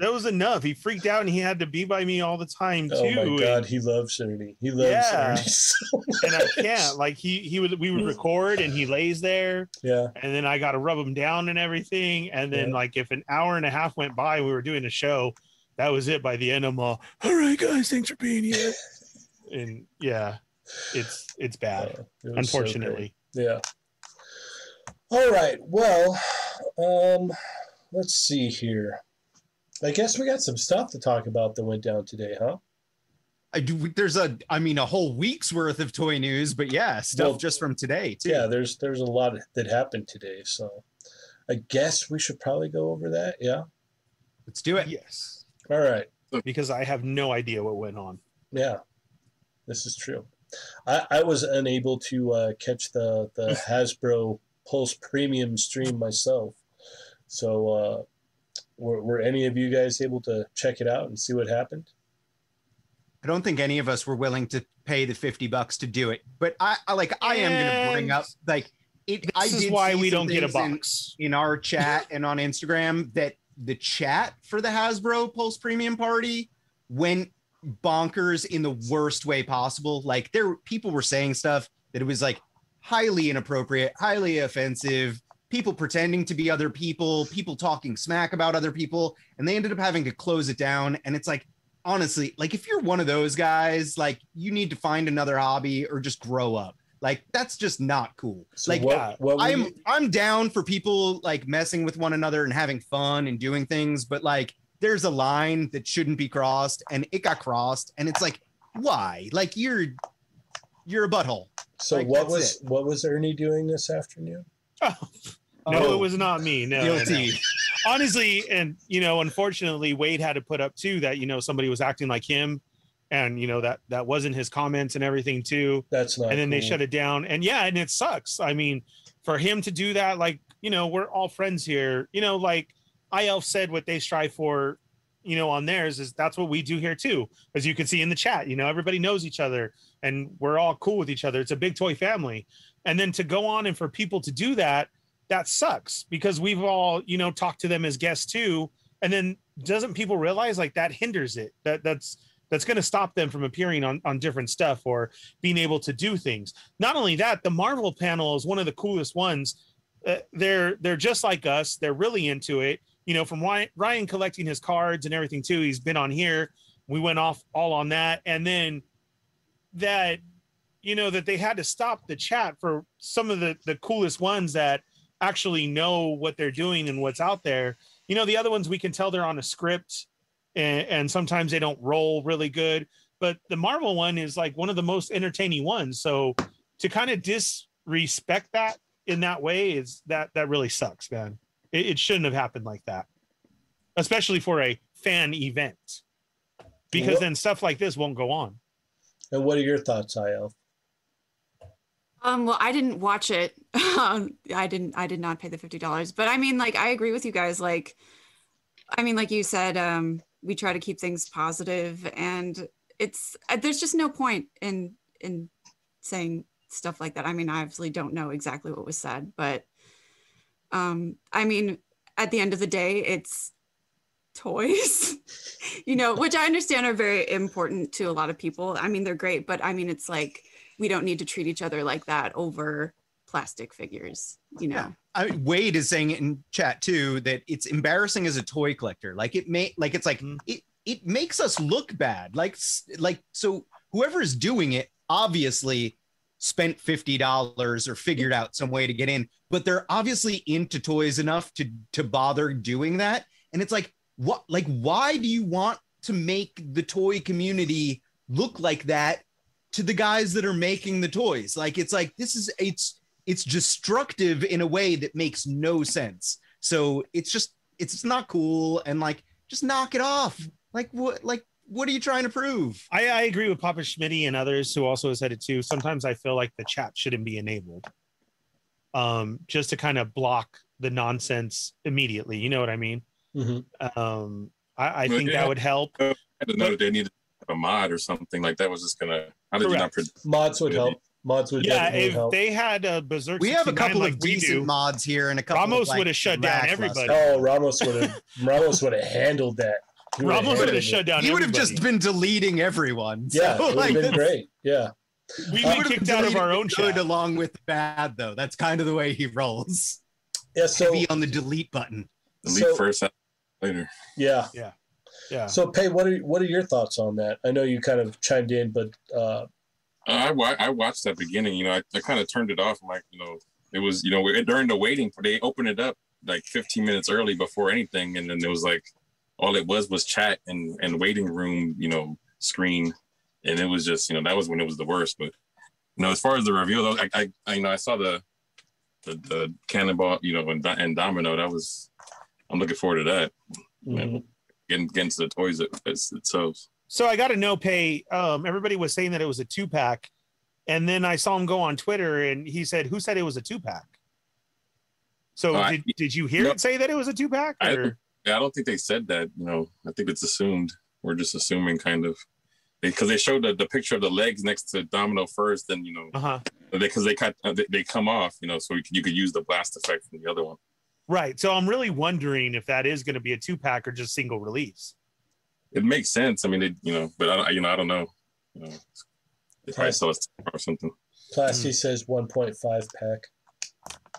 Speaker 2: that was enough. He freaked out and he had to be by me all the time too.
Speaker 1: Oh my
Speaker 2: and-
Speaker 1: god, he loves Ernie. He loves
Speaker 2: Yeah.
Speaker 1: Ernie so
Speaker 2: and I can't. Like he he would we would record and he lays there
Speaker 1: Yeah.
Speaker 2: and then I got to rub him down and everything. And then
Speaker 1: Yeah.
Speaker 2: like if an hour and a half went by and we were doing a show, that was it by the end. I'm all, all right, guys, thanks for being here. and yeah, it's it's
Speaker 3: Oh,
Speaker 2: bad,
Speaker 1: Uh, it was so
Speaker 2: unfortunately.
Speaker 1: great. yeah. All right. Well, um, let's see here. I guess we got some stuff to talk about that went down today, huh?
Speaker 3: I do. There's a, I mean, a whole week's worth of toy news, but yeah, stuff
Speaker 1: Well,
Speaker 3: just from today too.
Speaker 1: Yeah, there's there's a lot that happened today, so I guess we should probably go over that. Yeah.
Speaker 3: Let's do it.
Speaker 2: yes,
Speaker 1: All right.
Speaker 2: because I have no idea what went on.
Speaker 1: Yeah. This is true. I, I was unable to uh, catch the the Hasbro Pulse Premium stream myself, so uh, were, were any of you guys able to check it out and see what happened?
Speaker 3: I don't think any of us were willing to pay the fifty bucks to do it, but I, I like, I am
Speaker 2: And
Speaker 3: gonna bring up like it. I
Speaker 2: This is
Speaker 3: did
Speaker 2: why
Speaker 3: see
Speaker 2: we
Speaker 3: some
Speaker 2: don't get a
Speaker 3: things in-
Speaker 2: box.
Speaker 3: in our chat and on Instagram that the chat for the Hasbro Pulse Premium Party went bonkers in the worst way possible. Like there people were saying stuff that it was like highly inappropriate, highly offensive, people pretending to be other people, people talking smack about other people, and they ended up having to close it down and it's like honestly, like if you're one of those guys, like you need to find another hobby or just grow up. Like that's just not cool.
Speaker 1: So
Speaker 3: like
Speaker 1: what,
Speaker 2: uh,
Speaker 1: what were
Speaker 3: I'm
Speaker 1: you-
Speaker 3: I'm down for people like messing with one another and having fun and doing things, but like there's a line that shouldn't be crossed, and it got crossed, and it's like, why? Like you're you're a butthole.
Speaker 1: so
Speaker 3: like,
Speaker 1: what
Speaker 3: that's
Speaker 1: was what was Ernie doing this afternoon?
Speaker 2: No,
Speaker 3: Oh,
Speaker 2: it was not me. No, no, no.
Speaker 3: guilty.
Speaker 2: honestly, and you know, unfortunately, Wade had to put up too that you know somebody was acting like him, and you know that that wasn't his comments and everything too.
Speaker 1: That's not.
Speaker 2: And then they shut
Speaker 1: it.
Speaker 2: it down, and yeah, and it sucks. I mean, for him to do that, like you know, we're all friends here. You know, like IELF said, what they strive for, you know, on theirs is that's what we do here too. As you can see in the chat, you know, everybody knows each other, and we're all cool with each other. It's a big toy family, and then to go on and for people to do that that sucks because we've all you know talked to them as guests too and then doesn't people realize like that hinders it that that's that's going to stop them from appearing on on different stuff or being able to do things not only that the marvel panel is one of the coolest ones uh, they're they're just like us they're really into it you know from ryan, ryan collecting his cards and everything too he's been on here we went off all on that and then that you know that they had to stop the chat for some of the the coolest ones that actually know what they're doing and what's out there. You know, the other ones we can tell they're on a script and, and sometimes they don't roll really good. But the Marvel one is like one of the most entertaining ones. So to kind of disrespect that in that way is that that really sucks, man. It, it shouldn't have happened like that, especially for a fan event, because
Speaker 1: Wha-
Speaker 2: then stuff like this won't go on.
Speaker 1: And what are your thoughts, IL?
Speaker 4: Um, well, I didn't watch it. Um, I didn't, I did not pay the $50, but I mean, like, I agree with you guys. Like, I mean, like you said, um, we try to keep things positive and it's, uh, there's just no point in, in saying stuff like that. I mean, I obviously don't know exactly what was said, but, um, I mean, at the end of the day, it's toys, you know, which I understand are very important to a lot of people. I mean, they're great, but I mean, it's like, we don't need to treat each other like that over plastic figures, you know.
Speaker 3: Yeah. I, Wade is saying it in chat too that it's embarrassing as a toy collector. Like it may, like it's like
Speaker 2: Mhm.
Speaker 3: it it makes us look bad. Like s- like so, whoever is doing it obviously spent fifty dollars or figured out some way to get in, but they're obviously into toys enough to to bother doing that. And it's like what like why do you want to make the toy community look like that to the guys that are making the toys? Like it's like this is it's it's destructive in a way that makes no sense. So it's just it's just not cool and like just knock it off. Like what like what are you trying to prove?
Speaker 2: I, I agree with Papa Schmitty and others who also said it too. Sometimes I feel like the chat shouldn't be enabled, um, just to kind of block the nonsense immediately. You know what I mean?
Speaker 1: Mhm.
Speaker 2: Um, I, I
Speaker 5: Well,
Speaker 2: think
Speaker 5: yeah.
Speaker 2: that would help.
Speaker 5: I didn't know that they needed a mod or something like that. Was just gonna. How did you not?
Speaker 2: Correct.
Speaker 5: pro-
Speaker 1: Mods would help. Mods would
Speaker 2: yeah,
Speaker 1: definitely
Speaker 2: if
Speaker 1: help.
Speaker 2: they had a Berserk,
Speaker 3: We have a
Speaker 2: 69
Speaker 3: couple
Speaker 2: like
Speaker 3: of
Speaker 2: we
Speaker 3: decent
Speaker 2: do,
Speaker 3: mods here and a couple.
Speaker 2: Ramos
Speaker 3: of, like,
Speaker 2: would've shut down
Speaker 3: lackluster.
Speaker 2: everybody.
Speaker 1: oh, Ramos would have Ramos would have handled that. He would've
Speaker 2: Ramos
Speaker 1: handled
Speaker 2: would have
Speaker 1: it.
Speaker 2: shut down.
Speaker 3: He would have
Speaker 2: everybody.
Speaker 3: just been deleting everyone.
Speaker 1: Yeah,
Speaker 3: so,
Speaker 1: it would
Speaker 3: like,
Speaker 1: have been
Speaker 3: that's-
Speaker 1: great. Yeah,
Speaker 2: We've
Speaker 1: Uh,
Speaker 2: been
Speaker 3: would've
Speaker 2: kicked out of
Speaker 3: deleted
Speaker 2: our
Speaker 3: the
Speaker 2: own
Speaker 3: good
Speaker 2: chat.
Speaker 3: along with the bad though. That's kind of the way he rolls.
Speaker 1: yeah. So
Speaker 3: Heavy on the delete button.
Speaker 5: Delete
Speaker 1: So-
Speaker 5: first out later.
Speaker 1: yeah,
Speaker 2: Yeah.
Speaker 1: so Pay, what are what are your thoughts on that? I know you kind of chimed in, but uh,
Speaker 5: Uh, I wa- I watched that beginning. You know, I, I kind of turned it off. I'm like, you know, it was you know we- during the waiting, they opened it up like 15 minutes early before anything, and then it was like all it was was chat and and waiting room, you know, screen, and it was just you know that was when it was the worst. But you know, as far as the reveal, though, I, I, I you know I saw the the, the cannonball, you know, and, Do- and domino. That was I'm looking forward to that.
Speaker 1: mhm.
Speaker 5: Getting getting to the toys it- it's- itself.
Speaker 2: So I got a no pay. Um, everybody was saying that it was a two pack, and then I saw him go on Twitter and he said, "Who said it was a two pack?" So
Speaker 5: Oh, I-
Speaker 2: did, did you hear
Speaker 5: No.
Speaker 2: it say that it was a two pack?
Speaker 5: I- Yeah, I don't think they said that. You know, I think it's assumed. We're just assuming, kind of, because they showed the, the picture of the legs next to Domino first, and you know,
Speaker 2: Uh huh.
Speaker 5: because they cut, uh, they, they come off. You know, so you could, you could use the blast effect from the other one.
Speaker 2: Right. So I'm really wondering if that is going to be a two pack or just single release.
Speaker 5: It makes sense. I mean, it, you know, but I, don't- you know, I don't know. You know, they probably sell us or something.
Speaker 1: Plasti says 1.5 pack.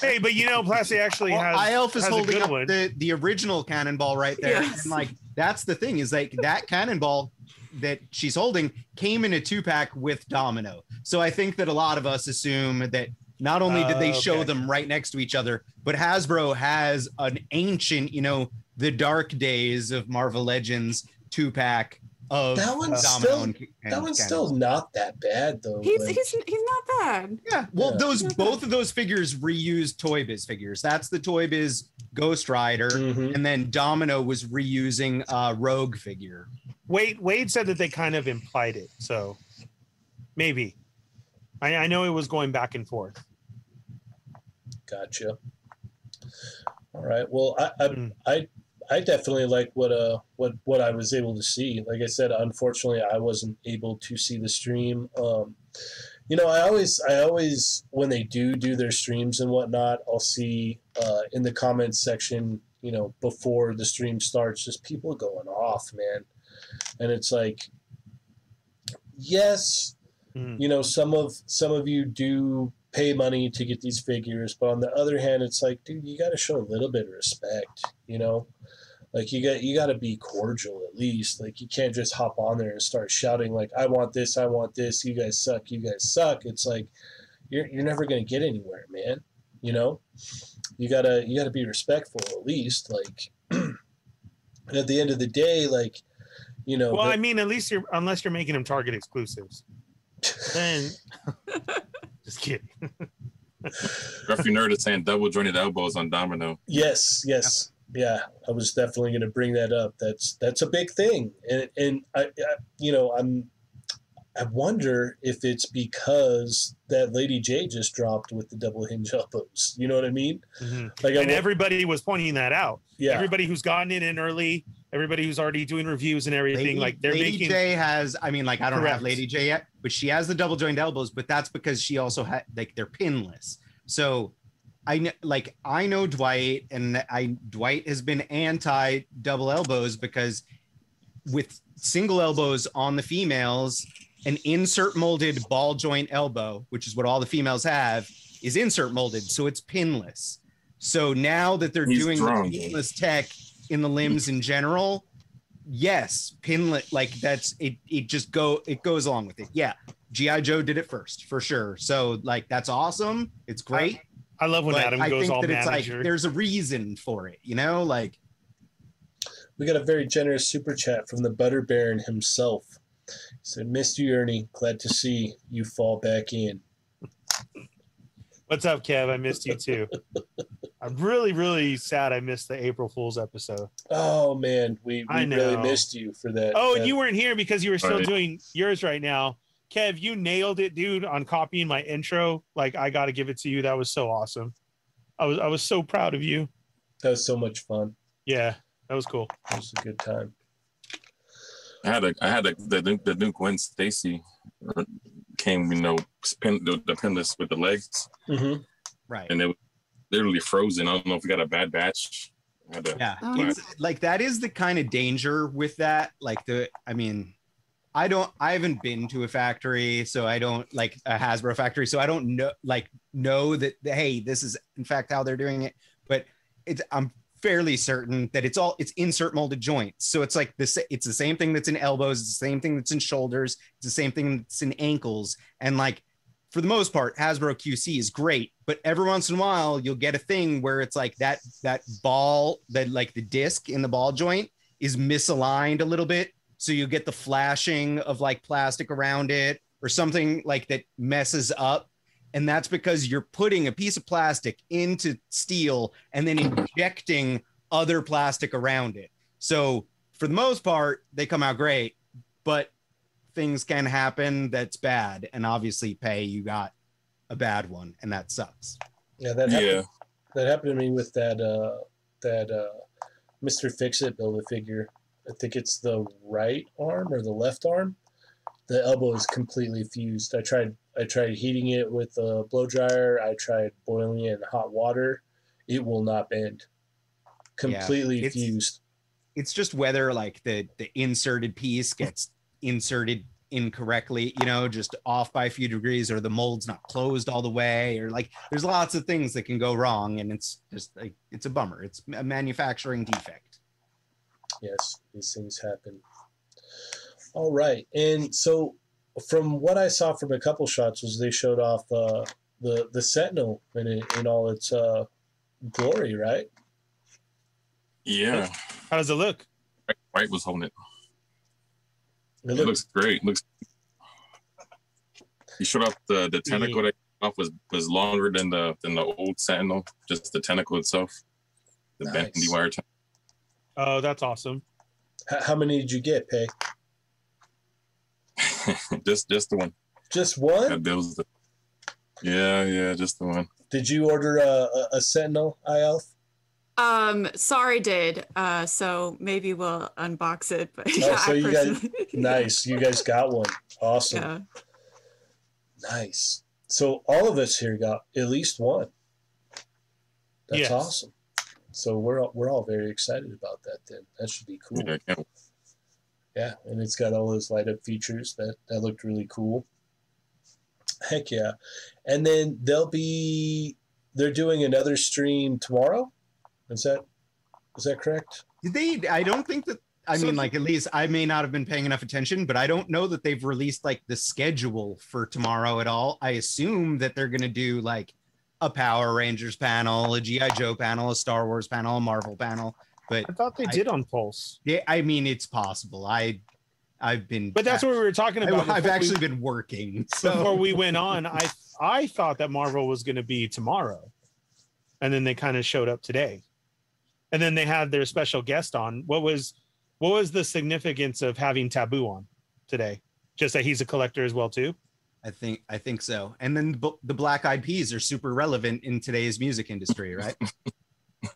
Speaker 2: Hey, but you know, Plasti actually
Speaker 3: Well,
Speaker 2: has.
Speaker 3: IELF is
Speaker 2: has a
Speaker 3: holding
Speaker 2: good
Speaker 3: up
Speaker 2: one.
Speaker 3: the, the original cannonball right there.
Speaker 4: Yes.
Speaker 3: And like that's the thing is like that cannonball that she's holding came in a two pack with Domino. So I think that a lot of us assume that not only did they
Speaker 2: Oh,
Speaker 3: show
Speaker 2: okay.
Speaker 3: them right next to each other, but Hasbro has an ancient, you know, the dark days of Marvel Legends two pack of
Speaker 1: That one's
Speaker 3: Domino
Speaker 1: still
Speaker 3: and- and
Speaker 1: that one's
Speaker 3: Cannonball.
Speaker 1: still not that bad though.
Speaker 4: He's,
Speaker 1: like-
Speaker 4: he's, he's not bad.
Speaker 3: Yeah. Well,
Speaker 1: Yeah.
Speaker 3: those both of those figures reused Toy Biz figures. That's the Toy Biz Ghost Rider,
Speaker 1: Mhm.
Speaker 3: and then Domino was reusing uh, Rogue figure.
Speaker 2: Wade Wade said that they kind of implied it, so maybe. I, I know it was going back and forth.
Speaker 1: Gotcha. All right. Well, I, I
Speaker 2: Mm.
Speaker 1: I definitely like what uh what what I was able to see. Like I said, unfortunately, I wasn't able to see the stream. Um, you know, I always I always when they do do their streams and whatnot, I'll see uh, in the comments section. You know, before the stream starts, just people going off, man, and it's like, yes,
Speaker 2: Mm.
Speaker 1: you know some of some of you do pay money to get these figures but on the other hand it's like dude you got to show a little bit of respect you know like you got you got to be cordial at least like you can't just hop on there and start shouting like i want this i want this you guys suck you guys suck it's like you're, you're never going to get anywhere man you know you gotta you gotta be respectful at least like and at the end of the day like you know
Speaker 2: Well,
Speaker 1: the-
Speaker 2: I mean, at least you're unless you're making them Target exclusives, then just kidding.
Speaker 5: Gruffy nerd is saying double jointed elbows on Domino.
Speaker 1: Yes, yes, yeah. I was definitely going to bring that up. That's that's a big thing, and and I, I you know I'm I wonder if it's because that Lady J just dropped with the double hinge elbows. You know what I mean?
Speaker 3: Mm-hmm.
Speaker 2: Mhm.
Speaker 1: Like I,
Speaker 2: And
Speaker 1: wo-
Speaker 2: everybody was pointing that out.
Speaker 1: yeah,
Speaker 2: Everybody who's gotten in in early, everybody who's already doing reviews and everything,
Speaker 3: Lady-
Speaker 2: like they're
Speaker 3: Lady
Speaker 2: making.
Speaker 3: J has. I mean, like I don't have
Speaker 2: Correct.
Speaker 3: Lady J yet, but she has the double jointed elbows. But that's because she also had like they're pinless. So I know, like I know Dwight, and I Dwight has been anti double elbows because with single elbows on the females, an insert molded ball joint elbow, which is what all the females have, is insert molded, so it's pinless. So now that they're
Speaker 5: He's
Speaker 3: doing
Speaker 5: drunk.
Speaker 3: the pinless tech in the limbs in general, yes, pinlet like that's it. It just go it goes along with it. Yeah, GI Joe did it first for sure. So like that's awesome. It's great.
Speaker 2: I love when
Speaker 3: but
Speaker 2: Adam
Speaker 3: I
Speaker 2: goes
Speaker 3: think
Speaker 2: all
Speaker 3: that it's like
Speaker 2: manager.
Speaker 3: there's a reason for it. You know, like
Speaker 1: we got a very generous super chat from the Butter Baron himself. He said, "Missed you, Ernie. Glad to see you fall back in."
Speaker 2: What's up, Kev? I missed you too. I'm really, really sad. I missed the April Fool's episode.
Speaker 1: Oh man, we,
Speaker 2: I
Speaker 1: we really
Speaker 2: know.
Speaker 1: missed you for that.
Speaker 2: Oh,
Speaker 1: that-
Speaker 2: and you weren't here because you were still
Speaker 5: Right.
Speaker 2: doing yours right now. Kev, you nailed it, dude, on copying my intro. Like, I got to give it to you. That was so awesome. I was I was so proud of you.
Speaker 1: that was so much fun.
Speaker 2: Yeah, that was cool.
Speaker 1: It was a good time.
Speaker 5: I had a I had a the, the new Gwen Stacy uh, came, you know, pin, the, the pinless with the legs,
Speaker 2: Mm-hmm.
Speaker 1: Mhm.
Speaker 3: Right.
Speaker 5: and it was literally frozen. I don't know if we got a bad batch. I had to-
Speaker 3: Yeah.
Speaker 4: Oh.
Speaker 3: It's like that is the kind of danger with that. Like the I mean, I don't I haven't been to a factory, so I don't like a Hasbro factory, so I don't know like know that hey, this is in fact how they're doing it. But it's I'm fairly certain that it's all it's insert molded joints. So it's like this it's the same thing that's in elbows, it's the same thing that's in shoulders, it's the same thing that's in ankles. And like for the most part, Hasbro QC is great, but every once in a while you'll get a thing where it's like that that ball that like the disc in the ball joint is misaligned a little bit, so you get the flashing of like plastic around it or something like that messes up. And that's because you're putting a piece of plastic into steel and then injecting other plastic around it. So for the most part, they come out great, but things can happen that's bad and obviously pay you got a bad one and that sucks
Speaker 1: Yeah, that happened,
Speaker 5: yeah.
Speaker 1: that happened to me with that uh, that uh, Mr. Fix It build a figure. I think it's the right arm or the left arm. The elbow is completely fused. I tried I tried heating it with a blow dryer. I tried boiling it in hot water. It will not bend. Completely
Speaker 3: it's-
Speaker 1: fused.
Speaker 3: it's just whether like the the inserted piece gets inserted incorrectly you know just off by a few degrees or the mold's not closed all the way or like there's lots of things that can go wrong and it's just like it's a bummer it's a manufacturing defect
Speaker 1: Yes, these things happen. All right, and so from what I saw from a couple shots was they showed off uh, the the Sentinel in it- in all its uh, glory, right?
Speaker 5: Yeah.
Speaker 2: How does it look?
Speaker 5: White was holding it.
Speaker 1: It
Speaker 5: It
Speaker 1: looks
Speaker 5: looks great. It looks. He showed off the the tentacle that came off was was longer than the than the old Sentinel. Just the tentacle itself, the
Speaker 1: Nice.
Speaker 5: bendy wire. Ten-
Speaker 2: Oh, that's awesome.
Speaker 1: H- how many did you get, Pay?
Speaker 5: just just the one.
Speaker 1: Just one?
Speaker 5: That that was the. Yeah, yeah, just the one.
Speaker 1: Did you order a, a, a Sentinel, IELF?
Speaker 4: Um, sorry, did. Uh, so maybe we'll unbox it. But
Speaker 1: Oh,
Speaker 4: yeah,
Speaker 1: so
Speaker 4: I
Speaker 1: you guys-
Speaker 4: personally-
Speaker 1: Nice. You guys got one. Awesome.
Speaker 4: Yeah.
Speaker 1: Nice. So all of us here got at least one. That's
Speaker 2: Yes.
Speaker 1: awesome. So we're all, we're all very excited about that. Then that should be cool.
Speaker 5: Yeah, I can't-
Speaker 1: Yeah, and it's got all those light up features that that looked really cool. Heck yeah! And then they'll be they're doing another stream tomorrow. Is that is that correct?
Speaker 3: Did they? I don't think that. I
Speaker 4: So-
Speaker 3: mean, like at least I may not have been paying enough attention, but I don't know that they've released like the schedule for tomorrow at all. I assume that they're gonna do like a Power Rangers panel, a GI Joe panel, a Star Wars panel, a Marvel panel.
Speaker 2: I thought they
Speaker 3: I-
Speaker 2: did on Pulse,
Speaker 3: Yeah, I mean, it's possible. I, I've been,
Speaker 2: but that's what we were talking
Speaker 3: I,
Speaker 2: about.
Speaker 3: have
Speaker 2: before we-
Speaker 3: actually been working.
Speaker 2: before
Speaker 3: So
Speaker 2: we went on, I I thought that Marvel was going to be tomorrow, and then they kind of showed up today, and then they had their special guest on. What was what was the significance of having Taboo on today? Just that he's a collector as well too.
Speaker 3: I think, I think so. And then b- the Black Eyed Peas are super relevant in today's music industry, right? I,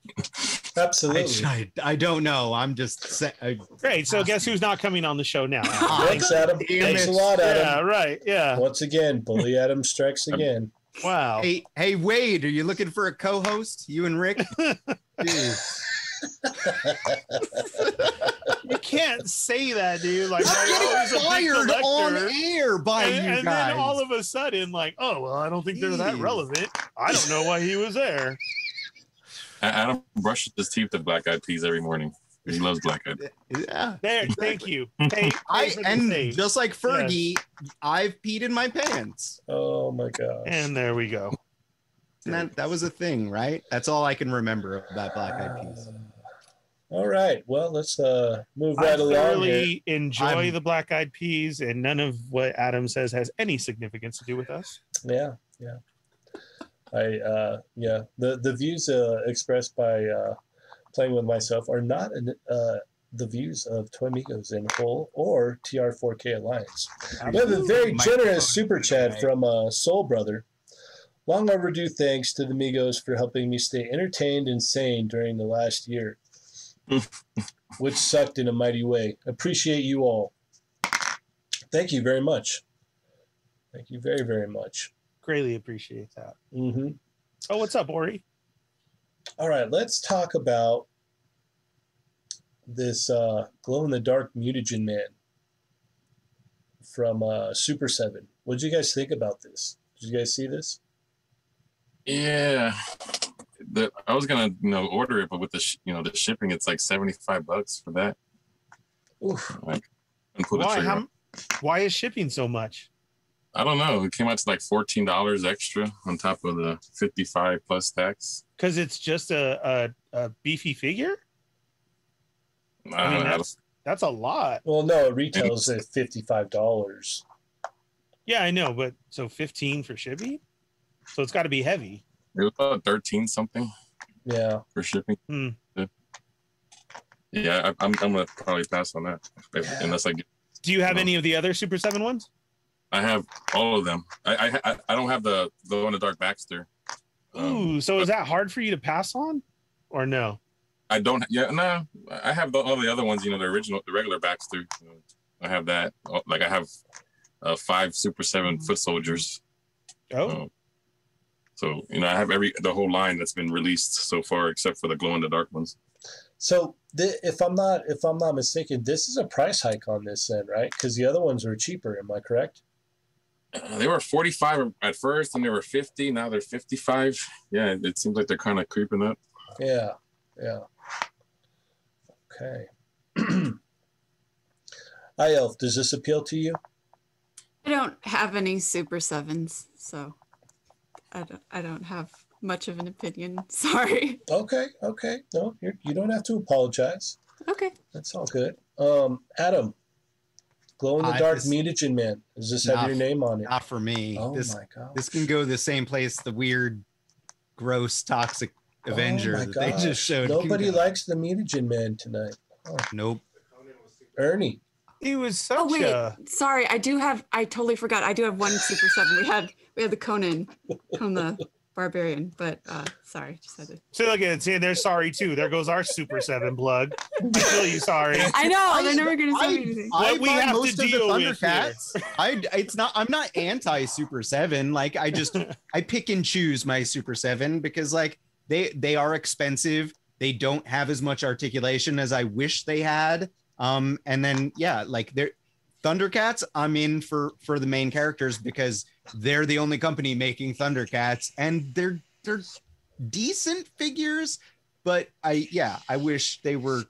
Speaker 1: Absolutely.
Speaker 3: I, I don't know. I'm just. sa- I,
Speaker 2: Great. So guess who's not coming on the show now?
Speaker 1: Thanks, Adam.
Speaker 3: Damn
Speaker 1: Thanks
Speaker 3: it.
Speaker 1: a lot,
Speaker 2: yeah.
Speaker 1: Adam.
Speaker 2: Right. Yeah.
Speaker 1: Once again, bully Adam strikes again.
Speaker 2: Wow.
Speaker 3: Hey, hey, Wade, are you looking for a co-host? You and Rick? Dude,
Speaker 2: You can't say that, dude. Like
Speaker 3: I'm
Speaker 2: oh, he's a
Speaker 3: getting
Speaker 2: big
Speaker 3: fired on
Speaker 2: collector.
Speaker 3: air by
Speaker 2: and,
Speaker 3: you
Speaker 2: and
Speaker 3: guys.
Speaker 2: then all of a sudden, like, oh well, I don't think they're that
Speaker 3: Jeez.
Speaker 2: relevant. I don't know why he was there.
Speaker 5: A- Adam brushes his teeth with black eyed peas every morning. He loves black eyed.
Speaker 3: yeah.
Speaker 2: There, thank you. Hey,
Speaker 3: I
Speaker 2: thanks for the
Speaker 3: and
Speaker 2: save.
Speaker 3: just like Fergie, I've peed in my pants.
Speaker 1: Oh my gosh.
Speaker 2: and there we go.
Speaker 3: And that, that was a thing, right? That's all I can remember about Black Eyed Peas.
Speaker 1: All right. Well, let's uh, move
Speaker 2: I
Speaker 1: right along. here.
Speaker 2: thoroughly enjoy
Speaker 3: I'm-
Speaker 2: the black eyed peas, and none of what Adam says has any significance to do with us.
Speaker 1: Yeah, yeah. I uh, yeah. The the views uh, expressed by uh, playing with myself are not an, uh, the views of Toy Migos in whole or TR4K Alliance. We have a very generous super chat from uh, Soul Brother. Long overdue thanks to the Migos for helping me stay entertained and sane during the last year, which sucked in a mighty way. Appreciate you all. Thank you very much. Thank you very, very much.
Speaker 2: Greatly appreciate that.
Speaker 1: hmm
Speaker 2: Oh, what's up, Ori?
Speaker 1: All right, let's talk about this uh, glow in the dark mutagen man from uh, Super 7. What did you guys think about this? Did you guys see this?
Speaker 5: Yeah. The, I was gonna you know order it, but with the sh- you know the shipping, it's like seventy five bucks for that.
Speaker 1: Oof.
Speaker 5: And pull the
Speaker 2: Why?
Speaker 5: trigger.
Speaker 2: How, why is shipping so much?
Speaker 5: I don't know. It came out to like fourteen dollars extra on top of the fifty five plus tax.
Speaker 2: Because it's just a, a, a beefy figure.
Speaker 5: I,
Speaker 2: mean,
Speaker 5: don't- I
Speaker 2: that's- That's a lot.
Speaker 1: Well, no, it retails at $55.
Speaker 2: Yeah, I know, but so fifteen for shipping. So it's got to be heavy.
Speaker 5: It was about thirteen something
Speaker 1: Yeah.
Speaker 5: for shipping.
Speaker 2: Hmm.
Speaker 5: Yeah. Yeah, I, I'm, I'm gonna probably pass on that if- unless I get.
Speaker 2: Do you have
Speaker 5: Well-
Speaker 2: any of the other Super Seven ones?
Speaker 5: I have all of them. I I, I- I don't have the glow in the dark Baxter. Um,
Speaker 2: Ooh, so is that hard for you to pass on, or no?
Speaker 5: I don't. Yeah, no. I have the, all the other ones. You know, the original, the regular Baxter. You know, I have that. Oh, Like I have uh, five Super Seven
Speaker 3: Mm-hmm.
Speaker 5: Foot Soldiers.
Speaker 2: Oh,
Speaker 5: Um, so you know, I have every the whole line that's been released so far, except for the glow in the dark ones.
Speaker 1: So th- if I'm not if I'm not mistaken, this is a price hike on this then, right? Because the other ones were cheaper. Am I correct?
Speaker 5: Uh, they were 45 at first, and they were 50. Now they're 55. Yeah, it, it seems like they're kind of creeping up.
Speaker 1: Yeah, yeah. Okay. Hi, Elf. Does this appeal to you?
Speaker 4: I don't have any Super Sevens, so I don't, I don't have much of an opinion. Sorry.
Speaker 1: Okay, okay. No, you're, you don't have to apologize.
Speaker 4: Okay.
Speaker 1: That's all good. Um, Adam, glow in the
Speaker 3: I-
Speaker 1: dark
Speaker 3: this-
Speaker 1: mutagen man. Does this have
Speaker 3: Nah.
Speaker 1: your name on it?
Speaker 3: Not for me.
Speaker 1: Oh
Speaker 3: this
Speaker 1: my god.
Speaker 3: this can go the same place the weird, gross, toxic Avenger
Speaker 1: Oh my
Speaker 3: that they
Speaker 1: gosh.
Speaker 3: just showed. can
Speaker 1: Nobody
Speaker 3: go.
Speaker 1: likes the mutagen man tonight.
Speaker 3: Nope.
Speaker 1: Ernie.
Speaker 2: he was such
Speaker 4: Oh wait,
Speaker 2: a
Speaker 4: sorry. I do have. I totally forgot. I do have one Super Seven. We had we had the Conan, Conan the Barbarian, but uh, sorry, just had to.
Speaker 2: So look at it. See, they're sorry too. There goes our Super Seven plug. I feel you sorry.
Speaker 4: I know.
Speaker 3: I-
Speaker 4: they're never gonna
Speaker 3: I-
Speaker 4: say anything.
Speaker 2: What we
Speaker 3: buy
Speaker 2: have to deal with
Speaker 3: I it's not I'm not anti Super 7 like I just I pick and choose my Super 7 because like they they are expensive. They don't have as much articulation as I wish they had. Um and then yeah, like they're Thundercats I'm in for for the main characters because they're the only company making Thundercats and they're they're decent figures but I yeah, I wish they were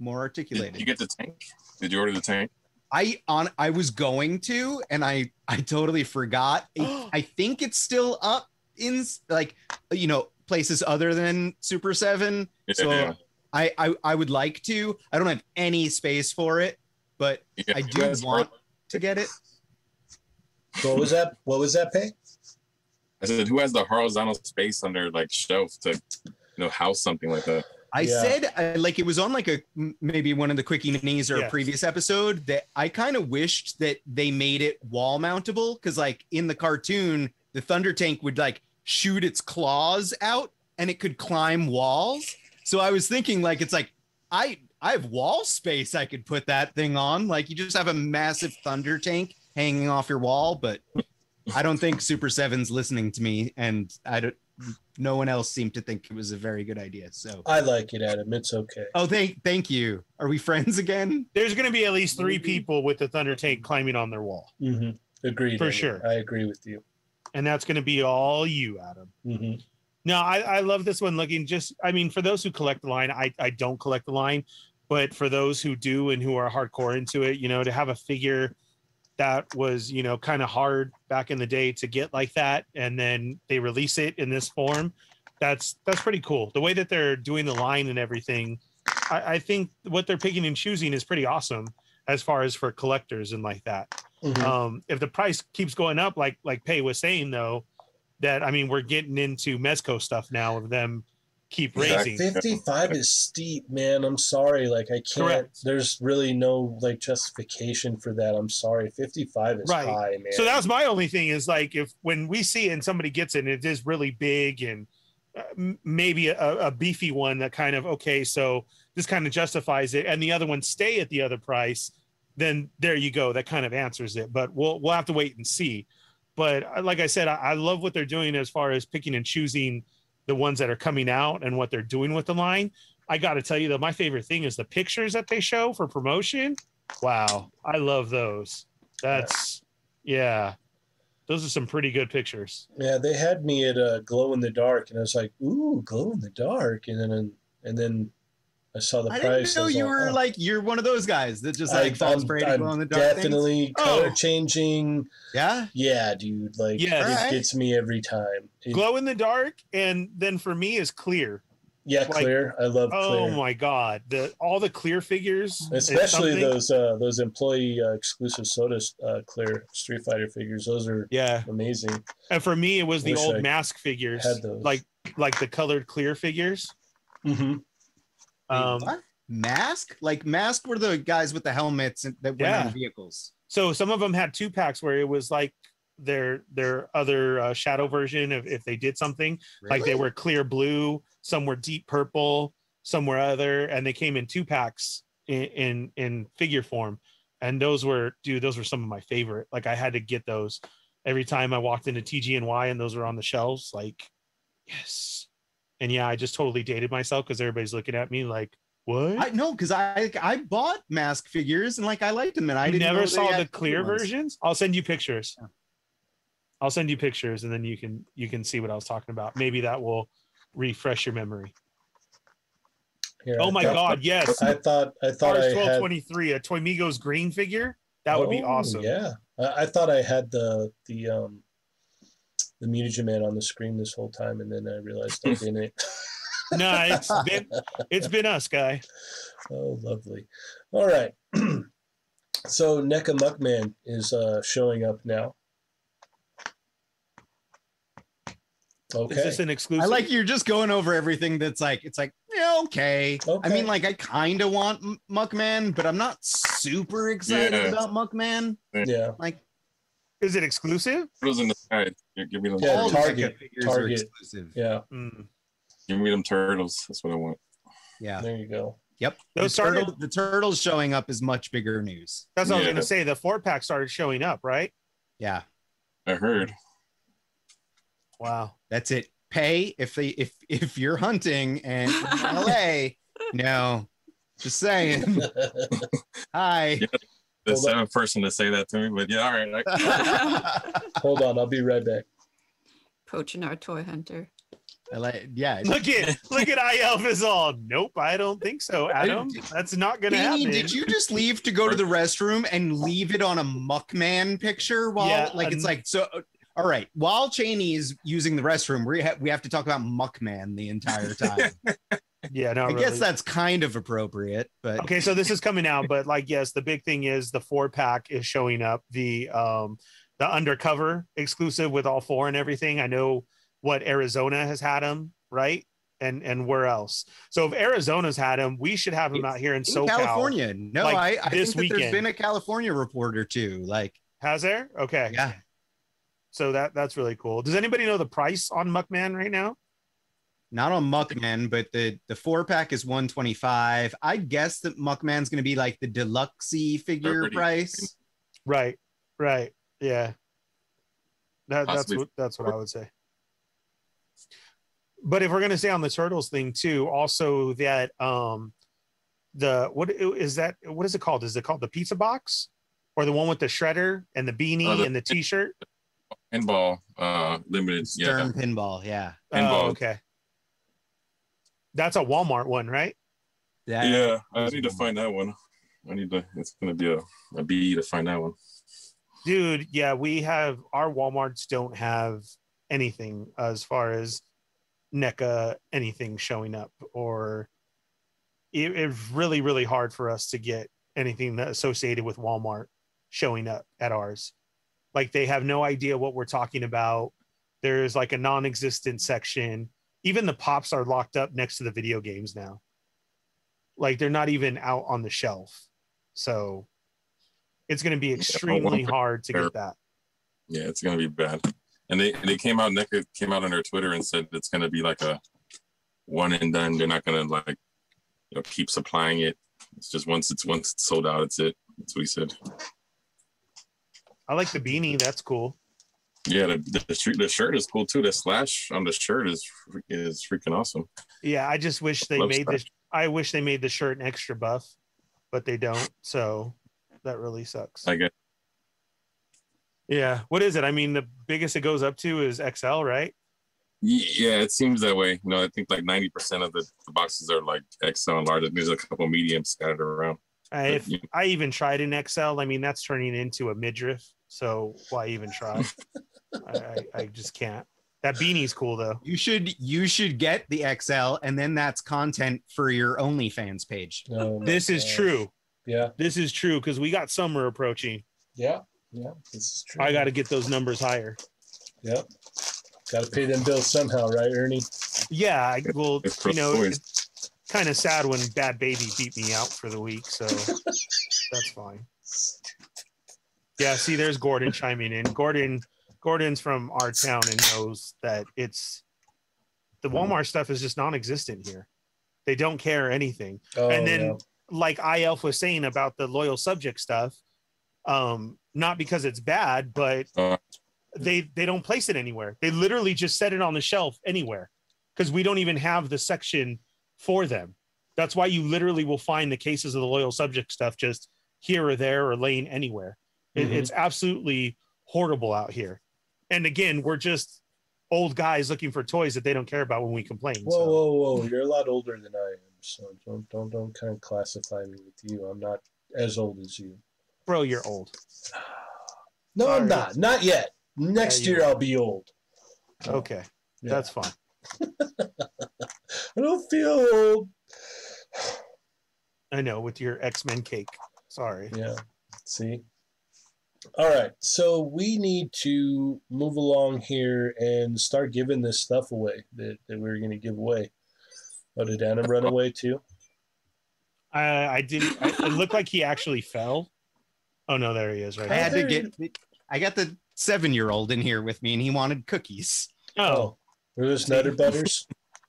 Speaker 3: more articulated.
Speaker 5: Did you get the tank? Did you order the tank?
Speaker 3: I on I was going to, and I I totally forgot. I, I think it's still up in s- like you know places other than Super Seven. So
Speaker 5: Yeah.
Speaker 3: I I, I would like to. I don't have any space for it, but
Speaker 5: Yeah,
Speaker 3: I
Speaker 5: you
Speaker 3: do
Speaker 5: guys
Speaker 3: want-
Speaker 5: ordered-
Speaker 3: to get it.
Speaker 1: What was that? What was that pay?
Speaker 5: I said, who has the horizontal space on their like shelf to, you know, house something like that?
Speaker 3: I
Speaker 1: Yeah.
Speaker 3: said I, like it was on like a m- maybe one of the quick minis or
Speaker 2: Yeah.
Speaker 3: a previous episode that I kind of wished that they made it wall mountable because like in the cartoon the thunder tank would like shoot its claws out and it could climb walls. So I was thinking like it's like I I have wall space I could put that thing on like you just have a massive thunder tank hanging off your wall but I don't think Super 7's listening to me and I don't no one else seemed to think it was a very good idea. So
Speaker 1: I like it, Adam. It's okay.
Speaker 3: Oh, thank thank you. Are we friends again?
Speaker 2: There's going to be at least three people with the Thunder Tank climbing on their wall,
Speaker 1: hmm Agreed.
Speaker 2: Mm-hmm. For
Speaker 1: Ernie.
Speaker 2: sure.
Speaker 1: I agree with you.
Speaker 2: and that's going to be all you, Adam.
Speaker 1: hmm
Speaker 2: No, I, I love this one. Looking just, I mean, for those who collect the line, I, I don't collect the line, but for those who do and who are hardcore into it, you know, to have a figure that was, you know, kind of hard back in the day to get like that, and then they release it in this form, that's that's pretty cool. The way that they're doing the line and everything, I, I think what they're picking and choosing is pretty awesome as far as for collectors and like that
Speaker 1: Mm-hmm.
Speaker 2: um if the price keeps going up like like pay was saying though that i mean we're getting into mezco stuff now of them keep raising
Speaker 5: Exactly.
Speaker 1: 55 is steep, man. I'm sorry. Like, I can't.
Speaker 2: Correct.
Speaker 1: There's really no, like, justification for that. I'm sorry. 55 is
Speaker 2: Right.
Speaker 1: high, man.
Speaker 2: so that was my only thing is like if when we see it and somebody gets it and it is really big and uh, m- maybe a, a beefy one that kind of okay so this kind of justifies it and the other ones stay at the other price then there you go that kind of answers it but we'll we'll have to wait and see But uh, like I said, I, I love what they're doing as far as picking and choosing the ones that are coming out and what they're doing with the line. I got to tell you, though, my favorite thing is the pictures that they show for promotion. Wow, I love those. That's yeah, those are some pretty good pictures.
Speaker 1: Yeah, they had me at uh, glow in the dark, and I was like, "Ooh, glow in the dark," and then and then I saw the
Speaker 3: I
Speaker 1: price.
Speaker 3: didn't know
Speaker 1: was
Speaker 3: you
Speaker 1: all,
Speaker 3: were
Speaker 1: oh.
Speaker 3: like you're one of those guys that just
Speaker 1: I-
Speaker 3: like falls
Speaker 1: I'm-
Speaker 3: prey to
Speaker 1: I'm
Speaker 3: glow in the dark. things.
Speaker 1: definitely
Speaker 2: Oh.
Speaker 1: color changing.
Speaker 3: yeah.
Speaker 1: Yeah, dude, like
Speaker 2: Yes.
Speaker 1: it
Speaker 3: Alright.
Speaker 1: gets me every time. It-
Speaker 2: Glow in the dark, and then for me is clear.
Speaker 1: yeah,
Speaker 2: like-
Speaker 1: clear. I love
Speaker 2: Oh
Speaker 1: clear,
Speaker 2: my god, the all the clear figures, is
Speaker 1: especially
Speaker 2: something-
Speaker 1: those uh, those employee uh, exclusive sodas uh, clear Street Fighter figures. Those are
Speaker 2: Yeah,
Speaker 1: amazing.
Speaker 2: and for me it was the
Speaker 1: Wish
Speaker 2: old
Speaker 1: I
Speaker 2: mask figures,
Speaker 1: had those.
Speaker 2: like like the colored clear figures.
Speaker 1: Mm-hmm.
Speaker 3: Wait,
Speaker 2: Um,
Speaker 3: what? Mask? Like Mask were the guys with the helmets and- that went
Speaker 2: Yeah.
Speaker 3: on vehicles.
Speaker 2: so some of them had two packs where it was like their their other uh, shadow version of if they did something like they
Speaker 3: Really?
Speaker 2: were clear blue some were deep purple some were other and they came in two packs in in, in figure form and those were dude those were some of my favorite like i had to get those every time i walked into tgny and those were on the shelves like yes and yeah i just totally dated myself because everybody's looking at me like what
Speaker 3: I know because I I bought mask figures and like I liked them and I
Speaker 2: I
Speaker 3: didn't know
Speaker 2: never
Speaker 3: they
Speaker 2: saw
Speaker 3: had
Speaker 2: the clear
Speaker 3: colored ones.
Speaker 2: versions. I'll send you pictures. I'll send you pictures, and then you can you can see what I was talking about. Maybe that will refresh your memory.
Speaker 1: Here,
Speaker 2: Oh my
Speaker 1: I thought,
Speaker 2: God! Yes,
Speaker 1: I thought I thought I
Speaker 2: Stars twelve
Speaker 1: had
Speaker 2: twenty three, a Toymigos green figure. That would be
Speaker 1: Oh,
Speaker 2: awesome.
Speaker 1: Yeah, I, I thought I had the the um the mutagen man on the screen this whole time, and then I realized I didn't.
Speaker 2: No, it's been it's been us, guy.
Speaker 1: Oh, lovely. All right. so NECA Muckman is uh, showing up now. Okay.
Speaker 2: Is this an exclusive?
Speaker 3: I like you're just going over everything that's like it's like yeah, okay.
Speaker 1: Okay.
Speaker 3: I mean like I kind of want M- Muckman, but I'm not super excited
Speaker 5: Yeah.
Speaker 3: about Muckman.
Speaker 1: yeah.
Speaker 3: Like
Speaker 2: Is it exclusive?
Speaker 5: Those in the sky. Give give me those.
Speaker 1: Yeah,
Speaker 3: all
Speaker 5: turtles.
Speaker 3: NECA
Speaker 1: Target,
Speaker 3: figures are
Speaker 1: Target.
Speaker 3: exclusive. Yeah.
Speaker 1: Yeah.
Speaker 2: Mm.
Speaker 5: Give me them turtles. That's what I want.
Speaker 1: There you go.
Speaker 3: Yep.
Speaker 2: Those
Speaker 3: the, turtle-
Speaker 2: started-
Speaker 3: the turtles showing up is much bigger news.
Speaker 2: That's what I was
Speaker 5: Yeah.
Speaker 2: gonna say. The four pack started showing up, right?
Speaker 3: Yeah.
Speaker 5: I heard.
Speaker 2: Wow.
Speaker 3: That's it. Pay if they if if you're hunting and in LA. no, just saying. Hi.
Speaker 5: The
Speaker 1: Hold on.
Speaker 5: seventh person to say that to me, but yeah, all right. I-
Speaker 3: I
Speaker 1: Hold on. I'll be right back.
Speaker 4: Poaching our toy hunter.
Speaker 3: like, yeah.
Speaker 2: Look at look at IL is all. Nope, I don't think so, Adam. That's not gonna
Speaker 3: Beanie,
Speaker 2: happen.
Speaker 3: did you just leave to go to the restroom and leave it on a muckman picture while
Speaker 2: Yeah,
Speaker 3: like it's
Speaker 2: um,
Speaker 3: like so uh, all right while Cheney is using the restroom we, ha- we have to talk about muckman the entire time
Speaker 2: yeah, no.
Speaker 3: I
Speaker 2: really.
Speaker 3: guess that's kind of appropriate but
Speaker 2: okay so this is coming out but like yes the big thing is the four pack is showing up the um the undercover exclusive with all four and everything i know what arizona has had them right and and where else so if arizona's had them we should have them out here in
Speaker 3: in
Speaker 2: socal
Speaker 3: California no
Speaker 2: like,
Speaker 3: I, I
Speaker 2: this
Speaker 3: think that
Speaker 2: weekend.
Speaker 3: there's been a California report or two like
Speaker 2: has there okay
Speaker 3: yeah
Speaker 2: so that that's really cool does anybody know the price on muckman right now
Speaker 3: not on Muckman, but the the four pack is 125. I guess that Muckman's going to be like the deluxe figure
Speaker 5: Thirty.
Speaker 3: price.
Speaker 2: right right yeah that, that's
Speaker 5: Possibly
Speaker 2: what that's what i would say but if we're going to stay on the turtles thing too also that um the what i- is that what is it called is it called the pizza box or the one with the shredder and the beanie
Speaker 5: Oh, the-
Speaker 2: and the t-shirt
Speaker 5: Pinball, uh, limited. Yeah.
Speaker 3: Stern pinball, yeah.
Speaker 2: oh,
Speaker 5: Pinball.
Speaker 2: okay that's a walmart one right
Speaker 3: That-
Speaker 5: Yeah. I need to find that one. I need to, it's going to be a, a B to find that one.
Speaker 2: dude yeah we have our walmarts don't have anything as far as neca anything showing up or it, it's really really hard for us to get anything that associated with walmart showing up at ours like they have no idea what we're talking about there's like a non-existent section even the pops are locked up next to the video games now like they're not even out on the shelf so it's going to be extremely hard to get that
Speaker 5: Yeah. It's going to be bad. And they, they came out, NECA came out on their Twitter and said it's going to be like a one and done. They're not going to like, you know, keep supplying it. It's just once it's once it's sold out, it's it. That's what he said.
Speaker 2: i like the beanie that's cool
Speaker 5: Yeah, the, the, the shirt- the shirt is cool too. The slash on the shirt is is freaking awesome.
Speaker 2: Yeah, I just wish they
Speaker 5: Love
Speaker 2: made
Speaker 5: stuff.
Speaker 2: this. I wish they made the shirt an extra buff, but they don't. So that really sucks.
Speaker 5: I guess.
Speaker 2: yeah. What is it? I mean, the biggest it goes up to is XL, right?
Speaker 5: Y- Yeah, it seems that way. You know, I think like ninety percent of the, the boxes are like XL and large. There's a couple mediums scattered around.
Speaker 2: I, if
Speaker 5: Yeah.
Speaker 2: I even tried an XL, I mean, that's turning into a midriff. So why even try? I, I, I just can't. That beanie's cool
Speaker 1: Oh
Speaker 2: though.
Speaker 3: You should you should get the XL, and then that's content for your OnlyFans page.
Speaker 1: Oh my
Speaker 2: This is
Speaker 1: gosh.
Speaker 2: true.
Speaker 1: Yeah,
Speaker 2: This is true because we got summer approaching.
Speaker 1: yeah, yeah. This is true.
Speaker 2: I got to get those numbers higher.
Speaker 1: Yep. Got to pay them bills somehow, right, Ernie?
Speaker 2: Yeah, I well,
Speaker 5: It's
Speaker 2: you know,
Speaker 5: always-
Speaker 2: it's kind of sad when Bad Baby beat me out for the week, so that's fine. Yeah, see, there's Gordon chiming in. Gordon, Gordon's from our town and knows that it's the Walmart stuff is just non-existent here. They don't care anything
Speaker 1: Oh,
Speaker 2: and then
Speaker 1: yeah.
Speaker 2: like IELF was saying about the loyal subject stuff, um, not because it's bad, but
Speaker 5: Uh.
Speaker 2: they they don't place it anywhere. They literally just set it on the shelf anywhere because we don't even have the section for them. That's why you literally will find the cases of the loyal subject stuff just here or there or laying anywhere. It-
Speaker 1: Mhm.
Speaker 2: It's absolutely horrible out here. And again, we're just old guys looking for toys that they don't care about when we complain.
Speaker 1: Whoa,
Speaker 2: so.
Speaker 1: whoa, whoa! You're a lot older than I am, so don't, don't, don't kind of classify me with you. I'm not as old as you.
Speaker 2: Bro, you're old.
Speaker 1: No, I'm
Speaker 2: Sorry.
Speaker 1: not. Not yet. Next
Speaker 2: Yeah, you
Speaker 1: year I'll be old. No.
Speaker 2: Okay.
Speaker 1: Oh. Yeah.
Speaker 2: That's fine.
Speaker 1: I don't feel old.
Speaker 2: I know with your X Men cake. Sorry.
Speaker 1: Yeah. See. All right. So we need to move along here and start giving this stuff away that, that we were going to give away. Oh, did Adam run away too?
Speaker 2: I, I didn't. I, it looked like he actually fell. Oh no, there he is right
Speaker 3: I
Speaker 2: now.
Speaker 3: had to get I got the seven year old in here with me, and he wanted cookies.
Speaker 2: Oh,
Speaker 1: Were those Nutter Butters?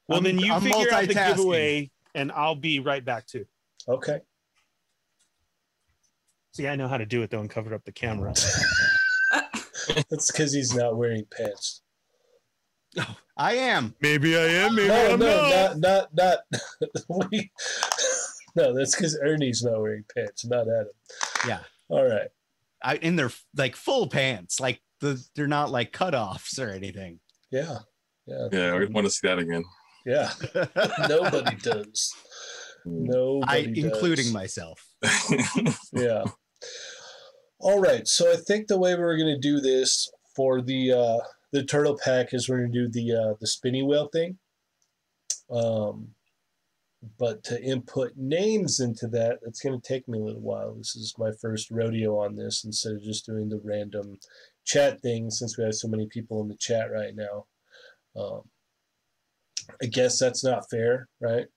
Speaker 2: well then you
Speaker 3: I'm
Speaker 2: figure out the
Speaker 3: multitasking.
Speaker 2: giveaway, and I'll be right back too.
Speaker 1: Okay.
Speaker 2: See, I know how to do it though, and covered up the camera.
Speaker 1: That's because he's not wearing pants.
Speaker 3: I am.
Speaker 2: Maybe I am. Maybe
Speaker 1: no, no, not, not, not. we, no, that's because Ernie's not wearing pants, not Adam.
Speaker 3: Yeah.
Speaker 1: All right.
Speaker 3: I in their like full pants, like the they're not like cutoffs or anything.
Speaker 1: Yeah. Yeah.
Speaker 5: Yeah, I want to see that again.
Speaker 1: Yeah. Nobody does. Nobody
Speaker 3: I
Speaker 1: does.
Speaker 3: including myself.
Speaker 1: yeah. All right. So I think the way we're gonna do this for the uh, the turtle pack is we're gonna do the uh, the spinny wheel thing. Um, but to input names into that, it's gonna take me a little while. This is my first rodeo on this instead of just doing the random chat thing since we have so many people in the chat right now. Um, I guess that's not fair, right?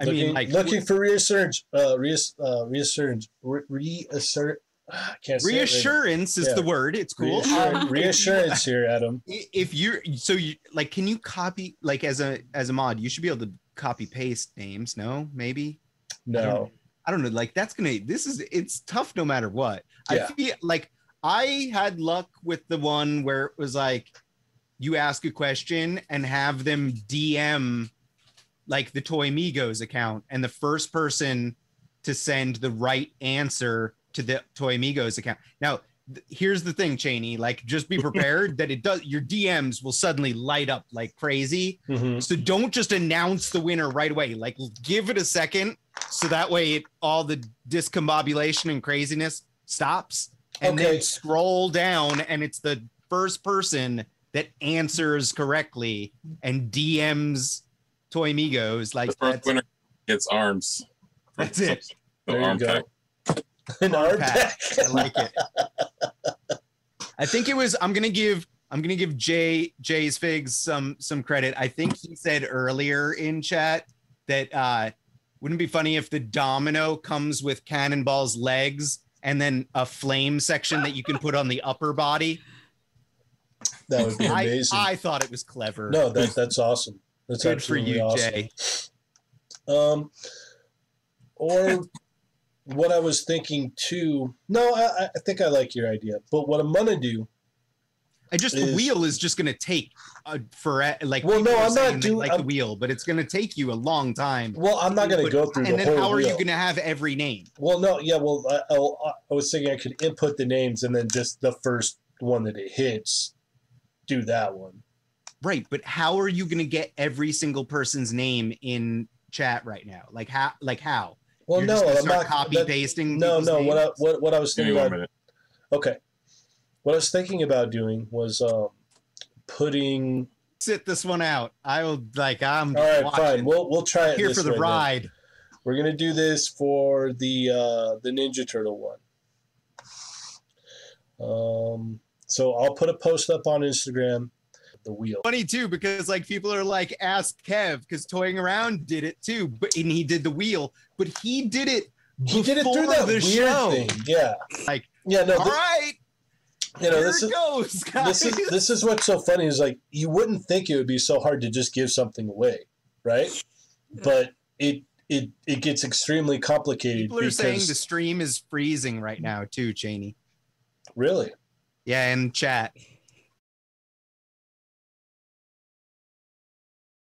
Speaker 3: I
Speaker 1: looking,
Speaker 3: mean, like
Speaker 1: looking for reassurance, uh, reass, uh, reassurance, re- reassert. I can't say it right
Speaker 3: reassurance is
Speaker 1: Yeah.
Speaker 3: the word. It's
Speaker 1: now.
Speaker 3: cool.
Speaker 1: Reassurance,
Speaker 3: Um,
Speaker 1: reassurance here, Adam.
Speaker 3: i- if you're so you like, can you copy like as a as a mod? You should be able to copy paste names. No, maybe.
Speaker 1: No,
Speaker 3: I don't know. Like that's gonna. This is it's tough no matter what.
Speaker 1: Yeah.
Speaker 3: I feel like I had luck with the one where it was like you ask a question and have them DM like the Toy Migos account, and the first person to send the right answer to the Toy Migos account. Now, th- here's the thing, Cheney. Like, just be prepared that it does. Your DMs will suddenly light up like crazy.
Speaker 1: Mhm.
Speaker 3: So don't just announce the winner right away. Like give it a second, so that way it, all the discombobulation and craziness stops, and
Speaker 1: Okay.
Speaker 3: then scroll down, and it's the first person that answers correctly and DMs Toy Migos.
Speaker 5: the
Speaker 3: Like
Speaker 5: first
Speaker 3: that's
Speaker 5: winner gets arms.
Speaker 3: that's it. Oh,
Speaker 5: The
Speaker 1: there you
Speaker 5: arm
Speaker 1: go.
Speaker 5: pack.
Speaker 1: An
Speaker 3: Arm
Speaker 1: arm
Speaker 3: pack.
Speaker 1: pack.
Speaker 3: I like it. I think it was. I'm gonna give. I'm gonna give Jay Jay's figs some some credit. I think he said earlier in chat that uh, wouldn't it be funny if the domino comes with Cannonball's legs and then a flame section that you can put on the upper body.
Speaker 1: that would be
Speaker 3: I,
Speaker 1: amazing.
Speaker 3: I thought it was clever.
Speaker 1: no, that that's awesome. That's
Speaker 3: good for
Speaker 1: absolutely
Speaker 3: you,
Speaker 1: awesome.
Speaker 3: Jay.
Speaker 1: Um, or what I was thinking too. No, I, I think I like your idea, but what I'm gonna do.
Speaker 3: I just the
Speaker 1: Is-
Speaker 3: wheel is just gonna take a, for like
Speaker 1: Well,
Speaker 3: people
Speaker 1: no,
Speaker 3: are
Speaker 1: I'm not
Speaker 3: saying they
Speaker 1: doing-
Speaker 3: like the
Speaker 1: I'm-
Speaker 3: wheel, but it's gonna take you a long time.
Speaker 1: Well, I'm not gonna
Speaker 3: But-
Speaker 1: go through the
Speaker 3: And then
Speaker 1: whole.
Speaker 3: how are
Speaker 1: wheel.
Speaker 3: you gonna have every name?
Speaker 1: Well, no, yeah, well, I, I, I was thinking I could input the names and then just the first one that it hits, do that one.
Speaker 3: Right, but how are you gonna get every single person's name in chat right now? Like how? Like how?
Speaker 1: Well,
Speaker 3: You're
Speaker 1: no,
Speaker 3: just gonna
Speaker 1: I'm
Speaker 3: start
Speaker 1: not
Speaker 3: copy
Speaker 1: that-
Speaker 3: pasting.
Speaker 1: No,
Speaker 3: people's
Speaker 1: no, what I,
Speaker 3: names?
Speaker 1: what what I was
Speaker 5: Give me
Speaker 1: thinking
Speaker 5: one
Speaker 1: about.
Speaker 5: minute.
Speaker 1: Okay, what I was thinking about doing was um, putting.
Speaker 3: sit this one out. I'll like I'm
Speaker 1: All right,
Speaker 3: watching.
Speaker 1: fine. We'll we'll try it
Speaker 3: here
Speaker 1: this
Speaker 3: for the
Speaker 1: way, then.
Speaker 3: ride.
Speaker 1: We're gonna do this for the uh, the Ninja Turtle one. Um, so I'll put a post up on Instagram. The wheel.
Speaker 3: Funny too because like people are like ask Kev because toying around did it too, but and he did the wheel, but he did it.
Speaker 1: He did it
Speaker 3: before
Speaker 1: through that
Speaker 3: the
Speaker 1: weird
Speaker 3: show.
Speaker 1: thing. Yeah.
Speaker 3: Like,
Speaker 1: yeah, no,
Speaker 3: All
Speaker 1: thi-
Speaker 3: right,
Speaker 1: you know,
Speaker 3: here
Speaker 1: this
Speaker 3: it
Speaker 1: is,
Speaker 3: goes, guys.
Speaker 1: this is this is what's so funny is like you wouldn't think it would be so hard to just give something away, right? But it it it gets extremely complicated
Speaker 3: people are saying
Speaker 1: because-
Speaker 3: the stream is freezing right now too, Cheney.
Speaker 1: really.
Speaker 3: Yeah, in chat.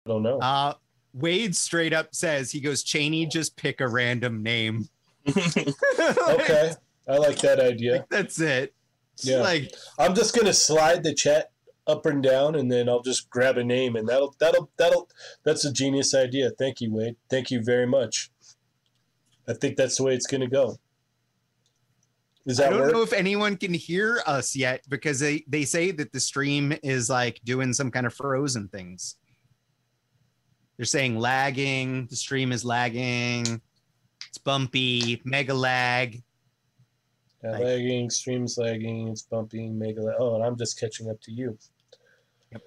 Speaker 1: I don't know.
Speaker 3: Uh, Wade straight up says he goes, Cheney, just pick a random name.
Speaker 1: okay. I like that idea.
Speaker 3: Like, that's it. It's
Speaker 1: Yeah.
Speaker 3: Like
Speaker 1: I'm just gonna slide the chat up and down and then I'll just grab a name and that'll that'll that'll that's a genius idea. Thank you, Wade. Thank you very much. I think that's the way it's gonna go. Does
Speaker 3: I
Speaker 1: that
Speaker 3: don't
Speaker 1: work?
Speaker 3: know if anyone can hear us yet because they, they say that the stream is like doing some kind of frozen things. They're saying lagging, the stream is lagging, it's bumpy, mega lag.
Speaker 1: Yeah,
Speaker 3: Like-
Speaker 1: lagging, streams lagging, it's bumping, mega lag. Oh, and I'm just catching up to you.
Speaker 3: Yep.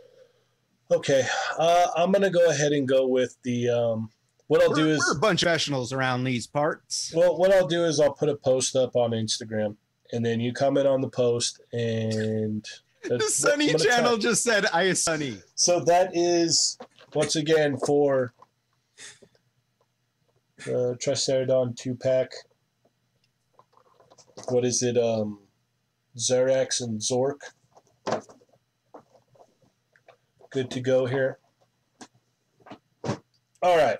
Speaker 1: Okay, uh, I'm gonna go ahead and go with the. Um, what I'll do
Speaker 3: We're-
Speaker 1: is,
Speaker 3: we're a bunch of professionals around these parts.
Speaker 1: well, what I'll do is I'll put a post up on Instagram, and then you comment on the post, and
Speaker 3: The
Speaker 1: that's-
Speaker 3: Sunny
Speaker 1: I'm gonna
Speaker 3: channel
Speaker 1: try-
Speaker 3: just said I is Sunny.
Speaker 1: So that is once again for the Triceridon two pack. What is it? Um, Xerax and Zork. Good to go here. All right.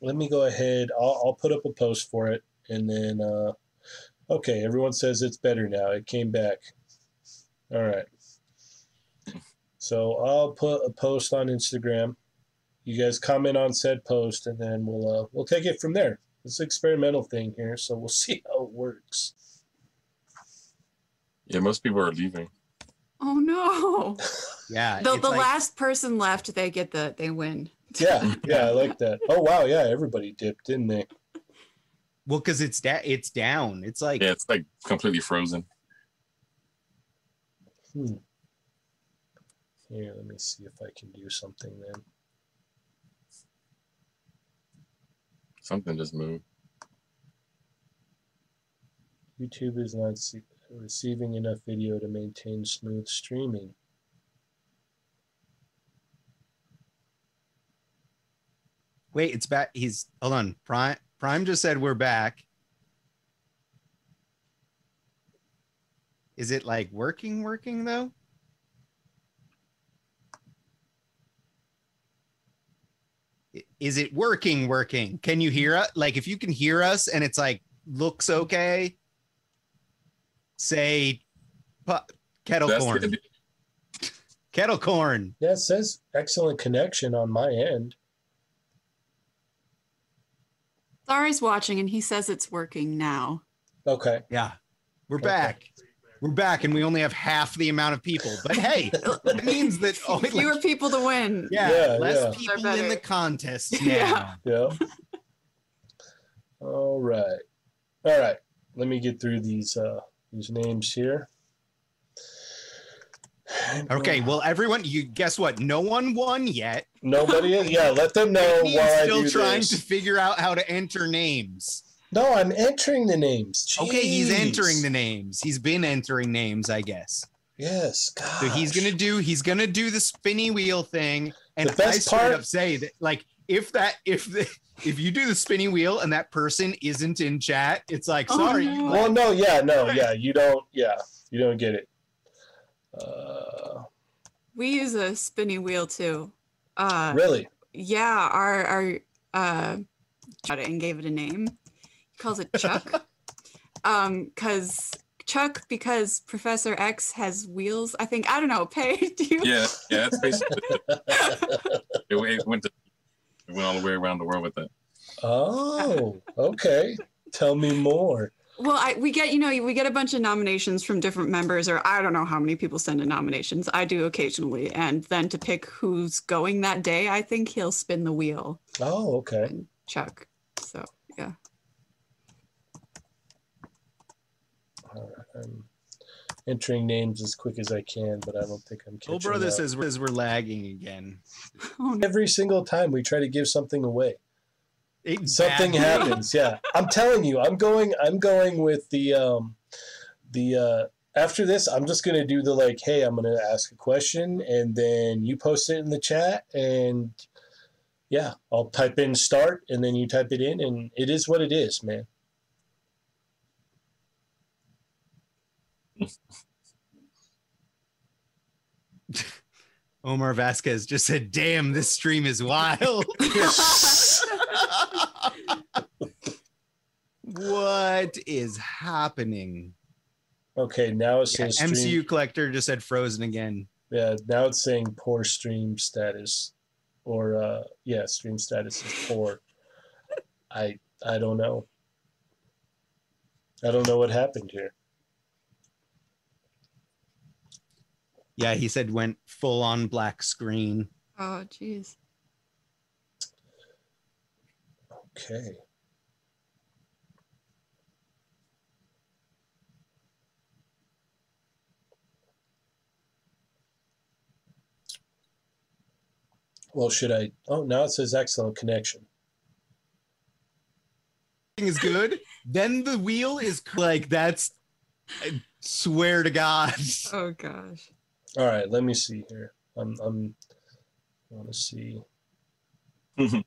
Speaker 1: Let me go ahead. I'll, I'll put up a post for it. And then, uh, okay, everyone says it's better now. It came back. All right. So I'll put a post on Instagram. You guys comment on said post, and then we'll uh, we'll take it from there. It's an experimental thing here, so we'll see how it works.
Speaker 5: Yeah, most people are leaving.
Speaker 4: Oh no!
Speaker 3: Yeah.
Speaker 4: The,
Speaker 3: Uh, it's
Speaker 4: the
Speaker 3: like-
Speaker 4: last person left, they get the they win.
Speaker 1: Yeah, yeah, I like that. Oh wow, yeah, everybody dipped, didn't they?
Speaker 3: well, because it's da- it's down. It's like
Speaker 5: Yeah, it's like completely frozen.
Speaker 1: Hmm. Here, let me see if I can do something then.
Speaker 5: Something just moved.
Speaker 1: YouTube is not se- receiving enough video to maintain smooth streaming.
Speaker 3: wait, it's back. He's hold on. Prime Prime just said we're back. Is it like working, working though? I- Is it working, working? Can you hear us? Like, if you can hear us and it's like looks okay, say pu- kettle
Speaker 5: That's
Speaker 3: corn,
Speaker 5: the,
Speaker 3: kettle corn.
Speaker 1: Yeah, it says excellent connection on my end.
Speaker 4: Lari's watching, and he says it's working now.
Speaker 1: Okay.
Speaker 3: Yeah. We're
Speaker 1: Okay.
Speaker 3: back. We're back, and we only have half the amount of people. But hey, that means that only
Speaker 4: Fewer people to win.
Speaker 3: yeah,
Speaker 1: Yeah,
Speaker 3: less
Speaker 4: yeah.
Speaker 3: people in
Speaker 4: Better.
Speaker 3: the contest now.
Speaker 4: Yeah.
Speaker 1: Yeah. All right. All right. Let me get through these uh these names here.
Speaker 3: Okay, well, everyone, you guess what? No one won yet.
Speaker 1: Nobody is. Yeah, let them know
Speaker 3: Whitney is
Speaker 1: while I
Speaker 3: still
Speaker 1: Oh, do
Speaker 3: trying
Speaker 1: this.
Speaker 3: to figure out how to enter names.
Speaker 1: No, I'm entering the names.
Speaker 3: Okay, he's
Speaker 1: Jeez.
Speaker 3: entering the names. He's been entering names, I guess.
Speaker 1: Yes.
Speaker 3: So he's
Speaker 1: gosh.
Speaker 3: gonna do he's gonna do the spinny wheel thing. And
Speaker 1: The best
Speaker 3: I straight
Speaker 1: part-
Speaker 3: up say that like if that if the, if you do the spinning wheel and that person isn't in chat, it's like
Speaker 4: Oh,
Speaker 3: sorry.
Speaker 4: no.
Speaker 3: like,
Speaker 1: Well, no, yeah, no, yeah. You don't, yeah, you don't get it. Uh,
Speaker 4: We use a spinning wheel too. Uh,
Speaker 1: really?
Speaker 4: Yeah, our our uh, shot it and gave it a name. He calls it Chuck. um, cause Chuck, because Professor X has wheels. I think I don't know. Pay? Do you?
Speaker 5: Yeah, yeah, that's basically it. It, it went to, it went all the way around the world with that.
Speaker 1: Oh, okay. Tell me more.
Speaker 4: Well, I, we get you know we get a bunch of nominations from different members, or I don't know how many people send in nominations. I do occasionally, and then to pick who's going that day, I think he'll spin the wheel,
Speaker 1: Oh, okay.
Speaker 4: Chuck. So yeah,
Speaker 1: All right, uh, I'm entering names as quick as I can, but I don't think I'm catching
Speaker 3: Little brother
Speaker 1: up.
Speaker 3: says we're, says we're lagging again.
Speaker 4: oh, no.
Speaker 1: Every single time we try to give something away,
Speaker 3: It-
Speaker 1: something
Speaker 3: bad-
Speaker 1: happens. Yeah, I'm telling you, I'm going. I'm going with the um, the uh, after this. I'm just gonna do the like, hey, I'm gonna ask a question, and then you post it in the chat, and yeah, I'll type in start, and then you type it in, and it is what it is, man.
Speaker 3: Omar Vasquez just said, "Damn, this stream is wild." what is happening?
Speaker 1: Okay, now it
Speaker 3: Yeah,
Speaker 1: says stream-
Speaker 3: MCU collector just said frozen again.
Speaker 1: Yeah, now it's saying poor stream status, or uh, yeah, stream status is poor. I I don't know. I don't know what happened here.
Speaker 3: Yeah, he said went full on black screen.
Speaker 4: oh, jeez.
Speaker 1: Okay. Well, should I? Oh, now it says excellent connection.
Speaker 3: Thing is good. then the wheel is cr- like that's. I swear to God.
Speaker 4: Oh gosh.
Speaker 1: All right, let me see here. I'm I'm I want to see if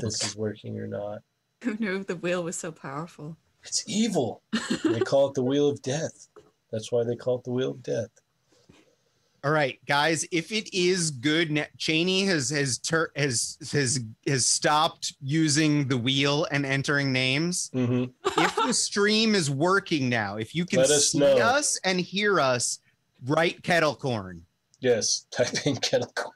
Speaker 1: this is working or not.
Speaker 4: Who knew the wheel was so powerful?
Speaker 1: It's evil. They call it the wheel of death. That's why they call it the wheel of death.
Speaker 3: All right, guys. If it is good, ne- Cheney has has tur- has has has stopped using the wheel and entering names.
Speaker 1: Mm-hmm.
Speaker 3: if the stream is working now, if you can
Speaker 1: Let us
Speaker 3: see
Speaker 1: know.
Speaker 3: us and hear us, write kettle corn.
Speaker 1: Yes, type in kettle corn.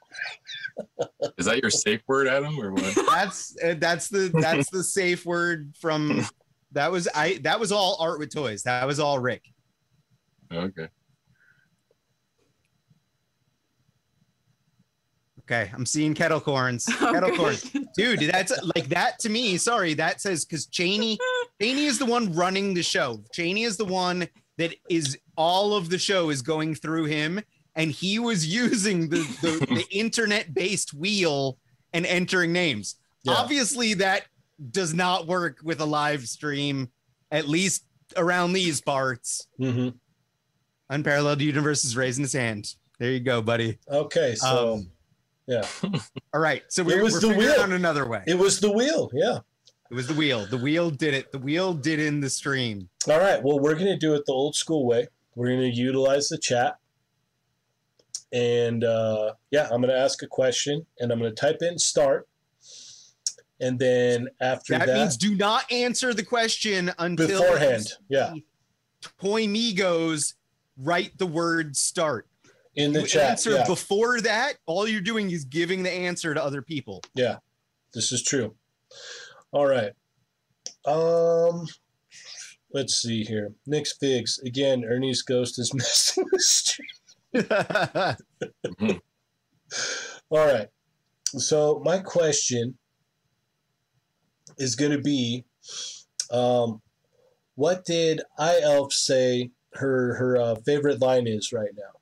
Speaker 5: Is that your safe word, Adam, or what?
Speaker 3: That's uh, that's the that's the safe word from that was I that was all art with toys. That was all Rick.
Speaker 5: Okay.
Speaker 3: Okay, I'm seeing kettle corns.
Speaker 4: Oh,
Speaker 3: kettle corn.
Speaker 4: gosh.
Speaker 3: Dude, that's like that to me. Sorry, that says because Cheney Cheney is the one running the show. Cheney is the one that is all of the show is going through him, and he was using the the, the internet based wheel and entering names.
Speaker 1: Yeah.
Speaker 3: Obviously, that does not work with a live stream, at least around these parts.
Speaker 1: Mm-hmm.
Speaker 3: Unparalleled universe is raising his hand. There you go, buddy.
Speaker 1: Okay, so
Speaker 3: Um,
Speaker 1: yeah.
Speaker 3: All right, so we're,
Speaker 1: was
Speaker 3: we're
Speaker 1: the
Speaker 3: figuring
Speaker 1: wheel.
Speaker 3: out another way.
Speaker 1: it was the wheel. Yeah.
Speaker 3: It was the wheel. The wheel did it. The wheel did in the stream.
Speaker 1: All right. Well, we're going to do it the old school way. We're going to utilize the chat. And uh, yeah, I'm going to ask a question and I'm going to type in start. And then after
Speaker 3: That,
Speaker 1: that,
Speaker 3: means do not answer the question until
Speaker 1: beforehand, yeah,
Speaker 3: Toy Migos write the word start.
Speaker 1: in the
Speaker 3: You
Speaker 1: chat.
Speaker 3: Answer
Speaker 1: Yeah,
Speaker 3: before that, all you're doing is giving the answer to other people.
Speaker 1: this is true. All right. Um, let's see here. Nick's figs again. Ernie's ghost is messing the stream. All right. So my question is going to be, um, what did I Elf say her her uh, favorite line is right now?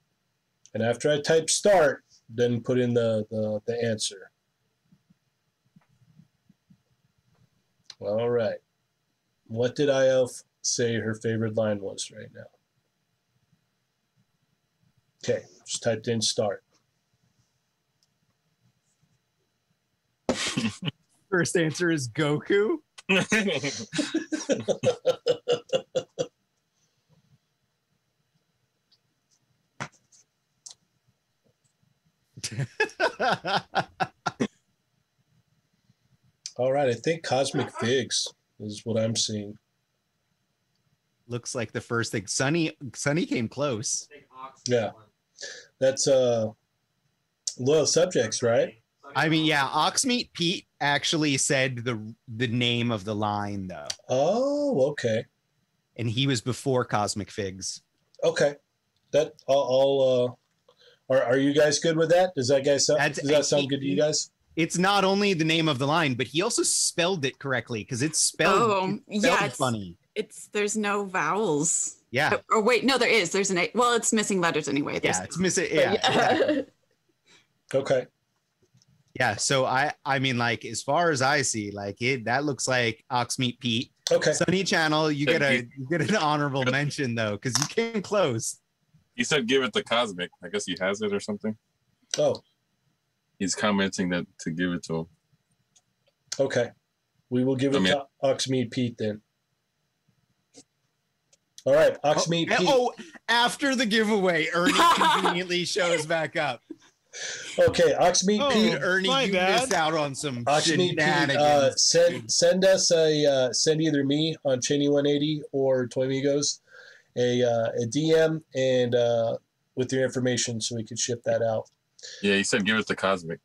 Speaker 1: And after I type start, then put in the the, the answer. All right. What did I Elf say her favorite line was right now? Okay, just typed in start.
Speaker 3: First answer is Goku.
Speaker 1: All right, I think Cosmic Figs is what I'm seeing.
Speaker 3: Looks like the first thing. Sunny Sunny came close.
Speaker 1: Yeah. That's uh loyal subjects, right?
Speaker 3: I mean, yeah, Oxmeat Pete actually said the the name of the line though,
Speaker 1: Oh, okay,
Speaker 3: and he was before Cosmic Figs.
Speaker 1: okay. That I'll. I'll uh, are Are you guys good with that? Does that guys sound,
Speaker 3: That's-
Speaker 1: Does that sound good to you guys?
Speaker 3: It's not only the name of the line, but he also spelled it correctly because it's spelled,
Speaker 4: Oh,
Speaker 3: it's
Speaker 4: yeah,
Speaker 3: spelled
Speaker 4: it's-
Speaker 3: funny.
Speaker 4: It's there's no vowels.
Speaker 3: Yeah,
Speaker 4: Oh, Or wait, no, there is. There's an A. Well, it's missing letters anyway. There's-
Speaker 3: yeah, it's missing. Yeah, exactly.
Speaker 1: Okay.
Speaker 3: yeah. So I, I mean, like as far as I see, like it that looks like Oxmeat Pete.
Speaker 1: Okay.
Speaker 3: Sunny Channel, you get a
Speaker 5: Thank
Speaker 3: you get an honorable mention though, because you came close.
Speaker 5: he said, "Give it to Cosmic." I guess he has it or something.
Speaker 1: Oh,
Speaker 5: He's commenting that to give it to him.
Speaker 1: okay. We will give it
Speaker 5: I mean-
Speaker 1: to Oxmead Pete then. All right, Oxmead Pete.
Speaker 3: Oh, after the giveaway, Ernie conveniently shows back up.
Speaker 1: Okay, Oxmead
Speaker 2: Oh,
Speaker 1: Pete.
Speaker 3: Dude, Ernie,
Speaker 2: my
Speaker 3: you
Speaker 2: bad.
Speaker 3: missed out on some
Speaker 1: Oxmead Pete. Uh,
Speaker 3: shenanigans.
Speaker 1: send send us a uh, send either me on Cheney 180 or Toy Migos a uh, a DM and uh, with your information so we could ship that out.
Speaker 5: Yeah, he said, "Give it to Cosmic."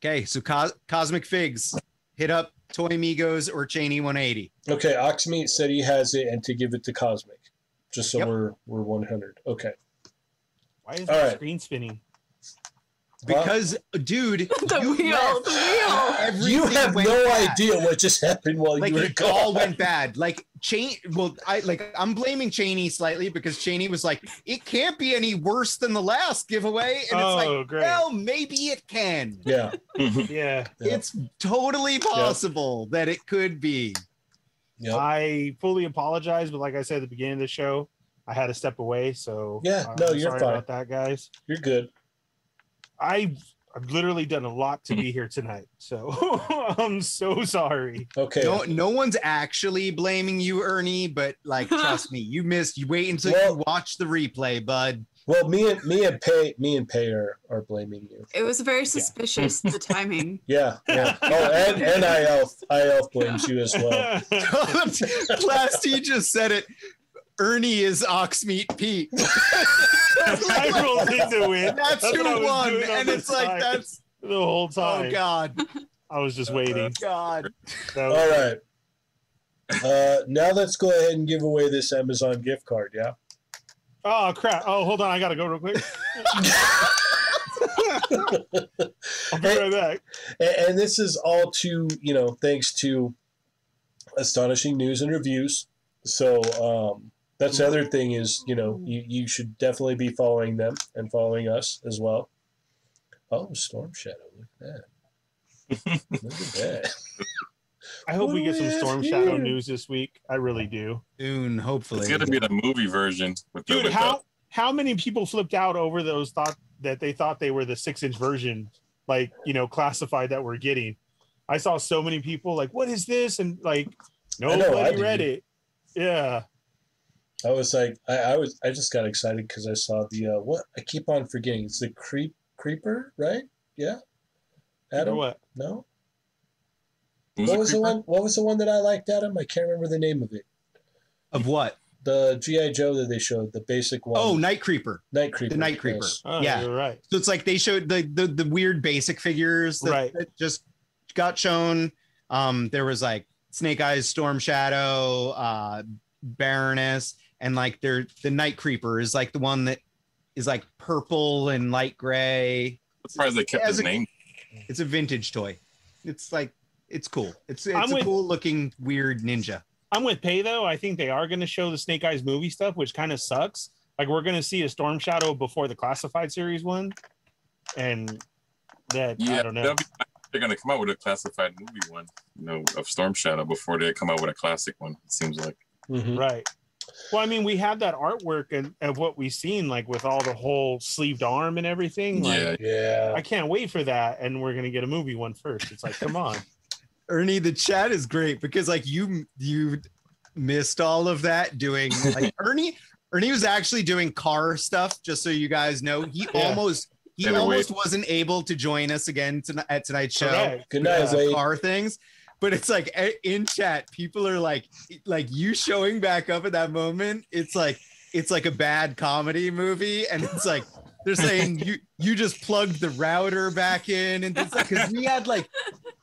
Speaker 3: okay, so Cos- Cosmic Figs, hit up Toy Migos or Cheney 180.
Speaker 1: Okay, Oxmeat said he has it and to give it to Cosmic. Just so
Speaker 3: Yep.
Speaker 1: we're we're 100. Okay.
Speaker 2: Why is
Speaker 1: All
Speaker 2: my
Speaker 1: right.
Speaker 2: screen spinning?
Speaker 3: Because, dude,
Speaker 4: The
Speaker 3: you
Speaker 4: wheel,
Speaker 3: left.
Speaker 4: the wheel.
Speaker 3: Everything
Speaker 1: you have
Speaker 3: went
Speaker 1: no
Speaker 3: bad.
Speaker 1: idea what just happened while
Speaker 3: Like
Speaker 1: you were
Speaker 3: it all
Speaker 1: gone.
Speaker 3: went bad. Like Cheney, well, I like I'm blaming Cheney slightly because Cheney was like, it can't be any worse than the last giveaway, and
Speaker 2: oh,
Speaker 3: it's like,
Speaker 2: great.
Speaker 3: well, maybe it can.
Speaker 1: yeah.
Speaker 2: yeah.
Speaker 1: Yeah.
Speaker 3: It's totally possible that it could be.
Speaker 1: Yeah.
Speaker 2: I fully apologize, but like I said at the beginning of the show, I had to step away. So
Speaker 1: Yeah,
Speaker 2: uh,
Speaker 1: no,
Speaker 2: I'm
Speaker 1: you're
Speaker 2: sorry
Speaker 1: fine.
Speaker 2: about that, guys.
Speaker 1: You're good.
Speaker 2: I've I've literally done a lot to be here tonight, so I'm so sorry.
Speaker 1: Okay.
Speaker 3: No, no one's actually blaming you, Ernie, but like, trust me, you missed. You wait until
Speaker 1: Well-
Speaker 3: you watch the replay, bud.
Speaker 1: Well, me and me and Pay me and Pay are, are blaming you.
Speaker 4: It was very suspicious the timing.
Speaker 1: Yeah, yeah. Oh, and and I elf I elf blames you as well.
Speaker 3: Last he just said it. Ernie is Oxmeat Pete. That's
Speaker 2: I
Speaker 3: like-
Speaker 2: rolled into it.
Speaker 3: that's
Speaker 2: That's what I
Speaker 3: who
Speaker 2: was
Speaker 3: won,
Speaker 2: doing on
Speaker 3: and
Speaker 2: the
Speaker 3: it's like
Speaker 2: side.
Speaker 3: that's
Speaker 2: the whole
Speaker 3: oh
Speaker 2: time.
Speaker 3: god,
Speaker 2: I was just waiting.
Speaker 3: god.
Speaker 2: That was-
Speaker 1: All right. Uh, now let's go ahead and give away this Amazon gift card. Yeah.
Speaker 2: Oh crap! Oh, hold on, I gotta go real quick. I'll be right back.
Speaker 1: and, and this is all to you know thanks to astonishing news and reviews so um, that's the other thing is you know you, you should definitely be following them and following us as well oh storm shadow look at that look at that
Speaker 2: I hope we get some Storm Shadow news this week. I really do.
Speaker 3: Soon,
Speaker 5: It's
Speaker 3: hopefully.
Speaker 5: gonna be the movie version with the,
Speaker 2: Dude,
Speaker 5: with
Speaker 2: how how many people flipped out over those thought that they thought they were the six inch version, like you know, classified that we're getting? I saw so many people like, "What is this?" and like
Speaker 1: I
Speaker 2: nobody
Speaker 1: know, I
Speaker 2: read
Speaker 1: didn't.
Speaker 2: it. Yeah,
Speaker 1: i was like i, I was i just got excited because i saw the uh, what i keep on forgetting it's the creep creeper right yeah
Speaker 2: or
Speaker 1: adam
Speaker 2: what?
Speaker 1: no
Speaker 5: the,
Speaker 1: what was the
Speaker 5: Creeper?
Speaker 1: one what was the one that i liked adam i can't remember the name of it
Speaker 3: of what?
Speaker 1: the GI Joe that they showed, the basic one.
Speaker 3: Oh, Night Creeper.
Speaker 1: Night Creeper.
Speaker 3: The Night Creeper.
Speaker 1: Yes.
Speaker 2: Oh,
Speaker 3: yeah.
Speaker 2: you're right.
Speaker 3: So it's like they showed the the, the weird basic figures that,
Speaker 2: Right.
Speaker 3: that just got shown. Um, there was like Snake Eyes, Storm Shadow, uh, Baroness, and like their the Night Creeper is like the one that is like purple and light gray.
Speaker 5: I'm surprised they kept
Speaker 3: As
Speaker 5: his
Speaker 3: a-
Speaker 5: name.
Speaker 3: It's a vintage toy. It's like it's cool. It's it's
Speaker 2: I'm
Speaker 3: a
Speaker 2: with-
Speaker 3: cool looking weird ninja.
Speaker 2: I'm with Pay though. I think they are going to show the Snake Eyes movie stuff, which kind of sucks. Like we're going to see a Storm Shadow before the Classified series one, and that
Speaker 5: Yeah,
Speaker 2: I don't know.
Speaker 5: that'd be nice if they're gonna come out with a classified movie one, you know, of Storm Shadow before they come out with a classic one. It seems like
Speaker 1: Mhm.
Speaker 2: Right. Well, I mean, we have that artwork and of what we've seen, like with all the whole sleeved arm and everything. Like,
Speaker 5: Yeah.
Speaker 1: Yeah.
Speaker 2: I can't wait for that. And we're gonna get a movie one first. It's like, come on.
Speaker 3: Ernie, the chat is great because like you you missed all of that doing like Ernie. Ernie was actually doing car stuff, just so you guys know. He
Speaker 2: Yeah.
Speaker 3: almost he
Speaker 5: Had to
Speaker 3: almost wasn't able to join us again tonight at tonight's show.
Speaker 2: Correct.
Speaker 1: Good
Speaker 3: because
Speaker 1: night,
Speaker 3: of
Speaker 1: Wade.
Speaker 3: car things. But it's like a- in chat, people are like, like you showing back up at that moment. It's like it's like a bad comedy movie, and it's like they're saying you you just plugged the router back in, and it's like because we had like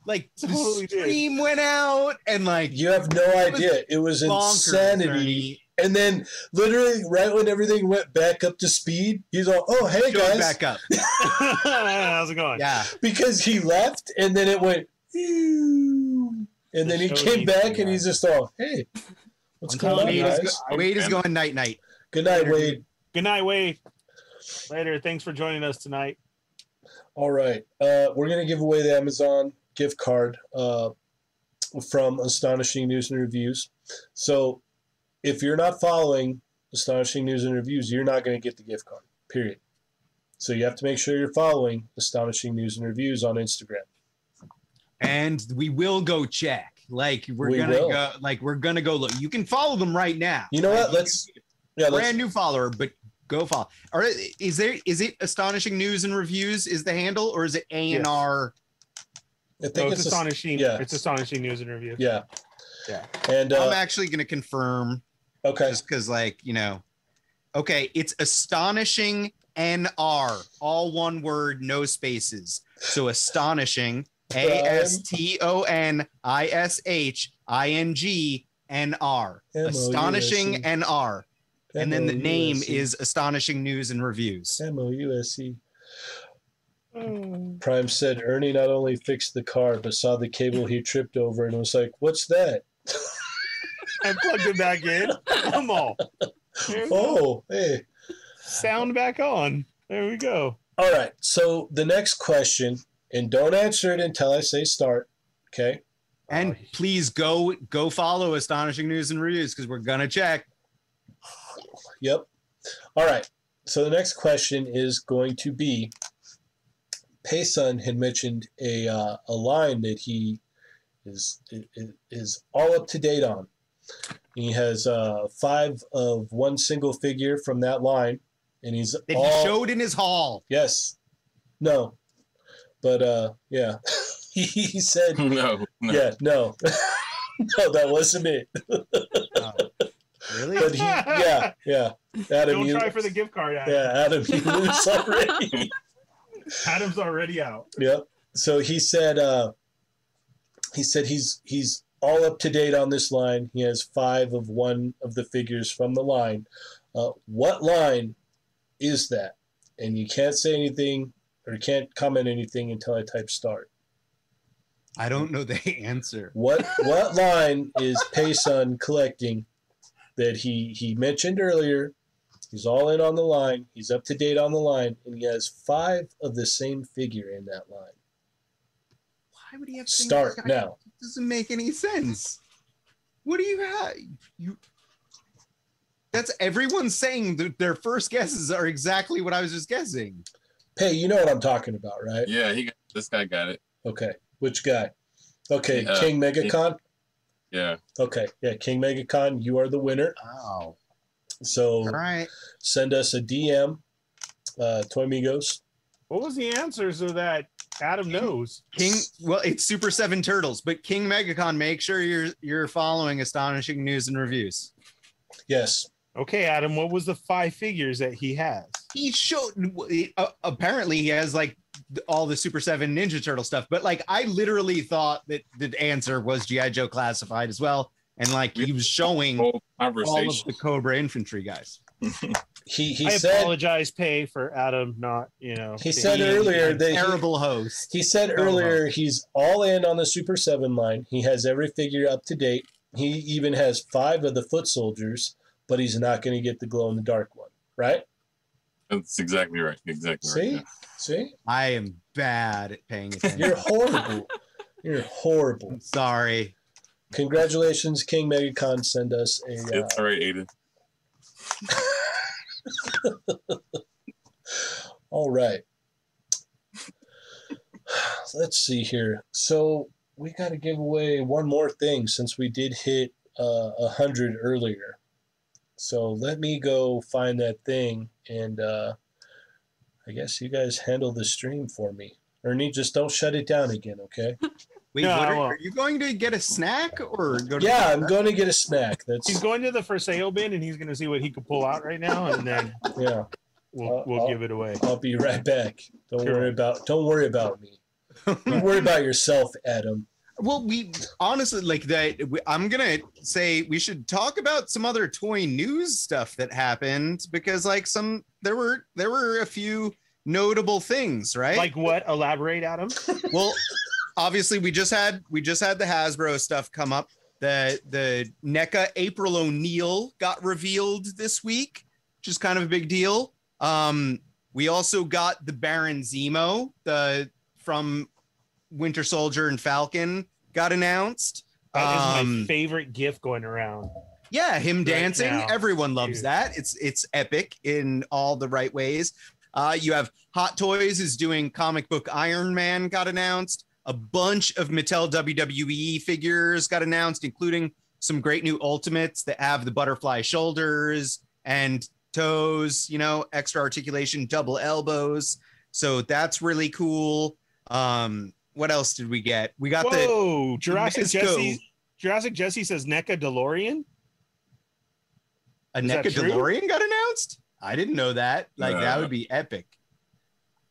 Speaker 3: like the
Speaker 2: Totally did.
Speaker 3: stream went out, and like
Speaker 1: You have no
Speaker 3: was
Speaker 1: idea. It was
Speaker 3: bonkers,
Speaker 1: insanity.
Speaker 3: Ernie.
Speaker 1: And then, literally, right when everything went back up to speed, he's all, "Oh, hey
Speaker 3: Showing
Speaker 1: guys!"
Speaker 3: back up,
Speaker 2: How's it going?
Speaker 3: yeah.
Speaker 1: Because he left, and then it went, "Ew." and then he
Speaker 2: The show
Speaker 1: came
Speaker 2: needs to
Speaker 1: back,
Speaker 2: be
Speaker 1: and he's just all, "Hey, what's
Speaker 3: I'm
Speaker 1: going
Speaker 3: telling
Speaker 1: on,
Speaker 3: you,
Speaker 1: guys?
Speaker 3: it's go- Wade is going night night.
Speaker 1: Good night, Wade."
Speaker 2: Good night, Wade. Later. Thanks for joining us tonight.
Speaker 1: All right. Uh, we're going to give away the Amazon gift card uh, from Astonishing News and Reviews. So if you're not following Astonishing News and Reviews, you're not going to get the gift card, period. So you have to make sure you're following Astonishing News and Reviews on Instagram.
Speaker 3: and we will go check. Like we're
Speaker 1: We
Speaker 3: gonna
Speaker 1: will.
Speaker 3: go, like we're gonna go look. You can follow them right now.
Speaker 1: You know
Speaker 3: Like,
Speaker 1: what? Let's. Yeah,
Speaker 3: brand
Speaker 1: let's,
Speaker 3: new follower, but go follow. All right, is there is it astonishing news and reviews is the handle or is it A and R?
Speaker 1: I think
Speaker 2: So Oh, it's,
Speaker 1: it's, a-
Speaker 2: astonishing.
Speaker 1: yeah.
Speaker 2: It's astonishing news interview.
Speaker 1: yeah.
Speaker 2: Yeah.
Speaker 1: And
Speaker 3: I'm
Speaker 1: uh,
Speaker 3: actually gonna confirm
Speaker 1: okay,
Speaker 3: just because like you know, okay, it's astonishing N R all one word, no spaces. So astonishing A S T O N I S H I N G N R
Speaker 1: M O U S E.
Speaker 3: astonishing N R, and then the name is astonishing news and reviews.
Speaker 1: M O U S E. Prime said Ernie not only fixed the car but saw the cable he tripped over and was like, "What's that?"
Speaker 2: I plugged it back in. Come on. There we go.
Speaker 1: Oh, hey.
Speaker 2: Sound back on. There we go.
Speaker 1: All right. So the next question, and don't answer it until I say start. Okay.
Speaker 3: And please go go follow Astonishing News and Reviews because we're gonna check.
Speaker 1: Yep. All right. So the next question is going to be Payson had mentioned a, uh, a line that he is, is, is all up to date on. He has uh, five of one single figure from that line, and he's
Speaker 3: That
Speaker 1: all,
Speaker 3: he showed in his hall.
Speaker 1: yes, no, but uh, yeah, he, he said
Speaker 5: no, no.
Speaker 1: Yeah, no. no, that wasn't it.
Speaker 3: Really?
Speaker 1: But he, yeah, yeah. Adam,
Speaker 2: Don't
Speaker 1: you,
Speaker 2: try for the gift card, Adam.
Speaker 1: yeah, Adam, you lose already.
Speaker 2: Adam's already out.
Speaker 1: yep. So he said, uh, he said he's he's all up to date on this line. He has five of one of the figures from the line. Uh, what line is that? And you can't say anything or can't comment anything until I type start.
Speaker 3: I don't know the answer.
Speaker 1: What what line is Payson collecting that he he mentioned earlier? He's all in on the line. He's up to date on the line, and he has five of the same figure in that line.
Speaker 3: Why would he have things
Speaker 1: Start
Speaker 3: like-
Speaker 1: now.
Speaker 3: It doesn't make any sense. What do you have? You. That's everyone saying that their first guesses are exactly what I was just guessing.
Speaker 1: Pay, you know what I'm talking about, right?
Speaker 5: Yeah, he got, this guy got it.
Speaker 1: Okay. Which guy? Okay,
Speaker 5: Yeah.
Speaker 1: King Megacon.
Speaker 5: Yeah.
Speaker 1: Okay, yeah, King Megacon, you are the winner.
Speaker 3: Oh.
Speaker 1: So
Speaker 3: All right.
Speaker 1: send us a DM, uh, Toy Migos.
Speaker 2: What was the answer so that Adam knows?
Speaker 3: King, well, it's Super Seven Turtles, but King Megacon, make sure you're you're following Astonishing News and Reviews.
Speaker 1: Yes.
Speaker 2: Okay, Adam, what was the five figures that he has?
Speaker 3: he showed uh, apparently he has like th- all the super seven ninja turtle stuff but like i literally thought that the answer was gi joe classified as well and like he was showing Mm. all
Speaker 5: Whole
Speaker 3: of
Speaker 5: conversation.
Speaker 3: the cobra infantry guys
Speaker 1: He he
Speaker 2: I
Speaker 1: said
Speaker 2: apologize, Pay, for Adam not, you know.
Speaker 1: he said
Speaker 3: Being
Speaker 1: earlier
Speaker 3: a
Speaker 1: that he-
Speaker 3: terrible host
Speaker 1: He said
Speaker 3: Oh,
Speaker 1: earlier he's all in on the Super 7 line. He has every figure up to date. He even has five of the foot soldiers, but he's not going to get the glow in the dark one, right?
Speaker 5: That's exactly right. Exactly right.
Speaker 1: See?
Speaker 5: yeah.
Speaker 1: See?
Speaker 3: i am bad at paying attention
Speaker 1: You're horrible. You're horrible.
Speaker 3: i'm sorry
Speaker 1: Congratulations, King Megacon. Send us a. Uh,
Speaker 5: It's all right, Aiden.
Speaker 1: All right. Let's see here. So we got to give away one more thing since we did hit uh, a hundred earlier. So let me go find that thing, and uh, I guess you guys handle the stream for me. Ernie, just don't shut it down again, okay?
Speaker 3: Wait,
Speaker 2: No,
Speaker 3: what
Speaker 2: I
Speaker 3: are,
Speaker 2: won't.
Speaker 3: are you going to get a snack or go to
Speaker 1: Yeah, I'm going to get a snack.
Speaker 2: He's
Speaker 1: That's
Speaker 2: going to the for sale bin and he's going to see what he could pull out right now, and then
Speaker 1: yeah.
Speaker 2: we'll
Speaker 1: Uh,
Speaker 2: we'll
Speaker 1: I'll-
Speaker 2: give it away.
Speaker 1: I'll be right back. Don't
Speaker 2: Sure.
Speaker 1: worry about don't worry about me. You worry about yourself, Adam.
Speaker 3: Well, we honestly like that. we- I'm gonna say we should talk about some other toy news stuff that happened because, like, some there were there were a few notable things, right?
Speaker 2: Like what? Elaborate, Adam.
Speaker 3: well, obviously, we just had we just had the Hasbro stuff come up. The the NECA April O'Neil got revealed this week, which is kind of a big deal. Um, we also got the Baron Zemo, the from Winter Soldier and Falcon, got announced.
Speaker 2: That is my
Speaker 3: Um,
Speaker 2: favorite gift going around.
Speaker 3: Yeah, him
Speaker 2: Right
Speaker 3: dancing.
Speaker 2: now.
Speaker 3: Everyone loves
Speaker 2: Dude.
Speaker 3: that. It's it's epic in all the right ways. Uh, you have Hot Toys is doing comic book Iron Man got announced. A bunch of Mattel WWE figures got announced, including some great new Ultimates that have the butterfly shoulders and toes. You know, extra articulation, double elbows. So that's really cool. Um, what else did we get? We got the
Speaker 2: Whoa, Jurassic
Speaker 3: Mezco.
Speaker 2: Jesse. Jurassic Jesse says NECA DeLorean.
Speaker 3: A
Speaker 2: Is that
Speaker 3: NECA
Speaker 2: true?
Speaker 3: DeLorean got announced? I didn't know that. Like that
Speaker 5: Nah.
Speaker 3: would be epic.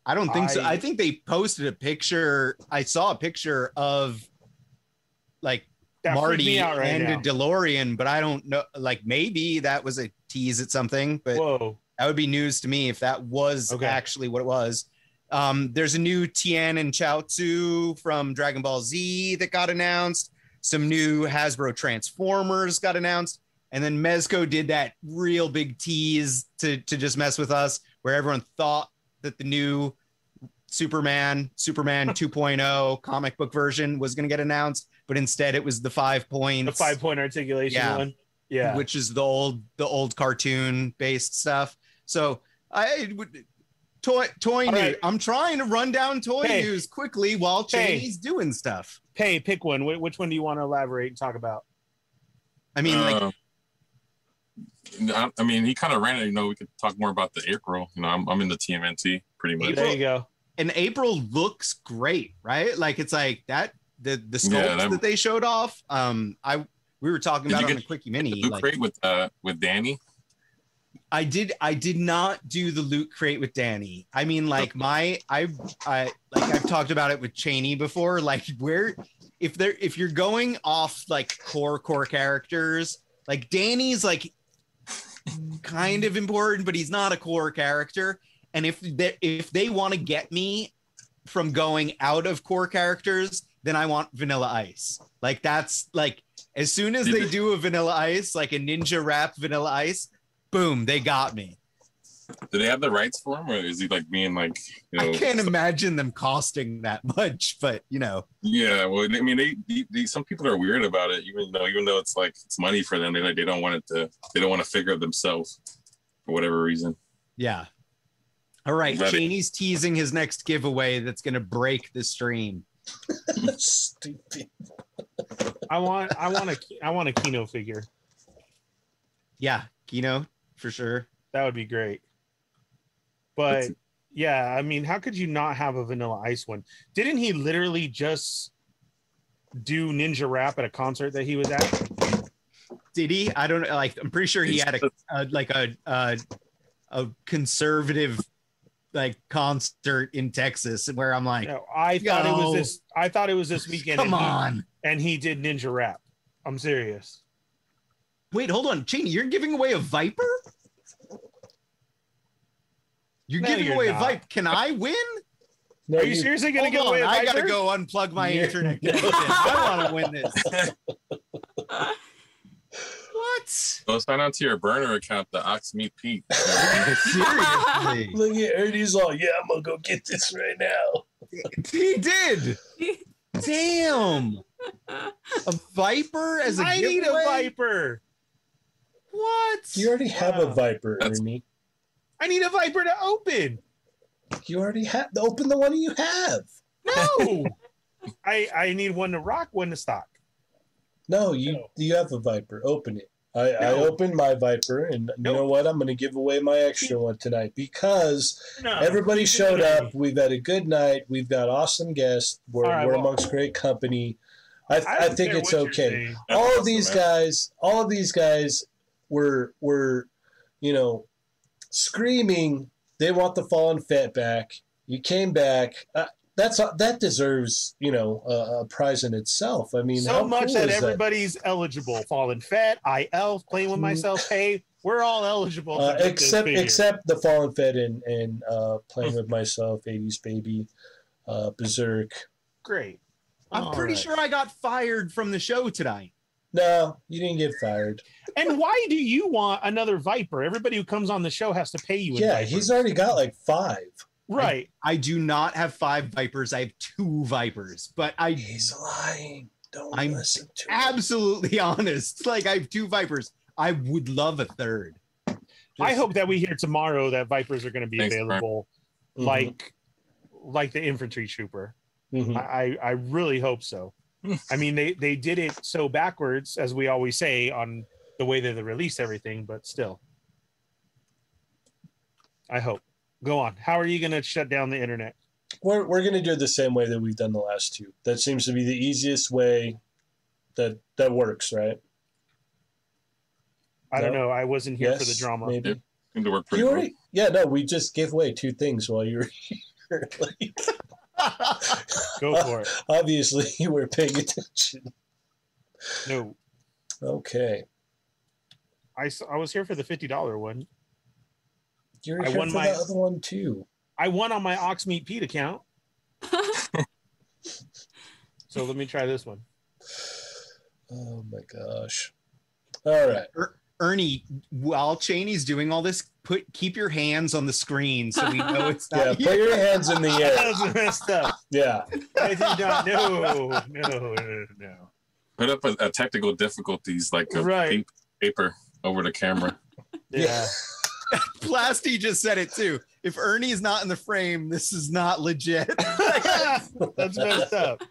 Speaker 3: I don't think so.
Speaker 2: I-
Speaker 3: I think they posted a picture. I saw a picture of like
Speaker 2: That freaked
Speaker 3: Marty
Speaker 2: me out right
Speaker 3: and
Speaker 2: now.
Speaker 3: a DeLorean, but I don't know. Like maybe that was a tease at something, but
Speaker 2: Whoa,
Speaker 3: that would be news to me if that was
Speaker 2: Okay.
Speaker 3: actually what it was. Um, there's a new Tian and Chaozu from Dragon Ball Z that got announced. Some new Hasbro Transformers got announced, and then Mezco did that real big tease to to just mess with us, where everyone thought that the new Superman, Superman 2.0 comic book version was going to get announced, but instead it was the five points
Speaker 2: the five point oh articulation
Speaker 3: Yeah.
Speaker 2: one. Yeah,
Speaker 3: which is the old the old cartoon based stuff. So I would toy toy
Speaker 2: All
Speaker 3: news.
Speaker 2: right.
Speaker 3: I'm trying to run down toy
Speaker 2: Hey.
Speaker 3: news quickly while
Speaker 2: Hey.
Speaker 3: Cheney's doing stuff.
Speaker 2: Hey, pick one. Wh- Which one do you want to elaborate and talk about?
Speaker 3: I mean, like
Speaker 5: Uh, I, I mean, he kind of ran it. You know, we could talk more about the April. You know, I'm, I'm in the TMNT pretty much.
Speaker 2: There you go.
Speaker 3: and April looks great, right? Like it's like that the the sculpt
Speaker 5: Yeah,
Speaker 3: that,
Speaker 5: that-
Speaker 3: they showed off. Um, I we were talking
Speaker 5: Did
Speaker 3: about
Speaker 5: you
Speaker 3: it on
Speaker 5: get
Speaker 3: the quickie
Speaker 5: The
Speaker 3: mini.
Speaker 5: Loot
Speaker 3: like-
Speaker 5: crate with uh with Danny.
Speaker 3: I did I did not do the loot crate with Danny. I mean like my I I like I've talked about it with Cheney before like where if there if you're going off like core core characters like Danny's like kind of important but he's not a core character and if they if they want to get me from going out of core characters then I want Vanilla Ice. Like that's like as soon as
Speaker 5: Did
Speaker 3: they
Speaker 5: they-
Speaker 3: do a Vanilla Ice like a ninja rap Vanilla Ice boom, they got me.
Speaker 5: Do they have the rights for him, or is he like being like you know?
Speaker 3: I can't imagine them costing that much, but you know,
Speaker 5: Yeah, well, I mean, they, they, they some people are weird about it, even though even though it's like it's money for them, they like they don't want it to they don't want to figure it themselves for whatever reason.
Speaker 3: yeah. All right,
Speaker 5: Ready.
Speaker 3: Cheney's teasing his next giveaway that's going to break the stream.
Speaker 1: Stupid.
Speaker 2: I want. I want a. I want a Kino figure.
Speaker 3: Yeah, Kino for sure.
Speaker 2: That would be great. But
Speaker 5: That's-
Speaker 2: yeah, I mean, how could you not have a Vanilla Ice one? Didn't he literally just do Ninja Rap at a concert that he was at?
Speaker 3: Did he? I don't know. Like, I'm pretty sure he had a, a like a, a a conservative like concert in Texas, where I'm like,
Speaker 2: You know, I thought it
Speaker 3: No.
Speaker 2: was this. I thought it was this weekend.
Speaker 3: come
Speaker 2: and he-
Speaker 3: on.
Speaker 2: and he did Ninja Rap. I'm serious.
Speaker 3: Wait, hold on, Cheney, you're giving away a Viper. You're
Speaker 2: No,
Speaker 3: giving
Speaker 2: you're
Speaker 3: away
Speaker 2: not.
Speaker 3: a Viper. Can I win?
Speaker 1: No,
Speaker 2: Are you seriously gonna
Speaker 3: Hold
Speaker 2: give
Speaker 3: on,
Speaker 2: away? a
Speaker 3: I gotta
Speaker 2: Viper?
Speaker 3: go unplug my
Speaker 1: Yeah.
Speaker 3: internet. connection. I want to win this. What?
Speaker 5: Go sign on to your burner account, the Ox Meat Pete.
Speaker 3: Seriously,
Speaker 1: Look at Ernie's all, yeah, I'm gonna go get this right now.
Speaker 3: he did. Damn, a viper as a
Speaker 2: I need
Speaker 3: giveaway?
Speaker 2: a Viper.
Speaker 3: What? What?
Speaker 1: You already have a
Speaker 2: Wow.
Speaker 1: Viper,
Speaker 5: That's-
Speaker 1: Ernie.
Speaker 2: I need a viper to open.
Speaker 1: You already have. Open the one you have.
Speaker 2: No. I I need one to rock, one to stock.
Speaker 1: No, you
Speaker 2: No.
Speaker 1: you have a Viper. Open it. I, I
Speaker 2: No.
Speaker 1: opened my Viper, and you know
Speaker 2: Nope.
Speaker 1: what? I'm going to give away my extra one tonight because
Speaker 2: No.
Speaker 1: everybody
Speaker 2: you
Speaker 1: showed
Speaker 2: didn't.
Speaker 1: up. We've had a good night. We've got awesome guests. We're,
Speaker 2: All right,
Speaker 1: we're
Speaker 2: well-
Speaker 1: amongst great company. I, I,
Speaker 2: don't
Speaker 1: think
Speaker 2: care
Speaker 1: it's
Speaker 2: what you're
Speaker 1: okay.
Speaker 2: saying.
Speaker 5: That's
Speaker 1: All of
Speaker 5: awesome,
Speaker 1: these
Speaker 5: man.
Speaker 1: guys, all of these guys were were, you know, screaming. They want the fallen fat back. You came back. Uh, that's that deserves you know a, a prize in itself. I mean,
Speaker 2: so
Speaker 1: how
Speaker 2: much
Speaker 1: cool
Speaker 2: that
Speaker 1: is
Speaker 2: everybody's eligible. Fallen fat, I elf, playing with
Speaker 1: Mm.
Speaker 2: myself. Hey, we're all eligible. to
Speaker 1: Uh,
Speaker 2: get this
Speaker 1: except
Speaker 2: figure.
Speaker 1: except the fallen fed and and uh, playing with myself, 80s baby, uh, berserk.
Speaker 2: great.
Speaker 3: I'm
Speaker 2: All
Speaker 3: pretty
Speaker 2: right.
Speaker 3: sure I got fired from the show tonight.
Speaker 1: No, you didn't get fired.
Speaker 2: And why do you want another viper? Everybody who comes on the show has to pay you. in
Speaker 1: yeah,
Speaker 2: vipers.
Speaker 1: he's already got like five.
Speaker 2: right.
Speaker 3: I do not have five vipers. I have two vipers, but I
Speaker 1: He's lying. Don't
Speaker 3: I'm
Speaker 1: listen to him.
Speaker 3: absolutely honest. Like I have two vipers. I would love a third.
Speaker 2: I
Speaker 3: Just-
Speaker 2: hope that we hear tomorrow that vipers are going to be
Speaker 5: Thanks, Brian.
Speaker 2: available,
Speaker 1: Mhm,
Speaker 2: like like the infantry trooper.
Speaker 1: mhm.
Speaker 2: I, I I really hope so. I mean, they they did it so backwards, as we always say, on the way that they released everything, but still. I hope. Go on. How are you going to shut down the internet?
Speaker 1: We're we're gonna do it the same way that we've done the last two. That seems to be the easiest way. That that works, right?
Speaker 2: I don't
Speaker 1: No.
Speaker 2: know. I wasn't here for the
Speaker 1: Yes,
Speaker 2: drama.
Speaker 1: Maybe.
Speaker 5: Seemed to work pretty
Speaker 1: You
Speaker 5: well.
Speaker 1: already, yeah, no, we just gave away two things while you were here. Like,
Speaker 2: Go for it.
Speaker 1: obviously, you were paying attention.
Speaker 2: No,
Speaker 1: Okay.
Speaker 2: I, s- I was here for the fifty dollar one.
Speaker 1: You were
Speaker 2: I
Speaker 1: here
Speaker 2: won
Speaker 1: for
Speaker 2: my-
Speaker 1: the other one too.
Speaker 2: I won on my Oxmeat Pete account. So let me try this one.
Speaker 1: Oh my gosh. All right.
Speaker 3: Er- Ernie, while Cheney's doing all this, put keep your hands on the screen so we know it's
Speaker 1: Yeah,
Speaker 3: not
Speaker 1: put
Speaker 3: you.
Speaker 1: your hands in the air.
Speaker 2: That was messed up.
Speaker 1: Yeah.
Speaker 2: I did not. No, no, no, no.
Speaker 5: Put up a, a technical difficulties like a
Speaker 2: Right.
Speaker 5: pink paper over the camera.
Speaker 2: Yeah.
Speaker 3: Plasty just said it too. If Ernie is not in the frame, this is not legit.
Speaker 2: That's messed up.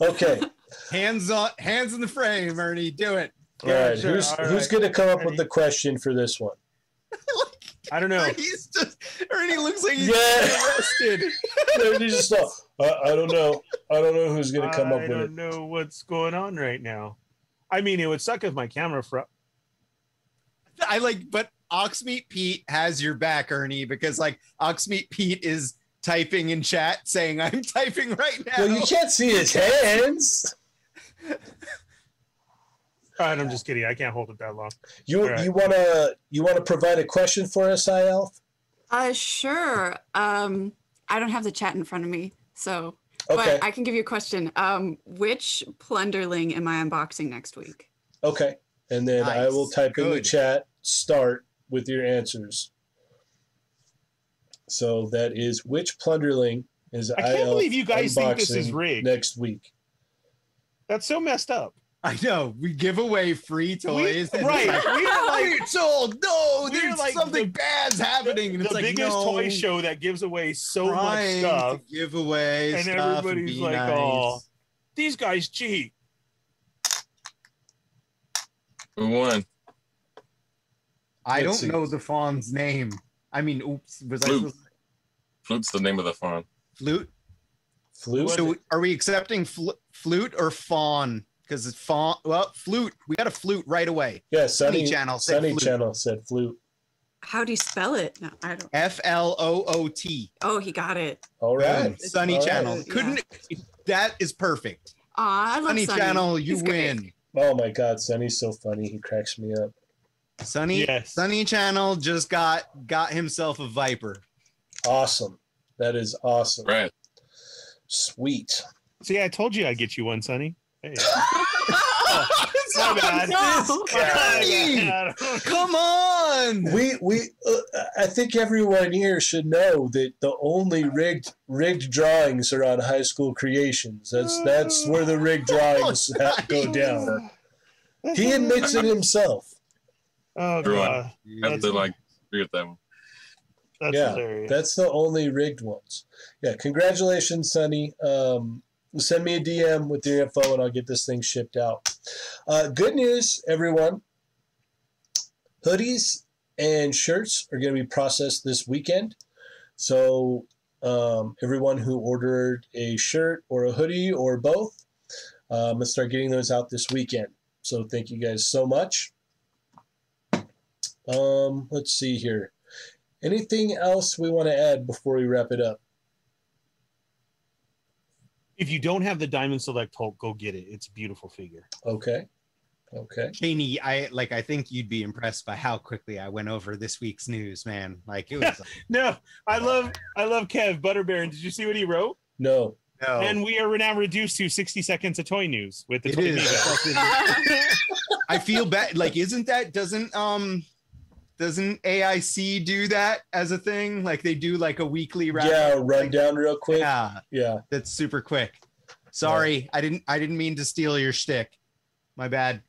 Speaker 1: Okay.
Speaker 3: hands on, hands in the frame, Ernie. Do it.
Speaker 1: All
Speaker 2: Yeah,
Speaker 1: right.
Speaker 2: sure,
Speaker 1: who's
Speaker 2: all
Speaker 1: who's
Speaker 2: right.
Speaker 1: gonna come up with the question for this one?
Speaker 2: I don't know.
Speaker 3: Ernie's just, Ernie looks like he's
Speaker 1: Yeah.
Speaker 3: arrested.
Speaker 1: They're just all, I, I don't know. I don't know who's gonna come
Speaker 2: I
Speaker 1: up with it.
Speaker 2: don't know what's going on right now. I mean, it would suck if my camera fro.
Speaker 3: I like, but Oxmeat Pete has your back, Ernie, because like Oxmeat Pete is typing in chat saying, "I'm typing right now."
Speaker 1: Well, you can't see his hands.
Speaker 2: All right, Uh, I'm just kidding. I can't hold it that long.
Speaker 1: You
Speaker 2: All right.
Speaker 1: you wanna you wanna provide a question for us, I Elf?
Speaker 4: Uh, sure. Um, I don't have the chat in front of me, so
Speaker 1: Okay.
Speaker 4: but I can give you a question. Um, which plunderling am I unboxing next week?
Speaker 1: okay. And then I
Speaker 3: Nice.
Speaker 1: will type in the
Speaker 3: Good.
Speaker 1: chat start with your answers. So that is which plunderling is
Speaker 2: I can't
Speaker 1: IL
Speaker 2: believe you guys think this is
Speaker 1: uh, unboxing
Speaker 2: rigged.
Speaker 1: next week.
Speaker 2: That's so messed up.
Speaker 3: I know we give away free toys. and
Speaker 2: right.
Speaker 3: it's like,
Speaker 2: We are like-
Speaker 3: we're told no,
Speaker 2: we are
Speaker 3: there's
Speaker 2: like
Speaker 3: something
Speaker 2: the-
Speaker 3: bad's happening. and
Speaker 2: the
Speaker 3: it's like,
Speaker 2: biggest
Speaker 3: no,
Speaker 2: toy show that gives away so much
Speaker 3: trying
Speaker 2: stuff.
Speaker 3: to give away,
Speaker 2: and
Speaker 3: stuff and
Speaker 2: everybody's
Speaker 3: be
Speaker 2: like,
Speaker 3: nice.
Speaker 2: "Aw." These guys cheat.
Speaker 5: We won.
Speaker 3: I
Speaker 1: Let's
Speaker 3: don't
Speaker 1: see.
Speaker 3: know the fawn's name. I mean, oops, was I
Speaker 5: Flute.
Speaker 3: supposed to-
Speaker 5: Flute's the name of the fawn.
Speaker 3: flute?
Speaker 1: Flute.
Speaker 3: So are we accepting fl- flute or fawn? Because it's fawn. Well, flute. We got a flute right away.
Speaker 1: yeah, Sunny,
Speaker 3: Sunny Channel said
Speaker 1: Sunny
Speaker 3: flute.
Speaker 1: Channel said flute.
Speaker 4: How do you spell it? No, I don't.
Speaker 3: F L O O T.
Speaker 4: Oh, he got it.
Speaker 1: All right.
Speaker 3: Boom. Sunny
Speaker 1: All right.
Speaker 3: Channel.
Speaker 4: Yeah.
Speaker 3: Couldn't. That is perfect.
Speaker 4: Aw, I love
Speaker 3: Sunny,
Speaker 4: Sunny.
Speaker 3: Channel, you
Speaker 4: He's great.
Speaker 3: win.
Speaker 1: Oh my God, Sunny's so funny. He cracks me up.
Speaker 3: Sunny
Speaker 2: Yes.
Speaker 3: Sunny Channel just got got himself a Viper.
Speaker 1: Awesome. That is awesome.
Speaker 5: Right.
Speaker 1: Sweet.
Speaker 2: See, I told you I'd get you one, Sonny. Hey.
Speaker 3: Come
Speaker 2: bad.
Speaker 4: No.
Speaker 2: Yeah, I don't-
Speaker 3: on!
Speaker 1: We we uh, I think everyone here should know that the only rigged rigged drawings are on High School Creations. That's that's where the rigged drawings ha- go down. He admits it himself.
Speaker 2: Mm-hmm. Oh
Speaker 5: Everyone.
Speaker 2: god,
Speaker 5: I have
Speaker 2: That's-
Speaker 5: to like agree with that one.
Speaker 2: that's
Speaker 1: Yeah,
Speaker 2: hilarious.
Speaker 1: That's the only rigged ones. Yeah, congratulations, Sonny. Um, send me a DM with your info and I'll get this thing shipped out. Uh, good news, everyone. Hoodies and shirts are going to be processed this weekend. So, um, everyone who ordered a shirt or a hoodie or both, um, let's start getting those out this weekend. So, thank you guys so much. Um, let's see here. Anything else we want to add before we wrap it up?
Speaker 2: if you don't have the Diamond Select Hulk, go get it. It's a beautiful figure.
Speaker 1: Okay. Okay.
Speaker 3: Cheney, I like. I think you'd be impressed by how quickly I went over this week's news, man. Like it was.
Speaker 2: No, I love I love Kev Butterbaron. Did you see what he wrote?
Speaker 1: No.
Speaker 3: no,
Speaker 2: And we are now reduced to 60 seconds of toy news with the
Speaker 3: Oh. it
Speaker 2: toy
Speaker 3: is.
Speaker 2: Amiibo.
Speaker 3: fucking- I feel bad. Like, isn't that doesn't um doesn't AIC do that as a thing? Like they do like a weekly wrap.
Speaker 1: Yeah, run down real quick. Yeah.
Speaker 3: Yeah, that's super quick. Sorry, I didn't. I didn't mean to steal your shtick. My bad.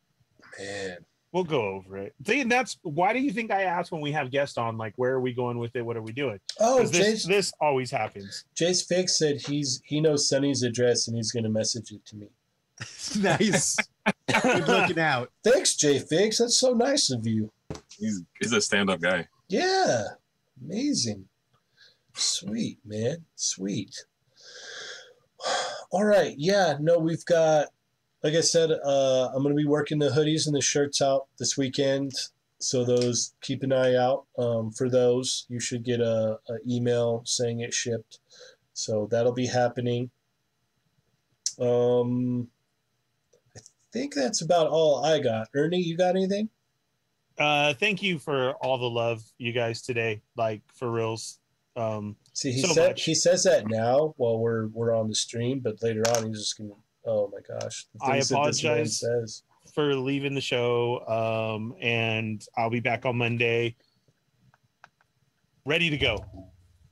Speaker 1: Man.
Speaker 2: We'll go over it. See, and that's why do you think I ask when we have guests on, like, where are we going with it? What are we doing?
Speaker 1: Oh,
Speaker 2: 'Cause this,
Speaker 1: Jay's,
Speaker 2: this always happens.
Speaker 1: Jay's Fix said he's he knows Sonny's address and he's gonna message it to me.
Speaker 3: nice. Good looking out.
Speaker 1: Thanks, Jay Fix. That's so nice of you.
Speaker 5: He's he's a stand up guy.
Speaker 1: Yeah. Amazing. Sweet, man. Sweet. All right. Yeah. No, we've got, like I said, uh, I'm going to be working the hoodies and the shirts out this weekend. So those, keep an eye out um, for those. You should get a, a email saying it shipped. So that'll be happening. Um, I think that's about all I got. Ernie, you got anything?
Speaker 2: uh, thank you for all the love, you guys, today. Like, for reals. Um,
Speaker 1: See, he
Speaker 2: so
Speaker 1: said
Speaker 2: much.
Speaker 1: he says that now while we're we're on the stream, but later on he's just gonna. Oh my gosh! the
Speaker 2: I
Speaker 1: things that this man
Speaker 2: apologize.
Speaker 1: Says
Speaker 2: for leaving the show. Um, and I'll be back on Monday, ready to go.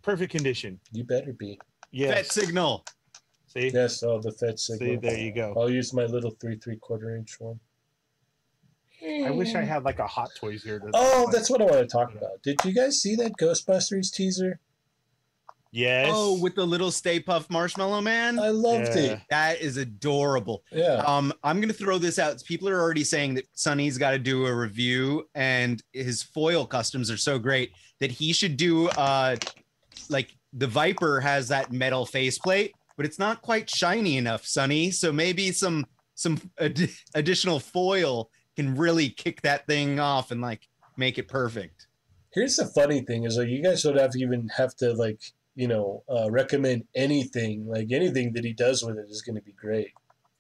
Speaker 2: Perfect condition.
Speaker 1: you better be.
Speaker 3: Fat
Speaker 2: Yes.
Speaker 3: signal.
Speaker 2: See,
Speaker 1: Yes. Oh, the Fed signal.
Speaker 2: see, there you go.
Speaker 1: I'll use my little three three quarter inch one.
Speaker 2: I wish I had like a Hot Toys here. To
Speaker 1: Oh, that's what I want to talk about. Did you guys see that Ghostbusters teaser?
Speaker 2: yes.
Speaker 3: Oh, with the little Stay Puff Marshmallow Man.
Speaker 1: I loved it.
Speaker 3: That is adorable.
Speaker 1: Yeah.
Speaker 3: Um, I'm gonna throw this out. People are already saying that Sonny's got to do a review, and his foil customs are so great that he should do uh, like the Viper has that metal faceplate, but it's not quite shiny enough, Sonny. So maybe some some ad- additional foil can really kick that thing off and like make it perfect.
Speaker 1: Here's the funny thing: is like you guys don't have to even have to like you know uh, recommend anything. Like anything that he does with it is going to be great.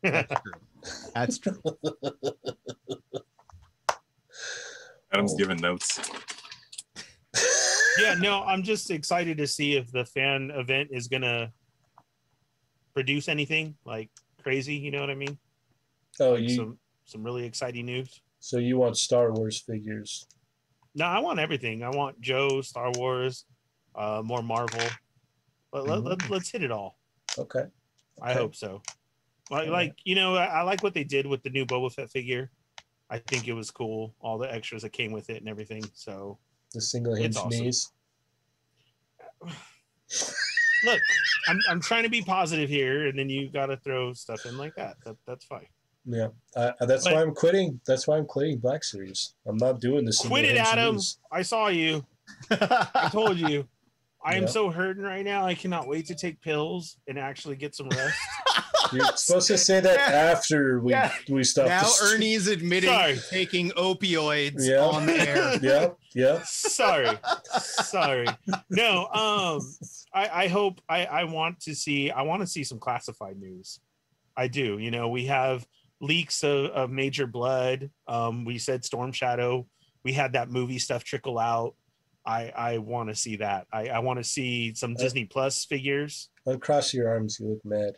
Speaker 3: That's true. That's true.
Speaker 5: Adam's
Speaker 1: Oh.
Speaker 5: giving notes.
Speaker 2: yeah, no, I'm just excited to see if the fan event is gonna produce anything like crazy. You know what I mean?
Speaker 1: Oh,
Speaker 2: Like
Speaker 1: you.
Speaker 2: some some really exciting news.
Speaker 1: So you want Star Wars figures?
Speaker 2: No, I want everything. I want Joe, Star Wars, uh, more Marvel. But let, let, let's hit it all.
Speaker 1: Okay.
Speaker 2: I
Speaker 1: Okay.
Speaker 2: hope so. Like, like you know, I, I like what they did with the new Boba Fett figure. I think it was cool. All the extras that came with it and everything. So
Speaker 1: The single hinge
Speaker 2: It's awesome.
Speaker 1: knees.
Speaker 2: look, I'm, I'm trying to be positive here, and then you got to throw stuff in like that. that that's fine.
Speaker 1: Yeah, I, I- that's
Speaker 2: But-
Speaker 1: why I'm quitting. That's why I'm quitting Black Series. I'm not doing this.
Speaker 2: Quit it, Adam. I saw you. I told you. I am
Speaker 1: Yeah.
Speaker 2: so hurting right now. I cannot wait to take pills and actually get some rest.
Speaker 1: You're supposed to say that
Speaker 3: Yeah.
Speaker 1: after we
Speaker 3: Yeah.
Speaker 1: we stop.
Speaker 3: now
Speaker 1: this.
Speaker 3: Ernie's admitting
Speaker 2: Sorry.
Speaker 3: he's taking opioids
Speaker 1: Yeah.
Speaker 3: on the air.
Speaker 1: Yeah, yeah.
Speaker 2: sorry sorry no um i i hope i i want to see i want to see some classified news i do you know we have leaks of, of major blood um we said storm shadow we had that movie stuff trickle out i i want to see that i i want to see some
Speaker 1: Uh,
Speaker 2: disney plus figures
Speaker 1: Uncross your arms. You look mad.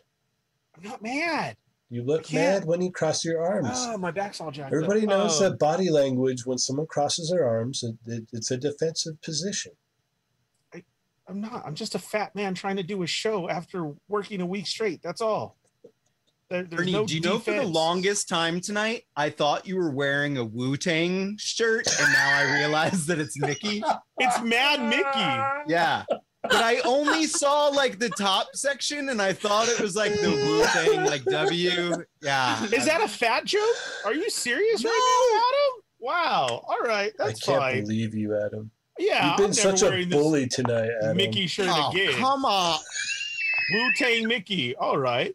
Speaker 2: i'm not mad
Speaker 1: You look
Speaker 2: can't.
Speaker 1: mad when you cross your arms.
Speaker 2: oh my back's all jacked
Speaker 1: Everybody
Speaker 2: up.
Speaker 1: knows
Speaker 2: Um,
Speaker 1: that body language when someone crosses their arms, it, it, it's a defensive position.
Speaker 2: i'm not i'm just a fat man trying to do a show after working a week straight that's all There- there's
Speaker 3: Ernie,
Speaker 2: no
Speaker 3: do you know for the
Speaker 2: defense.
Speaker 3: longest time tonight, I thought you were wearing a Wu Tang shirt, and now I realize that it's Nikki.
Speaker 2: It's Mad Mickey.
Speaker 3: Yeah. But I only saw like the top section and I thought it was like the Wu Tang, like W. Yeah.
Speaker 2: Is that a fat joke? Are you serious right now, Adam? Wow. All right,
Speaker 1: I
Speaker 2: that's
Speaker 1: can't
Speaker 2: fine.
Speaker 1: believe you, Adam.
Speaker 2: yeah,
Speaker 1: You've been
Speaker 2: I'm never
Speaker 1: such a
Speaker 2: wearing this
Speaker 1: bully tonight, Adam.
Speaker 2: Mickey shirt
Speaker 3: Oh,
Speaker 2: again.
Speaker 3: come on.
Speaker 2: Wu Tang Mickey. All right.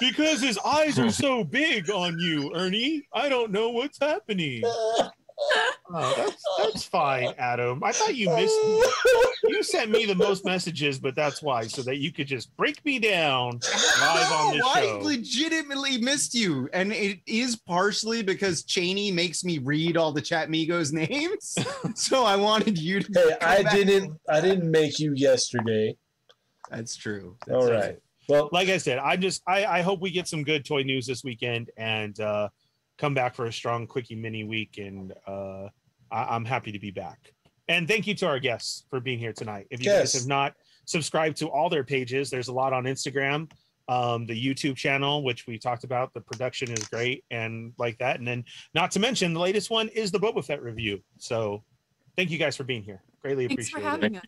Speaker 2: because his eyes are so big on you, Ernie. I don't know what's happening. Oh, that's, that's fine, Adam. I thought you missed. You sent me the most messages, but that's why, so that you could just break me down live on this
Speaker 3: No, I
Speaker 2: show.
Speaker 3: legitimately missed you. And it is partially because Cheney makes me read all the Chatmigos names. so I wanted you to.
Speaker 1: Hey,
Speaker 3: come
Speaker 1: I
Speaker 3: back.
Speaker 1: didn't. I didn't make you yesterday.
Speaker 3: That's true.
Speaker 1: All right. Well,
Speaker 2: Like I said, I just I, I hope we get some good toy news this weekend and uh, come back for a strong quickie mini week. And uh, I, I'm happy to be back. And thank you to our guests for being here tonight. If you
Speaker 1: Yes.
Speaker 2: guys have not subscribed to all their pages, there's a lot on Instagram, um, the YouTube channel, which we talked about. The production is great and like that. And then, not to mention, the latest one is the Boba Fett review. So, thank you guys for being here. Greatly
Speaker 4: Thanks
Speaker 2: appreciate
Speaker 4: for
Speaker 2: it.
Speaker 4: having us.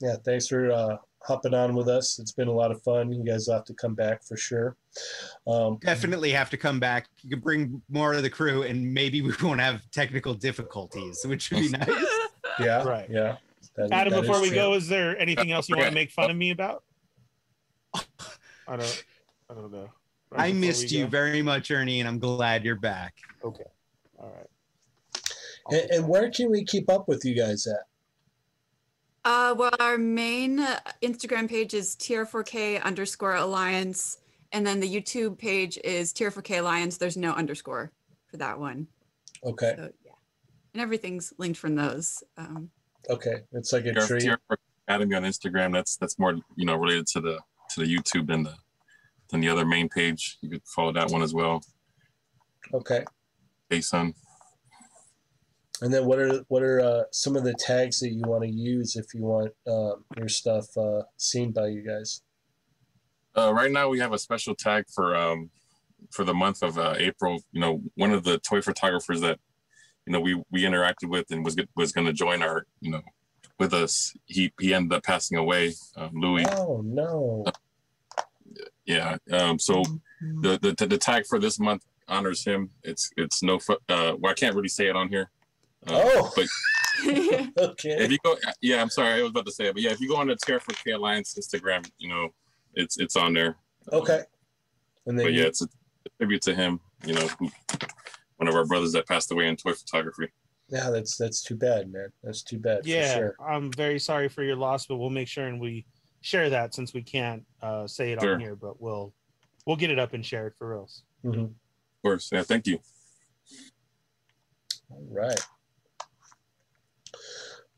Speaker 1: yeah. Thanks for uh, hopping on with us. It's been a lot of fun. You guys will have to come back for sure. Um,
Speaker 3: Definitely have to come back. You can bring more of the crew and maybe we won't have technical difficulties, which would be nice.
Speaker 1: Yeah.
Speaker 2: Right.
Speaker 1: Yeah. That-
Speaker 2: Adam,
Speaker 1: that
Speaker 2: before
Speaker 1: is
Speaker 2: we
Speaker 1: true.
Speaker 2: go, is there anything else you want to
Speaker 5: Okay.
Speaker 2: make fun of me about? I don't. I don't know. Right
Speaker 3: I
Speaker 2: before
Speaker 3: missed
Speaker 2: we
Speaker 3: you
Speaker 2: go?
Speaker 3: very much, Ernie, and I'm glad you're back.
Speaker 2: All right.
Speaker 1: and, and where can we keep up with you guys at?
Speaker 4: Uh, well, our main uh, Instagram page is TR4K underscore alliance. And then the YouTube page is TR4K alliance. There's no underscore for that one.
Speaker 1: Okay.
Speaker 4: So, yeah. And everything's linked from those. Um,
Speaker 1: Okay. It's like a
Speaker 5: Tier-
Speaker 1: tree.
Speaker 5: Tier Academy on Instagram. That's that's more you know related to the to the YouTube than the than the other main page. You could follow that one as well.
Speaker 1: Okay.
Speaker 5: Hey son.
Speaker 1: And then what are what are uh, some of the tags that you want to use if you want um, your stuff uh, seen by you guys?
Speaker 5: Uh, right now we have a special tag for um for the month of uh, April. You know, one of the toy photographers that you know we we interacted with and was go- was going to join our you know with us. He he ended up passing away. Um, Louis.
Speaker 1: Oh no.
Speaker 5: Yeah. Um, so
Speaker 1: Mm-hmm.
Speaker 5: the, the the tag for this month honors him. It's it's no. Fu- uh, well, I can't really say it on here. Uh,
Speaker 1: Oh.
Speaker 5: but-
Speaker 1: Okay.
Speaker 5: if you go yeah i'm sorry i was about to say it but yeah if you go on the tear for k alliance instagram you know it's it's on there
Speaker 1: Okay. And then
Speaker 5: but
Speaker 1: you-
Speaker 5: yeah it's a tribute to him you know who, one of our brothers that passed away in toy photography
Speaker 1: yeah, that's that's too bad, man. That's too bad.
Speaker 2: Yeah,
Speaker 1: For sure.
Speaker 2: I'm very sorry for your loss, but we'll make sure and we share that since we can't uh, say it
Speaker 5: Sure.
Speaker 2: on here, but we'll we'll get it up and share it for reals.
Speaker 1: Mhm.
Speaker 5: of course yeah thank you
Speaker 1: All right.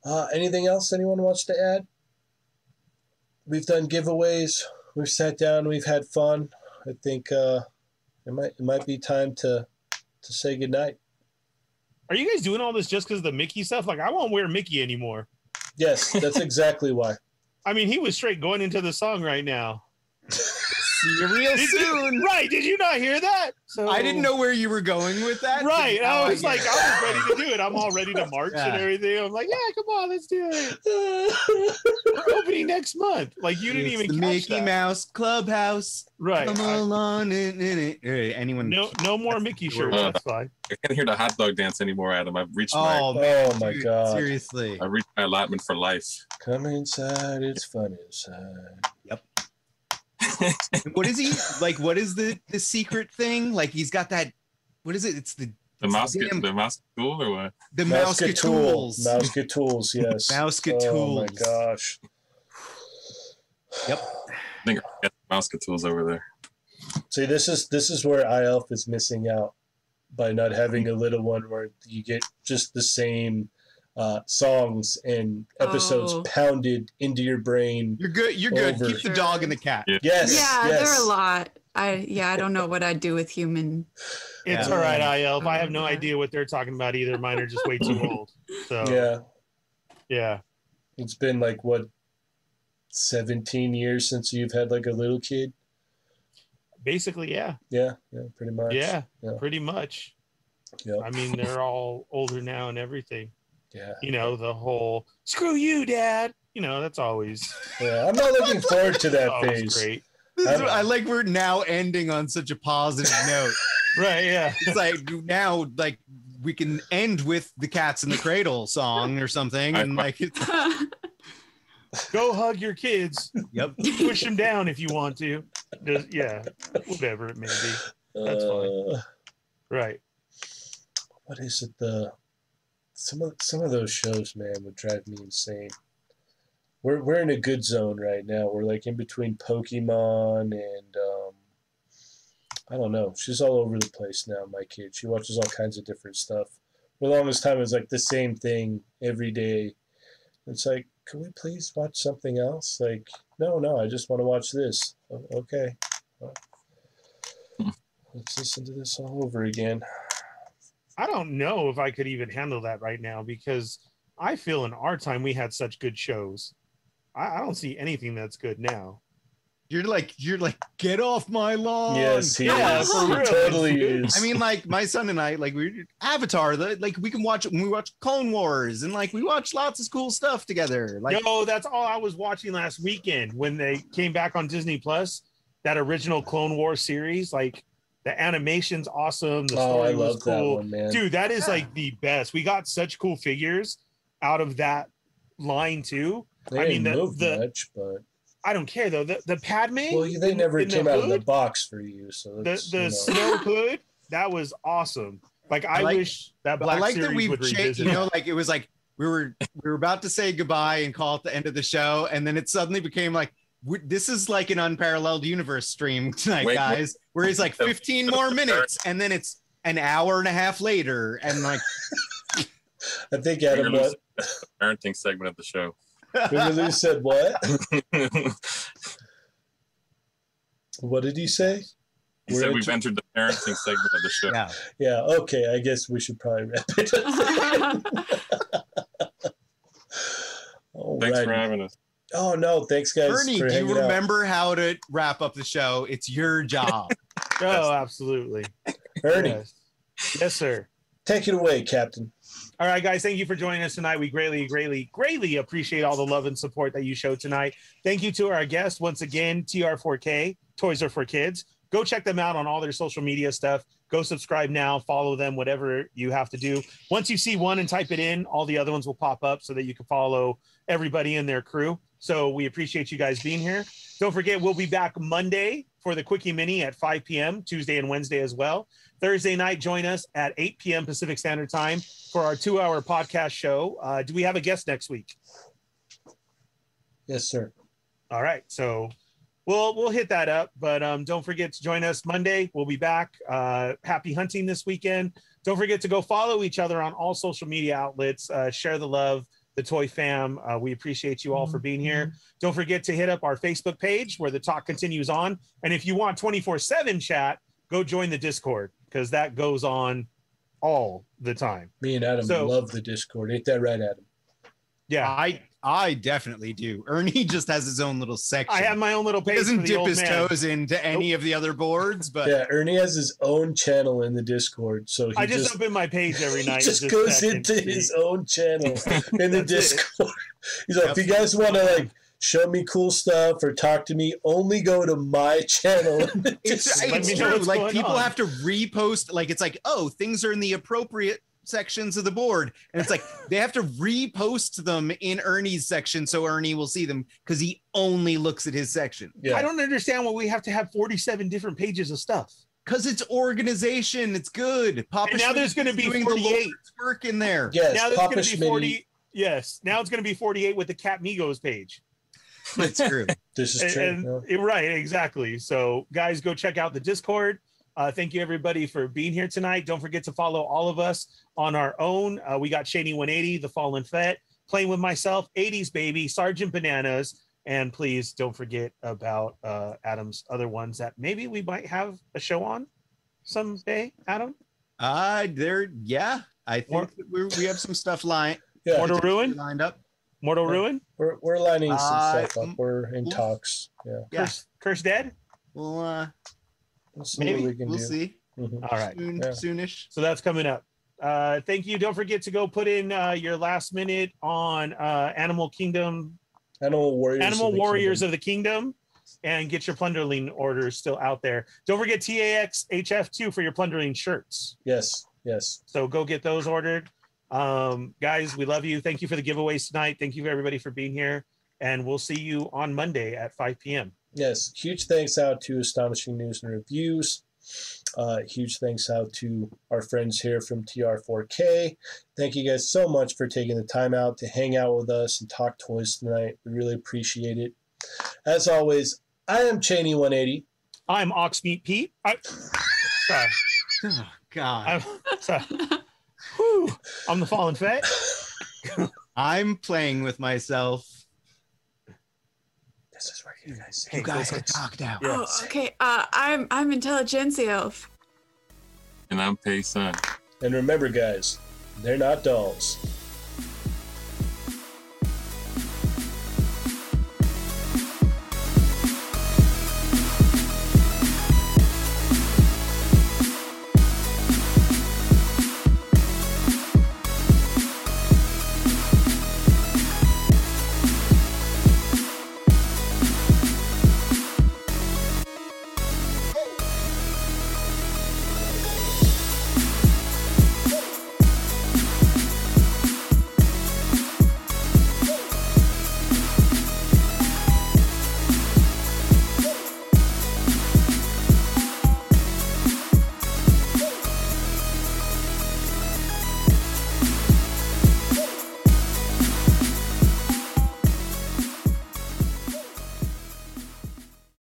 Speaker 1: Uh, anything else anyone wants to add? We've done giveaways. We've sat down. We've had fun. I think uh, it might it might be time to to say goodnight.
Speaker 2: Are you guys doing all this just because of the Mickey stuff? Like, I won't wear Mickey anymore.
Speaker 1: Yes, that's exactly why.
Speaker 2: I mean, he was straight going into the song right now.
Speaker 3: See you real
Speaker 2: Did you-
Speaker 3: soon.
Speaker 2: Right? Did you not hear that? So
Speaker 3: I didn't know where you were going with that. but
Speaker 2: Right.
Speaker 3: now
Speaker 2: I was
Speaker 3: get
Speaker 2: like, oh,
Speaker 3: it.
Speaker 2: I was ready to do it. I'm all ready to march and
Speaker 3: Yeah.
Speaker 2: everything. I'm like, yeah, come on, let's do it. We're opening next month. Like you didn't
Speaker 3: It's
Speaker 2: even
Speaker 3: the
Speaker 2: catch
Speaker 3: Mickey
Speaker 2: that.
Speaker 3: Mouse Clubhouse.
Speaker 2: Right.
Speaker 3: Come
Speaker 2: I-
Speaker 3: along in, in it. All right, anyone?
Speaker 2: no, no more Mickey shirts.
Speaker 5: Uh,
Speaker 2: That's fine.
Speaker 5: i can't hear the hot dog dance anymore adam i've reached
Speaker 3: Oh, man,
Speaker 1: Oh my
Speaker 3: dude,
Speaker 1: god!
Speaker 3: Seriously.
Speaker 5: my i reached my allotment for life
Speaker 1: Come inside. It's fun inside.
Speaker 3: What is he like? What is the the secret thing? Like he's got that. What is it? It's the
Speaker 5: the
Speaker 3: It's
Speaker 5: mouse
Speaker 3: damn-
Speaker 5: the mouse school or what
Speaker 3: the Mouscatools.
Speaker 1: Mousecatools. Yes.
Speaker 3: Mouscatools.
Speaker 1: Oh my gosh.
Speaker 3: Yep.
Speaker 5: i think i got the mouse tools over there
Speaker 1: See, this is this is where IELF is missing out by not having
Speaker 4: Mm-hmm.
Speaker 1: a little one where you get just the same uh, songs and episodes
Speaker 4: Oh.
Speaker 1: pounded into your brain.
Speaker 3: You're good. You're good.
Speaker 1: Over.
Speaker 3: Keep the dog and the cat.
Speaker 1: Yes.
Speaker 4: yeah,
Speaker 1: yes.
Speaker 4: there are a lot. I yeah, I don't know what I'd do with human.
Speaker 2: It's
Speaker 3: Yeah.
Speaker 2: all right, I elf. I have no
Speaker 4: Yeah.
Speaker 2: idea what they're talking about either. Mine are just way too old. So yeah.
Speaker 1: Yeah, it's been like what, seventeen years since you've had like a little kid.
Speaker 2: basically, yeah,
Speaker 1: Yeah, yeah, pretty much.
Speaker 2: yeah,
Speaker 1: Yeah.
Speaker 2: pretty much.
Speaker 1: Yep.
Speaker 2: I mean, they're all older now and everything.
Speaker 1: yeah,
Speaker 2: You know, the whole "screw you, dad." You know, that's always
Speaker 1: yeah. I'm not looking forward to that
Speaker 2: always
Speaker 1: phase.
Speaker 2: Oh, great,
Speaker 3: This is,
Speaker 1: Um,
Speaker 3: I like we're now ending on such a positive note.
Speaker 2: right? Yeah,
Speaker 3: It's like now, like we can end with the Cats in the Cradle song or something, and like, it's,
Speaker 2: go hug your kids,
Speaker 3: yep,
Speaker 2: push them down if you want to. Just- yeah, whatever it may be. That's fine.
Speaker 1: Uh,
Speaker 2: Right.
Speaker 1: what is it? The some of some of those shows, man, would drive me insane. We're we're in a good zone right now. We're like in between Pokemon and um, I don't know. She's all over the place now. My kid, she watches all kinds of different stuff. For the longest time, it was like the same thing every day. It's like, can we please watch something else? Like, no, no, I just want to watch this. "O- Okay. Well, Let's listen to this all over again.
Speaker 2: I don't know if I could even handle that right now because I feel in our time we had such good shows. I, I don't see anything that's good now.
Speaker 3: you're like, you're like, get off my lawn.
Speaker 1: Yes, he
Speaker 2: yeah,
Speaker 1: is.
Speaker 2: for
Speaker 1: He
Speaker 2: real.
Speaker 1: totally is.
Speaker 3: I mean, like my son and I, like we Avatar, the, like we can watch we watch Clone Wars and like we watch lots of cool stuff together. Like
Speaker 2: no, that's all I was watching last weekend when they came back on Disney Plus. That original Clone War series, like the animation's awesome. The
Speaker 1: oh,
Speaker 2: story
Speaker 1: I
Speaker 2: was
Speaker 1: love that
Speaker 2: cool.
Speaker 1: one, man.
Speaker 2: dude that is like the best we got such cool figures out of that line too
Speaker 1: they
Speaker 2: I mean,
Speaker 1: didn't
Speaker 2: the-
Speaker 1: move
Speaker 2: the-
Speaker 1: much, but
Speaker 2: i don't care though the, the padme
Speaker 1: well, they never
Speaker 2: in the
Speaker 1: came out of the
Speaker 2: hood?
Speaker 1: box for you, so
Speaker 2: the,
Speaker 1: that's,
Speaker 2: the
Speaker 1: you know,
Speaker 2: snow hood that was awesome like i,
Speaker 3: I like-
Speaker 2: wish that black
Speaker 3: I like that
Speaker 2: series
Speaker 3: we've
Speaker 2: would
Speaker 3: changed.
Speaker 2: revisit
Speaker 3: You know, like it was like we were we were about to say goodbye and call it the end of the show, and then it suddenly became like we- this is like an unparalleled universe stream tonight,
Speaker 5: Wait.
Speaker 3: guys. Where it's like 15 more minutes, and then it's an hour and a half later, and like
Speaker 1: I think
Speaker 5: You're
Speaker 1: Adam
Speaker 5: gonna
Speaker 1: what
Speaker 5: lose the parenting segment of the show.
Speaker 1: Lou said what?
Speaker 5: he
Speaker 1: What did he say?
Speaker 5: said
Speaker 1: We're
Speaker 5: we've entered the parenting segment of the show.
Speaker 3: yeah.
Speaker 1: Yeah, okay. I guess we should probably wrap it up. All
Speaker 5: Thanks for
Speaker 1: right.
Speaker 5: having us.
Speaker 1: Oh no, thanks guys.
Speaker 3: Bernie,
Speaker 1: for
Speaker 3: do you
Speaker 1: hanging out.
Speaker 3: remember how to wrap up the show? It's your job.
Speaker 2: oh absolutely
Speaker 1: Bernie,
Speaker 2: yes. yes sir
Speaker 1: take it away, Captain.
Speaker 2: All right, guys, thank you for joining us tonight. We greatly, greatly, greatly appreciate all the love and support that you show tonight. Thank you to our guests once again, TR4K, Toys Are for Kids. Go check them out on all their social media stuff. Go subscribe now, follow them, whatever you have to do. Once you see one and type it in, all the other ones will pop up so that you can follow everybody in their crew. So we appreciate you guys being here. Don't forget, we'll be back Monday for the Quickie Mini at 5 p.m., Tuesday and Wednesday as well. Thursday night, join us at 8 p.m. Pacific Standard Time for our two hour podcast show. Uh, do we have a guest next week?
Speaker 1: Yes, sir.
Speaker 2: All right. So we'll we'll hit that up. But um, don't forget to join us Monday. We'll be back. Uh, happy hunting this weekend. Don't forget to go follow each other on all social media outlets. Uh, share the love, the toy fam. Uh, we appreciate you all for being here.
Speaker 3: Mm-hmm.
Speaker 2: Don't forget to hit up our Facebook page where the talk continues on. And if you want 24 7 chat, go join the Discord because that goes on all the time.
Speaker 1: Me and Adam
Speaker 2: So-
Speaker 1: love the Discord. Ain't that right, Adam?
Speaker 2: Yeah.
Speaker 3: I I definitely do. Ernie just has his own little section.
Speaker 2: I have my own little
Speaker 3: he
Speaker 2: page. for
Speaker 3: doesn't
Speaker 2: the
Speaker 3: dip
Speaker 2: old
Speaker 3: his
Speaker 2: man.
Speaker 3: toes into any of the other boards, but
Speaker 1: yeah, Ernie has his own channel in the Discord, so he
Speaker 2: I just,
Speaker 1: just
Speaker 2: open my page every
Speaker 1: He
Speaker 2: night.
Speaker 1: just
Speaker 2: and
Speaker 1: goes
Speaker 2: check and
Speaker 1: into
Speaker 2: see.
Speaker 1: his own channel in the
Speaker 2: That's it.
Speaker 1: Discord. He's like, if you guys want to like show me cool stuff or talk to me, only go to my channel. in the
Speaker 3: it's,
Speaker 1: Discord."
Speaker 2: let
Speaker 3: it's
Speaker 2: me know
Speaker 3: true.
Speaker 2: what's
Speaker 3: Like
Speaker 2: going
Speaker 3: people
Speaker 2: on.
Speaker 3: have to repost. Like it's like oh things are in the appropriate sections of the board, and it's like they have to repost them in Ernie's section so Ernie will see them because he only looks at his section
Speaker 2: I
Speaker 1: yeah,
Speaker 2: don't understand why we have to have 47 different pages of stuff.
Speaker 3: because it's organization. It's good. Papa
Speaker 2: And now there's going to be
Speaker 3: doing
Speaker 2: 48.
Speaker 3: the Lord's work in there.
Speaker 2: now
Speaker 1: yes,
Speaker 2: there's
Speaker 1: Papa
Speaker 2: going to be
Speaker 1: Schmitty.
Speaker 2: 40. Yes. Now it's going to be 48 with the Cat Migos page.
Speaker 3: That's true.
Speaker 1: This is true.
Speaker 2: And-
Speaker 1: no?
Speaker 2: and- Right. Exactly. So, guys, go check out the Discord. Uh, thank you, everybody, for being here tonight. Don't forget to follow all of us on our own. Uh, we got Shady 180, The Fallen Fett, Playing with Myself, 80s Baby, Sergeant Bananas. And please don't forget about uh, Adam's other ones that maybe we might have a show on someday, Adam.
Speaker 3: Uh there. Yeah, I think that we're, we have some stuff lined
Speaker 1: Yeah,
Speaker 2: Mortal Ruin?
Speaker 3: lined up.
Speaker 2: Mortal
Speaker 1: Yeah.
Speaker 2: Ruin?
Speaker 1: we're, we're lining some
Speaker 3: Uh,
Speaker 1: stuff up. We're in talks. Yeah,
Speaker 3: Yeah,
Speaker 2: Curse, Curse Dead?
Speaker 3: we'll uh,
Speaker 1: We'll see what
Speaker 3: Maybe
Speaker 1: we can
Speaker 3: we'll
Speaker 1: do.
Speaker 3: see.
Speaker 1: Mhm.
Speaker 2: All right.
Speaker 3: Soon,
Speaker 1: Yeah.
Speaker 3: soonish.
Speaker 2: So that's coming up. Uh, thank you. Don't forget to go put in uh, your last minute on uh, Animal Kingdom,
Speaker 1: Animal Warriors.
Speaker 2: Animal
Speaker 1: of the
Speaker 2: Warriors
Speaker 1: Kingdom.
Speaker 2: of the Kingdom, and get your plunderling orders still out there. Don't forget TAXHF2 for your plunderling shirts.
Speaker 1: Yes, yes.
Speaker 2: So go get those ordered. Um, guys, we love you. Thank you for the giveaways tonight. Thank you, everybody, for being here. And we'll see you on Monday at 5 p.m.
Speaker 1: Yes, huge thanks out to Astonishing News and Reviews. Uh, huge thanks out to our friends here from TR4K. Thank you guys so much for taking the time out to hang out with us and talk toys tonight. We really appreciate it. As always, I am Cheney180.
Speaker 2: I'm Oxmeat Pete. I, sorry,
Speaker 3: Oh, God.
Speaker 2: I'm, sorry. Whew, I'm the Fallen Fett.
Speaker 3: I'm playing with myself.
Speaker 1: This is where you guys
Speaker 2: Hey,
Speaker 1: say.
Speaker 2: guys
Speaker 3: can
Speaker 2: it's-
Speaker 3: talk now.
Speaker 2: Yeah.
Speaker 4: Oh, okay. Uh, I'm I'm Intelligentsia.
Speaker 5: And I'm Pei Sun.
Speaker 1: And remember, guys, they're not dolls.